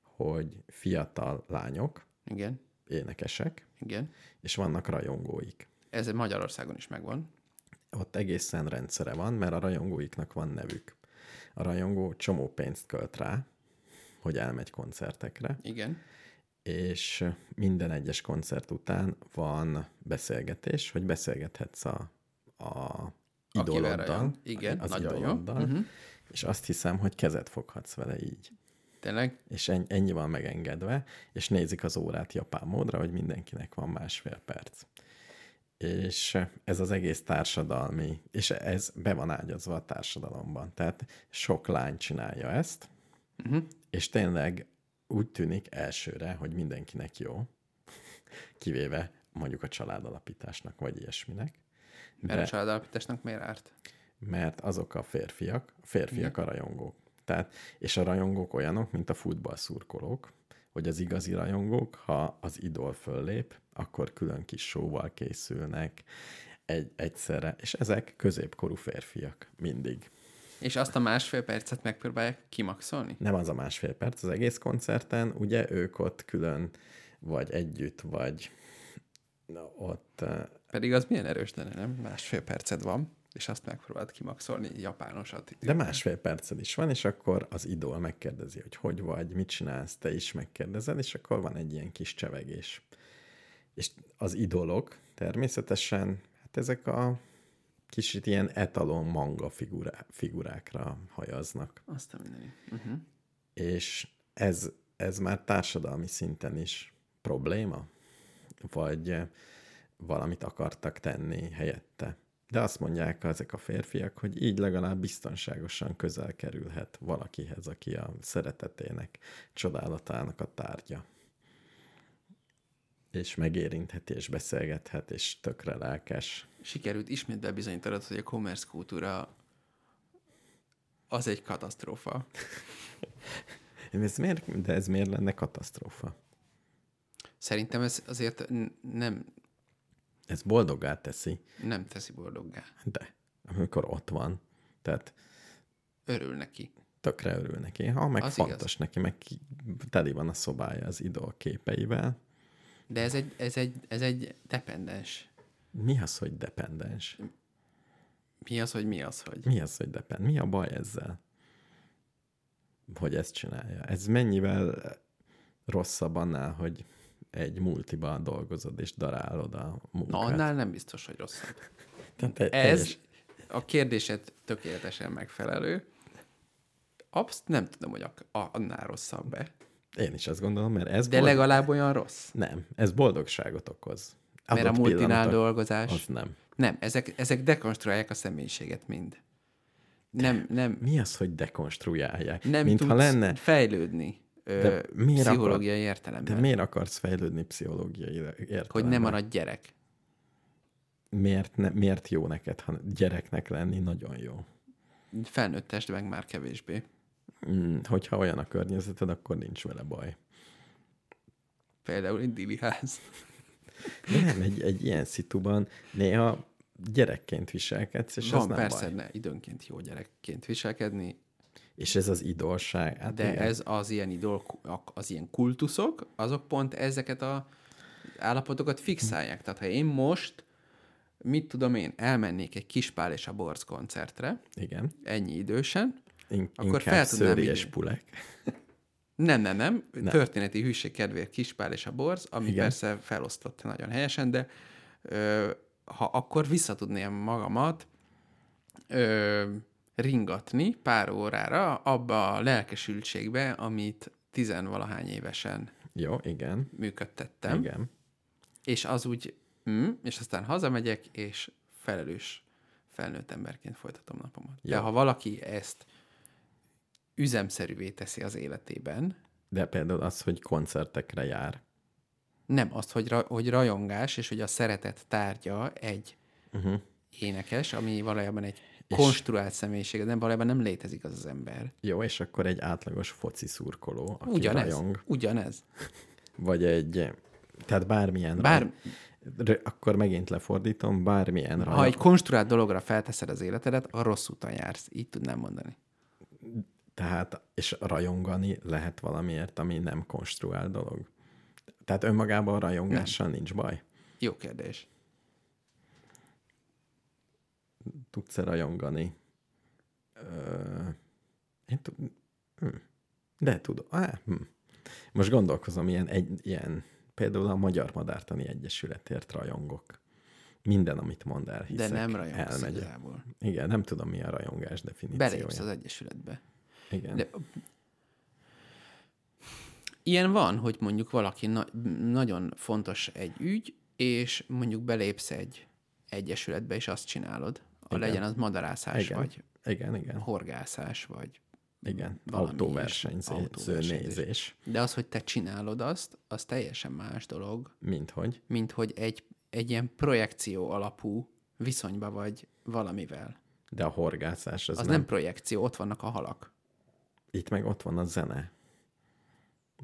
S2: hogy fiatal lányok,
S3: Igen,
S2: énekesek,
S3: igen.
S2: és vannak rajongóik.
S3: Ez Magyarországon is megvan.
S2: ott egészen rendszere van, mert a rajongóiknak van nevük. A rajongó csomó pénzt költ rá, hogy elmegy koncertekre,
S3: Igen.
S2: és minden egyes koncert után van beszélgetés, hogy beszélgethetsz a, a
S3: Akivel
S2: idoloddal,
S3: rajong. Igen,
S2: az
S3: nagyon jó.
S2: idoloddal,
S3: Mhm.
S2: és azt hiszem, hogy kezet foghatsz vele így.
S3: Tényleg?
S2: És en- ennyi van megengedve, és nézik az órát japán módra, hogy mindenkinek van másfél perc. És ez az egész társadalmi, és ez be van ágyazva a társadalomban. Tehát sok lány csinálja ezt,
S3: Mhm.
S2: és tényleg úgy tűnik elsőre, hogy mindenkinek jó, kivéve mondjuk a családalapításnak, vagy ilyesminek.
S3: Mert a
S2: De-
S3: családalapításnak miért árt?
S2: mert azok a férfiak, a férfiak a rajongók. Tehát, és a rajongók olyanok, mint a futballszurkolók, hogy az igazi rajongók, ha az idol föllép, akkor külön kis sóval készülnek egy, egyszerre, és ezek középkorú férfiak mindig.
S3: És azt a másfél percet megpróbálják kimaxolni?
S2: Nem az a másfél perc az egész koncerten, ugye ők ott külön, vagy együtt, vagy na, ott eh,
S3: Pedig az milyen erős lenne, nem? Másfél perced van, és azt megpróbáld kimaxolni japánosat.
S2: De másfél perced is van, és akkor az idol megkérdezi, hogy hogy vagy, mit csinálsz, te is megkérdezed, és akkor van egy ilyen kis csevegés. És az idolok természetesen, hát ezek a kicsit ilyen etalon manga figurá- figurákra hajaznak.
S3: Azt a mindenit. Uh-huh.
S2: És ez, ez már társadalmi szinten is probléma? Vagy eh, valamit akartak tenni helyette? De azt mondják ezek a férfiak, hogy így legalább biztonságosan közel kerülhet valakihez, aki a szeretetének, csodálatának a tárgya. És megérintheti, és beszélgethet, és tökre lelkes.
S3: Sikerült ismét bebizonyítanod, hogy a commerce kultúra az egy katasztrófa.
S2: Ez miért, de ez miért lenne katasztrófa?
S3: Szerintem ez azért n- nem,
S2: Ez boldoggá teszi,
S3: nem teszi boldoggá.
S2: de amikor ott van, tehát
S3: Örül neki.
S2: tökre örül neki. Ha meg
S3: Az
S2: az
S3: igaz.
S2: fontos igaz. neki, meg ki- teli van a szobája az idol képeivel.
S3: De ez egy, ez egy, ez egy dependens.
S2: Mi az, hogy dependens?
S3: Mi az, hogy mi az, hogy?
S2: Mi az, hogy depend? Mi a baj ezzel? Hogy ezt csinálja? Ez mennyivel rosszabb annál, hogy egy multiban dolgozod és darálod a munkát?
S3: Na, annál nem biztos, hogy rossz.
S2: Tehát te-
S3: Ez
S2: Hát. teljes-
S3: a kérdésed tökéletesen megfelelő. Absz nem tudom, hogy ak- a- annál rosszabb-e.
S2: Én is azt gondolom, mert ez
S3: De
S2: boldog-
S3: legalább olyan rossz.
S2: Nem, ez boldogságot okoz.
S3: Mert a
S2: Adott
S3: multinál
S2: pillanatok-
S3: dolgozás.
S2: Az nem.
S3: Nem, ezek, ezek dekonstruálják a személyiséget mind. Nem, nem,
S2: Mi az, hogy dekonstruálják?
S3: nem
S2: Mint
S3: tudsz
S2: ha lenne...
S3: fejlődni ö,
S2: De miért
S3: pszichológiai értelemben.
S2: De miért akarsz fejlődni pszichológiai értelemben?
S3: Hogy nem maradj gyerek.
S2: Miért, ne, miért jó neked, ha gyereknek lenni nagyon jó?
S3: Felnőtt testben már kevésbé.
S2: Mm, hogyha olyan a környezeted, akkor nincs vele baj.
S3: Például egy diliház.
S2: De nem, egy, egy ilyen szituban néha gyerekként viselkedsz, és
S3: És Van
S2: ez nem
S3: persze
S2: baj.
S3: ne, időnként jó gyerekként viselkedni,
S2: És ez az idolság. Hát
S3: de
S2: igen.
S3: ez az ilyen idol, az ilyen kultuszok, azok pont ezeket a állapotokat fixálják. Tehát ha én most, mit tudom én, elmennék egy Kispál és a Borz koncertre,
S2: Igen.
S3: ennyi idősen,
S2: In-
S3: Akkor
S2: inkább
S3: fel tudnám
S2: szőri és
S3: írni.
S2: pulek.
S3: nem, nem, nem, nem. történeti hűség kedvéért Kispál és a Borz, ami Igen.
S2: Igen.
S3: persze felosztotta nagyon helyesen, de ö, ha akkor visszatudném magamat ö, ringatni pár órára abba a lelkesültségbe, amit tizenvalahány évesen
S2: Jó, igen.
S3: működtettem,
S2: Nem?
S3: Igen.
S2: Igen.
S3: és az úgy, mm, és aztán hazamegyek, és felelős felnőtt emberként folytatom napomat. Jó. De
S2: Jó.
S3: ha valaki ezt üzemszerűvé teszi az életében,
S2: De például az, hogy koncertekre jár.
S3: nem azt, hogy, ra, hogy rajongás, és hogy a szeretet tárgya egy uh-huh. énekes, ami valójában egy és... konstruált személyiség, nem valójában nem létezik az az ember.
S2: Jó, és akkor egy átlagos foci szurkoló, aki
S3: Ugyanez.
S2: rajong,
S3: Ugyanez.
S2: vagy egy, tehát bármilyen,
S3: Bár,
S2: raj, akkor megint lefordítom, bármilyen rajong,
S3: ha egy konstruált dologra felteszed az életedet, a rossz úton jársz. Így tudnám mondani.
S2: tehát, és rajongani lehet valamiért, ami nem konstruál dolog. Tehát önmagában a rajongással nincs baj.
S3: Jó kérdés.
S2: Tudsz-e rajongani? Ö, én tud, hm. De tudom. Á, hm. Most gondolkozom, ilyen, egy, ilyen, például a Magyar Madártani Egyesületért rajongok. Minden, amit mond el,
S3: De
S2: hiszek,
S3: nem rajongsz
S2: elmegyek.
S3: igazából.
S2: Igen, nem tudom, mi a rajongás definíciója.
S3: Belépsz az egyesületbe.
S2: Igen.
S3: De... Ilyen van, hogy mondjuk valaki na- nagyon fontos egy ügy, és mondjuk belépsz egy egyesületbe, és azt csinálod. A
S2: Igen.
S3: legyen az madarászás,
S2: igen.
S3: vagy
S2: igen, igen,
S3: horgászás, vagy...
S2: igen.
S3: valami
S2: Autóversenyző
S3: autóversenyzés.
S2: nézés,
S3: De az, hogy te csinálod azt, az teljesen más dolog,
S2: mint hogy.
S3: mint hogy egy, egy ilyen projekció alapú viszonyba vagy valamivel.
S2: De a horgászás az,
S3: Az nem, nem projekció, ott vannak a halak.
S2: Itt meg ott van a zene.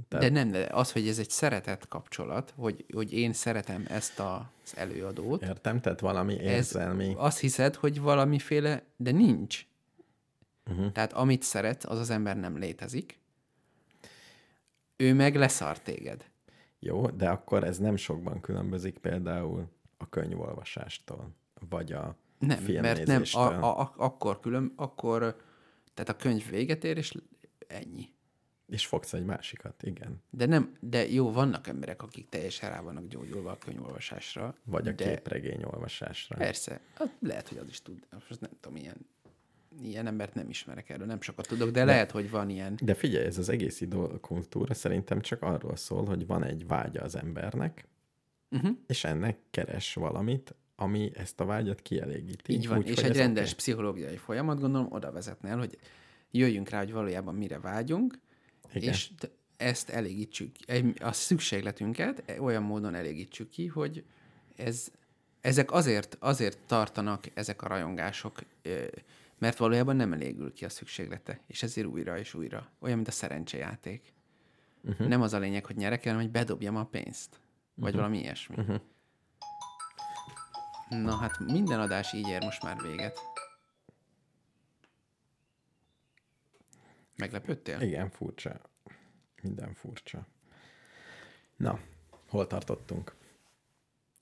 S3: De nem, de az, hogy ez egy szeretett kapcsolat, hogy, hogy én szeretem ezt a, az előadót,
S2: Értem? Tehát valami érzelmi.
S3: ez, azt hiszed, hogy valamiféle, de nincs.
S2: Mhm.
S3: Uh-huh. Tehát amit szeret, az az ember nem létezik. Ő meg leszar téged.
S2: Jó, de akkor ez nem sokban különbözik például a könyvolvasástól, vagy a
S3: Nem, mert nem, a,
S2: filmnézéstől.
S3: a, a, akkor külön, akkor, tehát a könyv véget ér, és ennyi.
S2: És fogsz egy másikat, igen.
S3: De nem, de jó, vannak emberek, akik teljesen rá vannak gyógyulva a könyvolvasásra.
S2: Vagy a
S3: de
S2: képregény olvasásra.
S3: Persze, hát lehet, hogy az is tud. Most nem tudom, ilyen, ilyen embert nem ismerek erről, nem sokat tudok, de, de lehet, hogy van ilyen.
S2: De figyelj, ez az egész idolkultúra szerintem csak arról szól, hogy van egy vágya az embernek,
S3: Mhm.
S2: uh-huh. és ennek keres valamit, ami ezt a vágyat kielégíti.
S3: Így van, és
S2: hogy
S3: egy
S2: ez
S3: rendes
S2: oké.
S3: pszichológiai folyamat gondolom oda vezetne el, hogy jöjjünk rá, hogy valójában mire vágyunk, Igen.
S2: Igen.
S3: és t- ezt elégítsük, egy- a szükségletünket e- olyan módon elégítsük ki, hogy ez, ezek azért, azért tartanak ezek a rajongások ö, mert valójában nem elégül ki a szükséglete, és ezért újra és újra. Olyan, mint a szerencsejáték.
S2: Mhm.
S3: Uh-huh. Nem az a lényeg, hogy nyerek, hanem hogy bedobjam a pénzt. Vagy uh-huh. valami ilyesmi.
S2: Mhm.
S3: Uh-huh. Na hát minden adás így ér most már véget. Meglepődtél?
S2: Igen, furcsa. Minden furcsa. Na, hol tartottunk?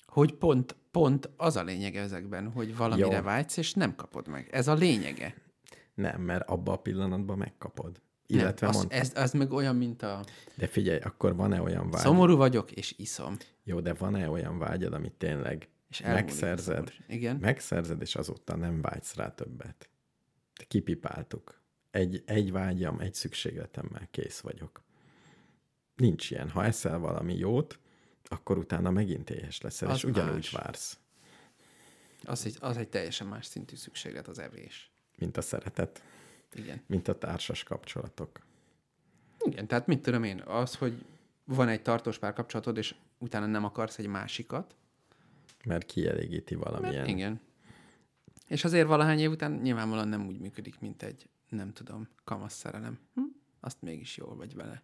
S3: Hogy pont, pont az a lényege ezekben, hogy valamire
S2: Jó.
S3: vágysz, és nem kapod meg. Ez a lényege.
S2: Nem, mert abba a pillanatban megkapod. Illetve
S3: nem,
S2: nem,
S3: az,
S2: mond,
S3: ez, az meg olyan, mint a
S2: de figyelj, akkor van-e olyan vágy?
S3: szomorú vagyok, és iszom.
S2: Jó, de van-e olyan vágyad, amit tényleg
S3: És elmúlik a
S2: megszerzed?
S3: szomorú- Igen.
S2: Megszerzed, és azóta nem vágysz rá többet. Te Kipipáltuk. Egy, egy vágyam, egy szükségletemmel kész vagyok. Nincs ilyen. Ha eszel valami jót, akkor utána megint éhes leszel,
S3: Az
S2: az és ugyanúgy
S3: más.
S2: más. vársz,
S3: Az egy, az egy teljesen más szintű szükséglet az evés.
S2: mint a szeretet,
S3: Igen.
S2: mint a társas kapcsolatok.
S3: Igen, tehát mit tudom én, az, hogy van egy tartós párkapcsolatod, és utána nem akarsz egy másikat.
S2: Mert kielégíti valamilyen.
S3: Igen. És azért valahány év után nyilvánvalóan nem úgy működik, mint egy, nem tudom, kamasz szerelem. Hm? Azt mégis jól vagy vele.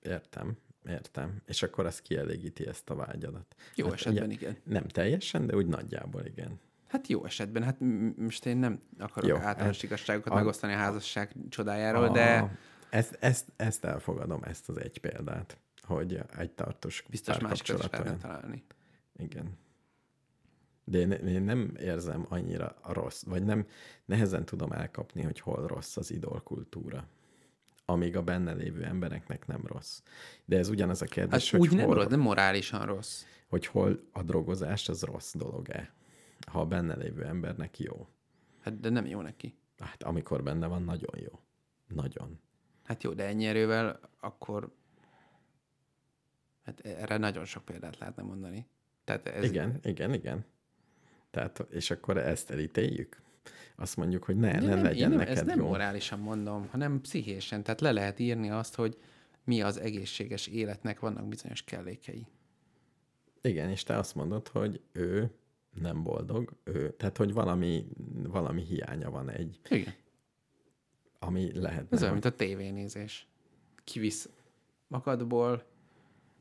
S2: Értem, értem. És akkor az kielégíti ezt a vágyadat.
S3: Jó hát esetben
S2: ugye
S3: igen.
S2: Nem teljesen, de úgy nagyjából igen.
S3: Hát jó esetben, hát m- most én nem akarok
S2: Jó,
S3: jó, általános
S2: hát
S3: igazságokat
S2: a-
S3: megosztani a házasság csodájáról, de
S2: Ezt, ezt, ezt elfogadom, ezt az egy példát, hogy egy tartós
S3: biztos másikat is
S2: párkapcsolat
S3: lehetne
S2: olyan.
S3: találni.
S2: Igen. De én, én nem érzem annyira a rossz, vagy nem nehezen tudom elkapni, hogy hol rossz az idolkultúra. Amíg a benne lévő embereknek nem rossz. De ez ugyanaz a
S3: Hát
S2: kérdés,
S3: úgy
S2: hogy,
S3: nem
S2: hol,
S3: rossz, de morálisan rossz.
S2: hogy hol a drogozás az rossz dolog-e. Ha a benne lévő embernek jó.
S3: Hát de nem jó neki.
S2: Hát amikor benne van, nagyon jó. Nagyon.
S3: Hát jó, de ennyi erővel akkor hát erre nagyon sok példát lehetne mondani. Tehát ez
S2: igen, igen, igen. Tehát, és akkor ezt elítéljük? Azt mondjuk, hogy ne,
S3: De
S2: ne
S3: nem,
S2: legyen
S3: én nem,
S2: neked
S3: ezt nem
S2: jó.
S3: morálisan mondom, hanem pszichésen. Tehát le lehet írni azt, hogy mi az egészséges életnek vannak bizonyos kellékei.
S2: Igen, és te azt mondod, hogy ő nem boldog, ő, tehát hogy valami, valami hiánya van egy,
S3: Igen.
S2: ami lehet.
S3: Ez olyan, mint a tévénézés. Kivisz magadból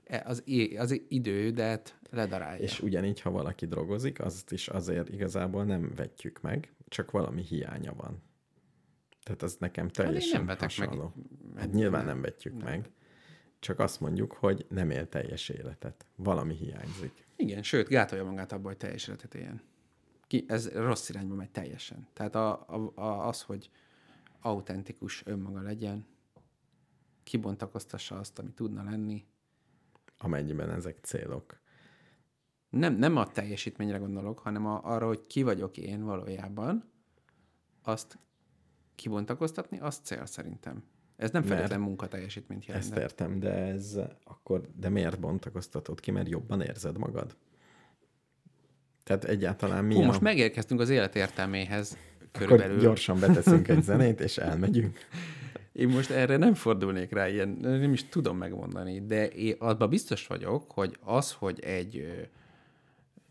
S3: e- az, i- az idődet ledarálja.
S2: És ugyanígy, ha valaki drogozik, azt is azért igazából nem vetjük meg, csak valami hiánya van. Tehát az nekem teljesen
S3: Hát vetek meg-
S2: hasonló.
S3: meg-
S2: Hát nyilván
S3: nem-
S2: nem vetjük meg. Csak azt mondjuk, hogy nem él teljes életet. Valami hiányzik.
S3: Igen, sőt, gátolja magát abból, hogy teljes életet éljen. Ki, ez rossz irányba megy teljesen. Tehát a, a, a, az, hogy autentikus önmaga legyen, kibontakoztassa azt, ami tudna lenni.
S2: amennyiben ezek célok.
S3: Nem, nem a teljesítményre gondolok, hanem a, arra, hogy ki vagyok én valójában, azt kibontakoztatni, az cél szerintem. Ez nem
S2: Mert
S3: feltétlen munkateljesítményt jelent.
S2: Ezt értem, de ez akkor, de miért bontakoztatod ki, mert jobban érzed magad? Tehát egyáltalán mi
S3: Hú,
S2: a-
S3: most megérkeztünk az élet értelméhez
S2: Akkor
S3: körülbelül.
S2: gyorsan beteszünk egy zenét, és elmegyünk.
S3: Én most erre nem fordulnék rá, ilyen, nem is tudom megmondani, de én abban biztos vagyok, hogy az, hogy egy ö,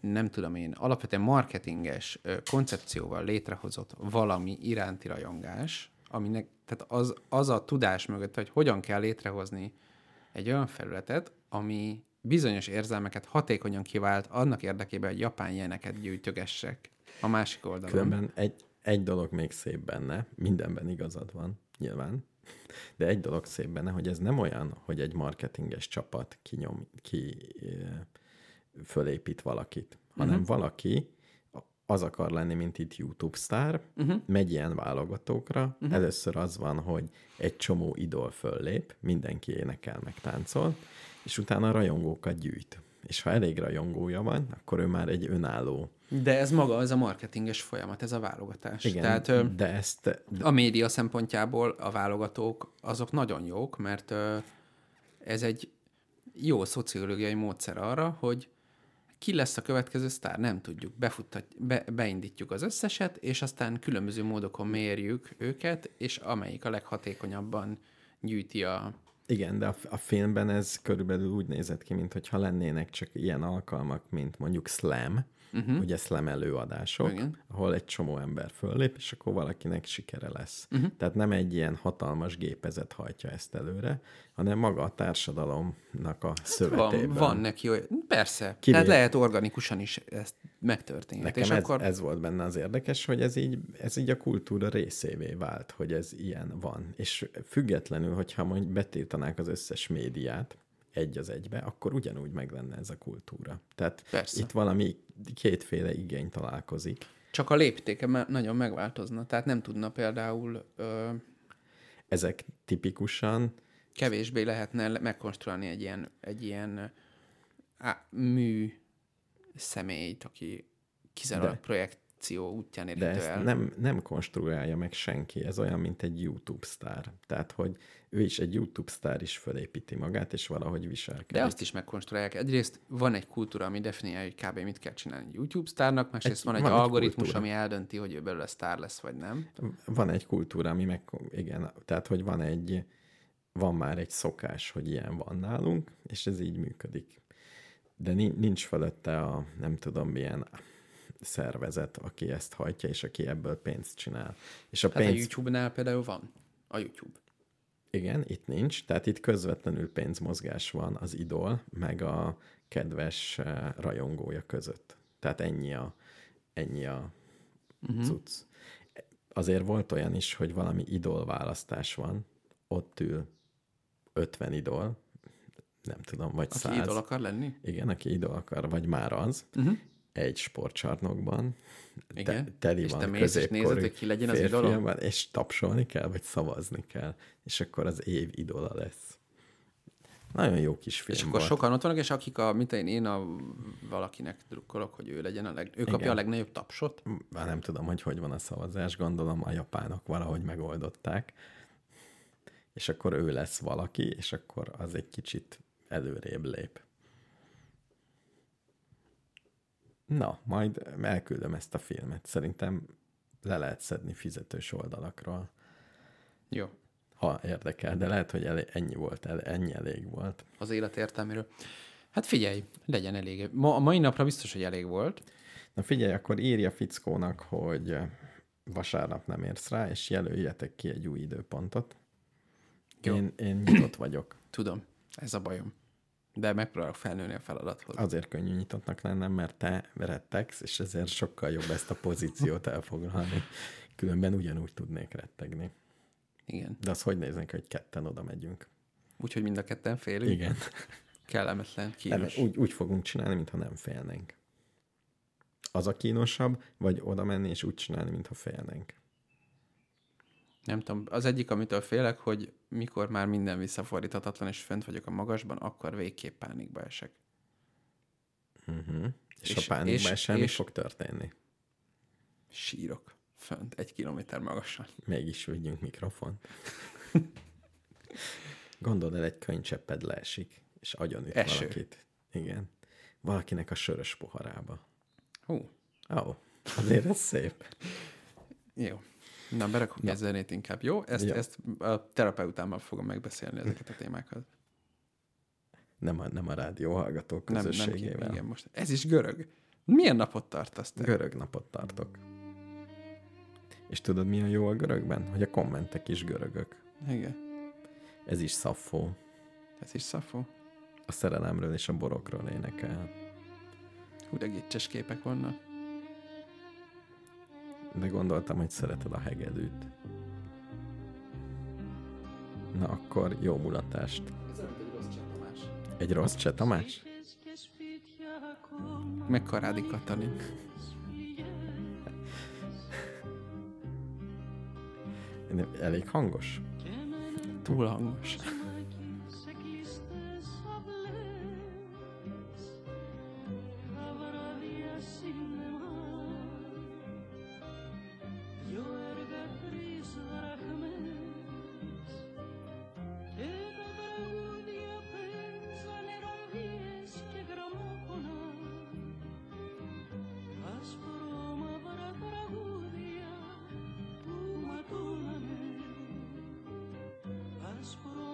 S3: nem tudom én, alapvetően marketinges ö, koncepcióval létrehozott valami iránti rajongás, aminek, tehát az, az a tudás mögött, hogy hogyan kell létrehozni egy olyan felületet, ami bizonyos érzelmeket hatékonyan kivált annak érdekében, hogy japán jeneket gyűjtögessek a másik oldalon.
S2: Különben egy, egy dolog még szép benne, mindenben igazad van, nyilván, de egy dolog szép benne, hogy ez nem olyan, hogy egy marketinges csapat kinyom, ki ö, fölépít valakit, hanem
S3: Mhm.
S2: uh-huh. valaki az akar lenni, mint itt YouTube sztár,
S3: Mhm.
S2: uh-huh. megy ilyen válogatókra, uh-huh. először az van, hogy egy csomó idol föllép, mindenki énekel, meg táncol, és utána rajongókat gyűjt. És ha elég rajongója van, akkor ő már egy önálló
S3: De ez maga, ez a marketinges folyamat, ez a válogatás.
S2: igen,
S3: Tehát ö,
S2: de ezt
S3: a média szempontjából a válogatók azok nagyon jók, mert ö, ez egy jó szociológiai módszer arra, hogy ki lesz a következő sztár, nem tudjuk. Befuttat, be, beindítjuk az összeset, és aztán különböző módokon mérjük őket, és amelyik a leghatékonyabban gyűjti a...
S2: igen, de a, f- a filmben ez körülbelül úgy nézett ki, mintha lennének csak ilyen alkalmak, mint mondjuk Slam, uh-huh. ugye slam előadások,
S3: Mhm. Igen.
S2: ahol egy csomó ember föllép, és akkor valakinek sikere lesz.
S3: Mhm.
S2: Uh-huh. Tehát nem egy ilyen hatalmas gépezet hajtja ezt előre, hanem maga a társadalomnak a szövetében.
S3: Hát Van, van neki olyan. Persze. Kivéve.
S2: Kivéve-
S3: Tehát lehet organikusan is ezt megtörténhet.
S2: Nekem
S3: Hát és
S2: ez,
S3: akkor
S2: ez volt benne az érdekes, hogy ez így, ez így a kultúra részévé vált, hogy ez ilyen van. És függetlenül, hogyha mondjuk betiltanák az összes médiát egy az egybe, akkor ugyanúgy meg lenne ez a kultúra. Tehát
S3: Persze.
S2: itt valami kétféle igény találkozik.
S3: csak a léptéke már nagyon megváltozna. Tehát nem tudna például ö,
S2: Ezek tipikusan
S3: kevésbé lehetne le- megkonstruálni egy ilyen, egy ilyen ö, á, mű személyt, aki kizárólag
S2: De-
S3: projekció útján érhető
S2: De ezt
S3: el.
S2: nem, nem konstruálja meg senki, ez olyan, mint egy YouTube sztár. Tehát, hogy ő is egy YouTube sztár is fölépíti magát, és valahogy viselkedik.
S3: De azt is megkonstruálják. Egyrészt van egy kultúra, ami definiálja, hogy kb. mit kell csinálni egy YouTube sztárnak, másrészt van egy
S2: van egy
S3: algoritmus,
S2: kultúra.
S3: ami eldönti, hogy ő belőle sztár lesz, vagy nem.
S2: Van egy kultúra, ami meg, igen, tehát, hogy van egy, van már egy szokás, hogy ilyen van nálunk, és ez így működik. De ni- nincs fölötte a, nem tudom, milyen szervezet, aki ezt hajtja, és aki ebből pénzt csinál. És a
S3: Hát
S2: pénz...
S3: a YouTube-nál például van. A YouTube.
S2: Igen, itt nincs, tehát itt közvetlenül pénzmozgás van az idol, meg a kedves eh, rajongója között. Tehát ennyi a, ennyi a
S3: Mhm.
S2: uh-huh. cucc. Azért volt olyan is, hogy valami idol választás van, ott ül 50 idol, nem tudom, vagy
S3: Aki
S2: 100.
S3: idol akar lenni?
S2: Igen, aki idol akar, vagy már az, uh-huh. egy sportcsarnokban, te-
S3: Mhm. Igen.
S2: teli
S3: És
S2: van
S3: te mész, és
S2: középkorú
S3: nézed, hogy ki legyen az idolom?
S2: férfiamban, És tapsolni kell, vagy szavazni kell, és akkor az év idola lesz. Nagyon jó kis film
S3: És akkor
S2: volt.
S3: sokan ott vannak, és akik a, mint én, én a, valakinek drukkolok, hogy ő legyen a leg, ő kapja
S2: Igen.
S3: a legnagyobb tapsot.
S2: Már nem tudom, hogy hogy van a szavazás, gondolom a japánok valahogy megoldották, és akkor ő lesz valaki, és akkor az egy kicsit előrébb lép. Na, majd elküldöm ezt a filmet. Szerintem le lehet szedni fizetős oldalakról,
S3: Jó.
S2: ha érdekel, de lehet, hogy elé, ennyi volt, el, ennyi elég volt.
S3: Az élet értelméről. Hát figyelj, legyen elég. Ma, a mai napra biztos, hogy elég volt.
S2: Na figyelj, akkor írja fickónak, hogy eh, vasárnap nem érsz rá, és jelöljetek ki egy új időpontot.
S3: Jó.
S2: Én, én nyitott vagyok.
S3: Tudom, ez a bajom. De megpróbálok felnőni a feladathoz.
S2: Azért könnyű nyitottnak lennem, mert te rettegsz, és ezért sokkal jobb ezt a pozíciót elfoglalni. Különben ugyanúgy tudnék rettegni.
S3: Igen.
S2: De az hogy néznek, hogy ketten oda megyünk?
S3: Úgyhogy mind a ketten félünk.
S2: Igen.
S3: Kellemetlen,
S2: Nem,
S3: kínos.
S2: úgy, úgy fogunk csinálni, mintha nem félnénk. Az a kínosabb, vagy oda menni és úgy csinálni, mintha félnénk.
S3: Nem tudom, az egyik, amitől félek, hogy mikor már minden visszafordíthatatlan, és fönt vagyok a magasban, akkor végképp pánikba esek.
S2: Uh-huh. És, és
S3: Mhm. És-
S2: a pánikban
S3: és-
S2: semmi
S3: és-
S2: fog történni.
S3: Sírok. Fönt, egy kilométer magasan.
S2: Mégis vigyünk mikrofon. Gondold el, egy könycsepped leesik, és agyonüt
S3: Eső.
S2: valakit. Igen. Valakinek a sörös poharába.
S3: Hú,
S2: Ó, oh, azért ez szép.
S3: jó. Na, berakok egy zenét inkább, jó? Ezt,
S2: Jó.
S3: ezt a terapeutámmal fogom megbeszélni ezeket a témákat.
S2: Nem a, nem a rádió hallgatók
S3: Nem, nem, ki-
S2: közösségével.
S3: igen, most. Ez is görög. Milyen napot tartasz te?
S2: Görög napot tartok. És tudod, mi a jó a görögben? Hogy a kommentek is görögök.
S3: Igen.
S2: Ez is Szaffó.
S3: Ez is szafó.
S2: A szerelemről és a borokról énekel.
S3: Hú, de gicses képek vannak.
S2: De gondoltam, hogy szereted a hegedűt. Na akkor jó mulatást.
S3: Ez olyan, egy rossz csatomás.
S2: Egy rossz cseh, Tamás?
S3: Megkarádi Katalin.
S2: Elég hangos.
S3: Túl hangos.
S8: Ασπρόμαυρα τραγούδια που ματώνανε Άσπρο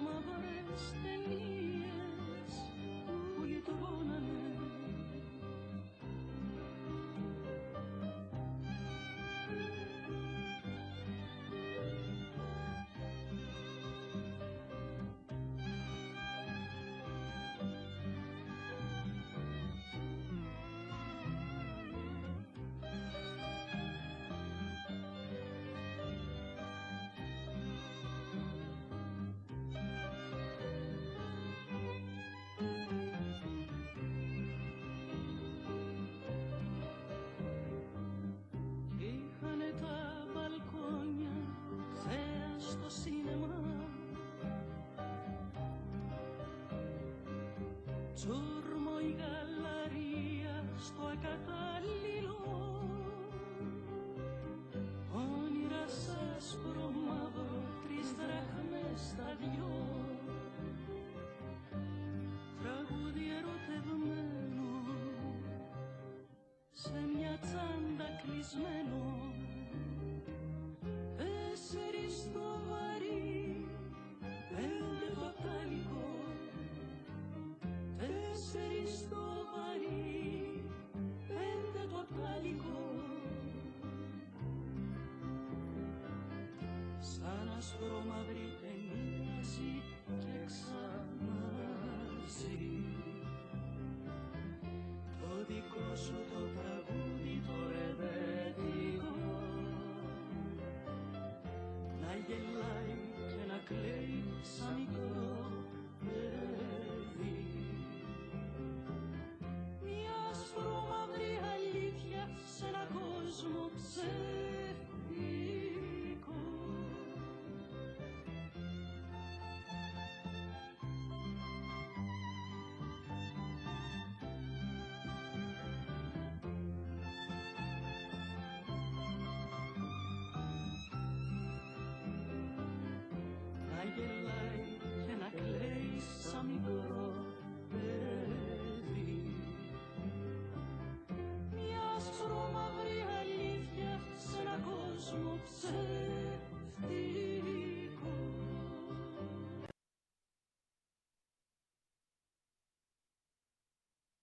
S5: Τσόρμο η γαλαρία στο ακατάλληλο Όνειρα σας προμαύρο τρεις δραχμές στα δυο Τραγούδι ερωτευμένο σε μια τσάντα κλεισμένο Τέσσερις το βαρύ, πέντε το τάλικο Τέσσερις το βαρύ, πέντε το τάλικο Σαν άσπρο μαύρη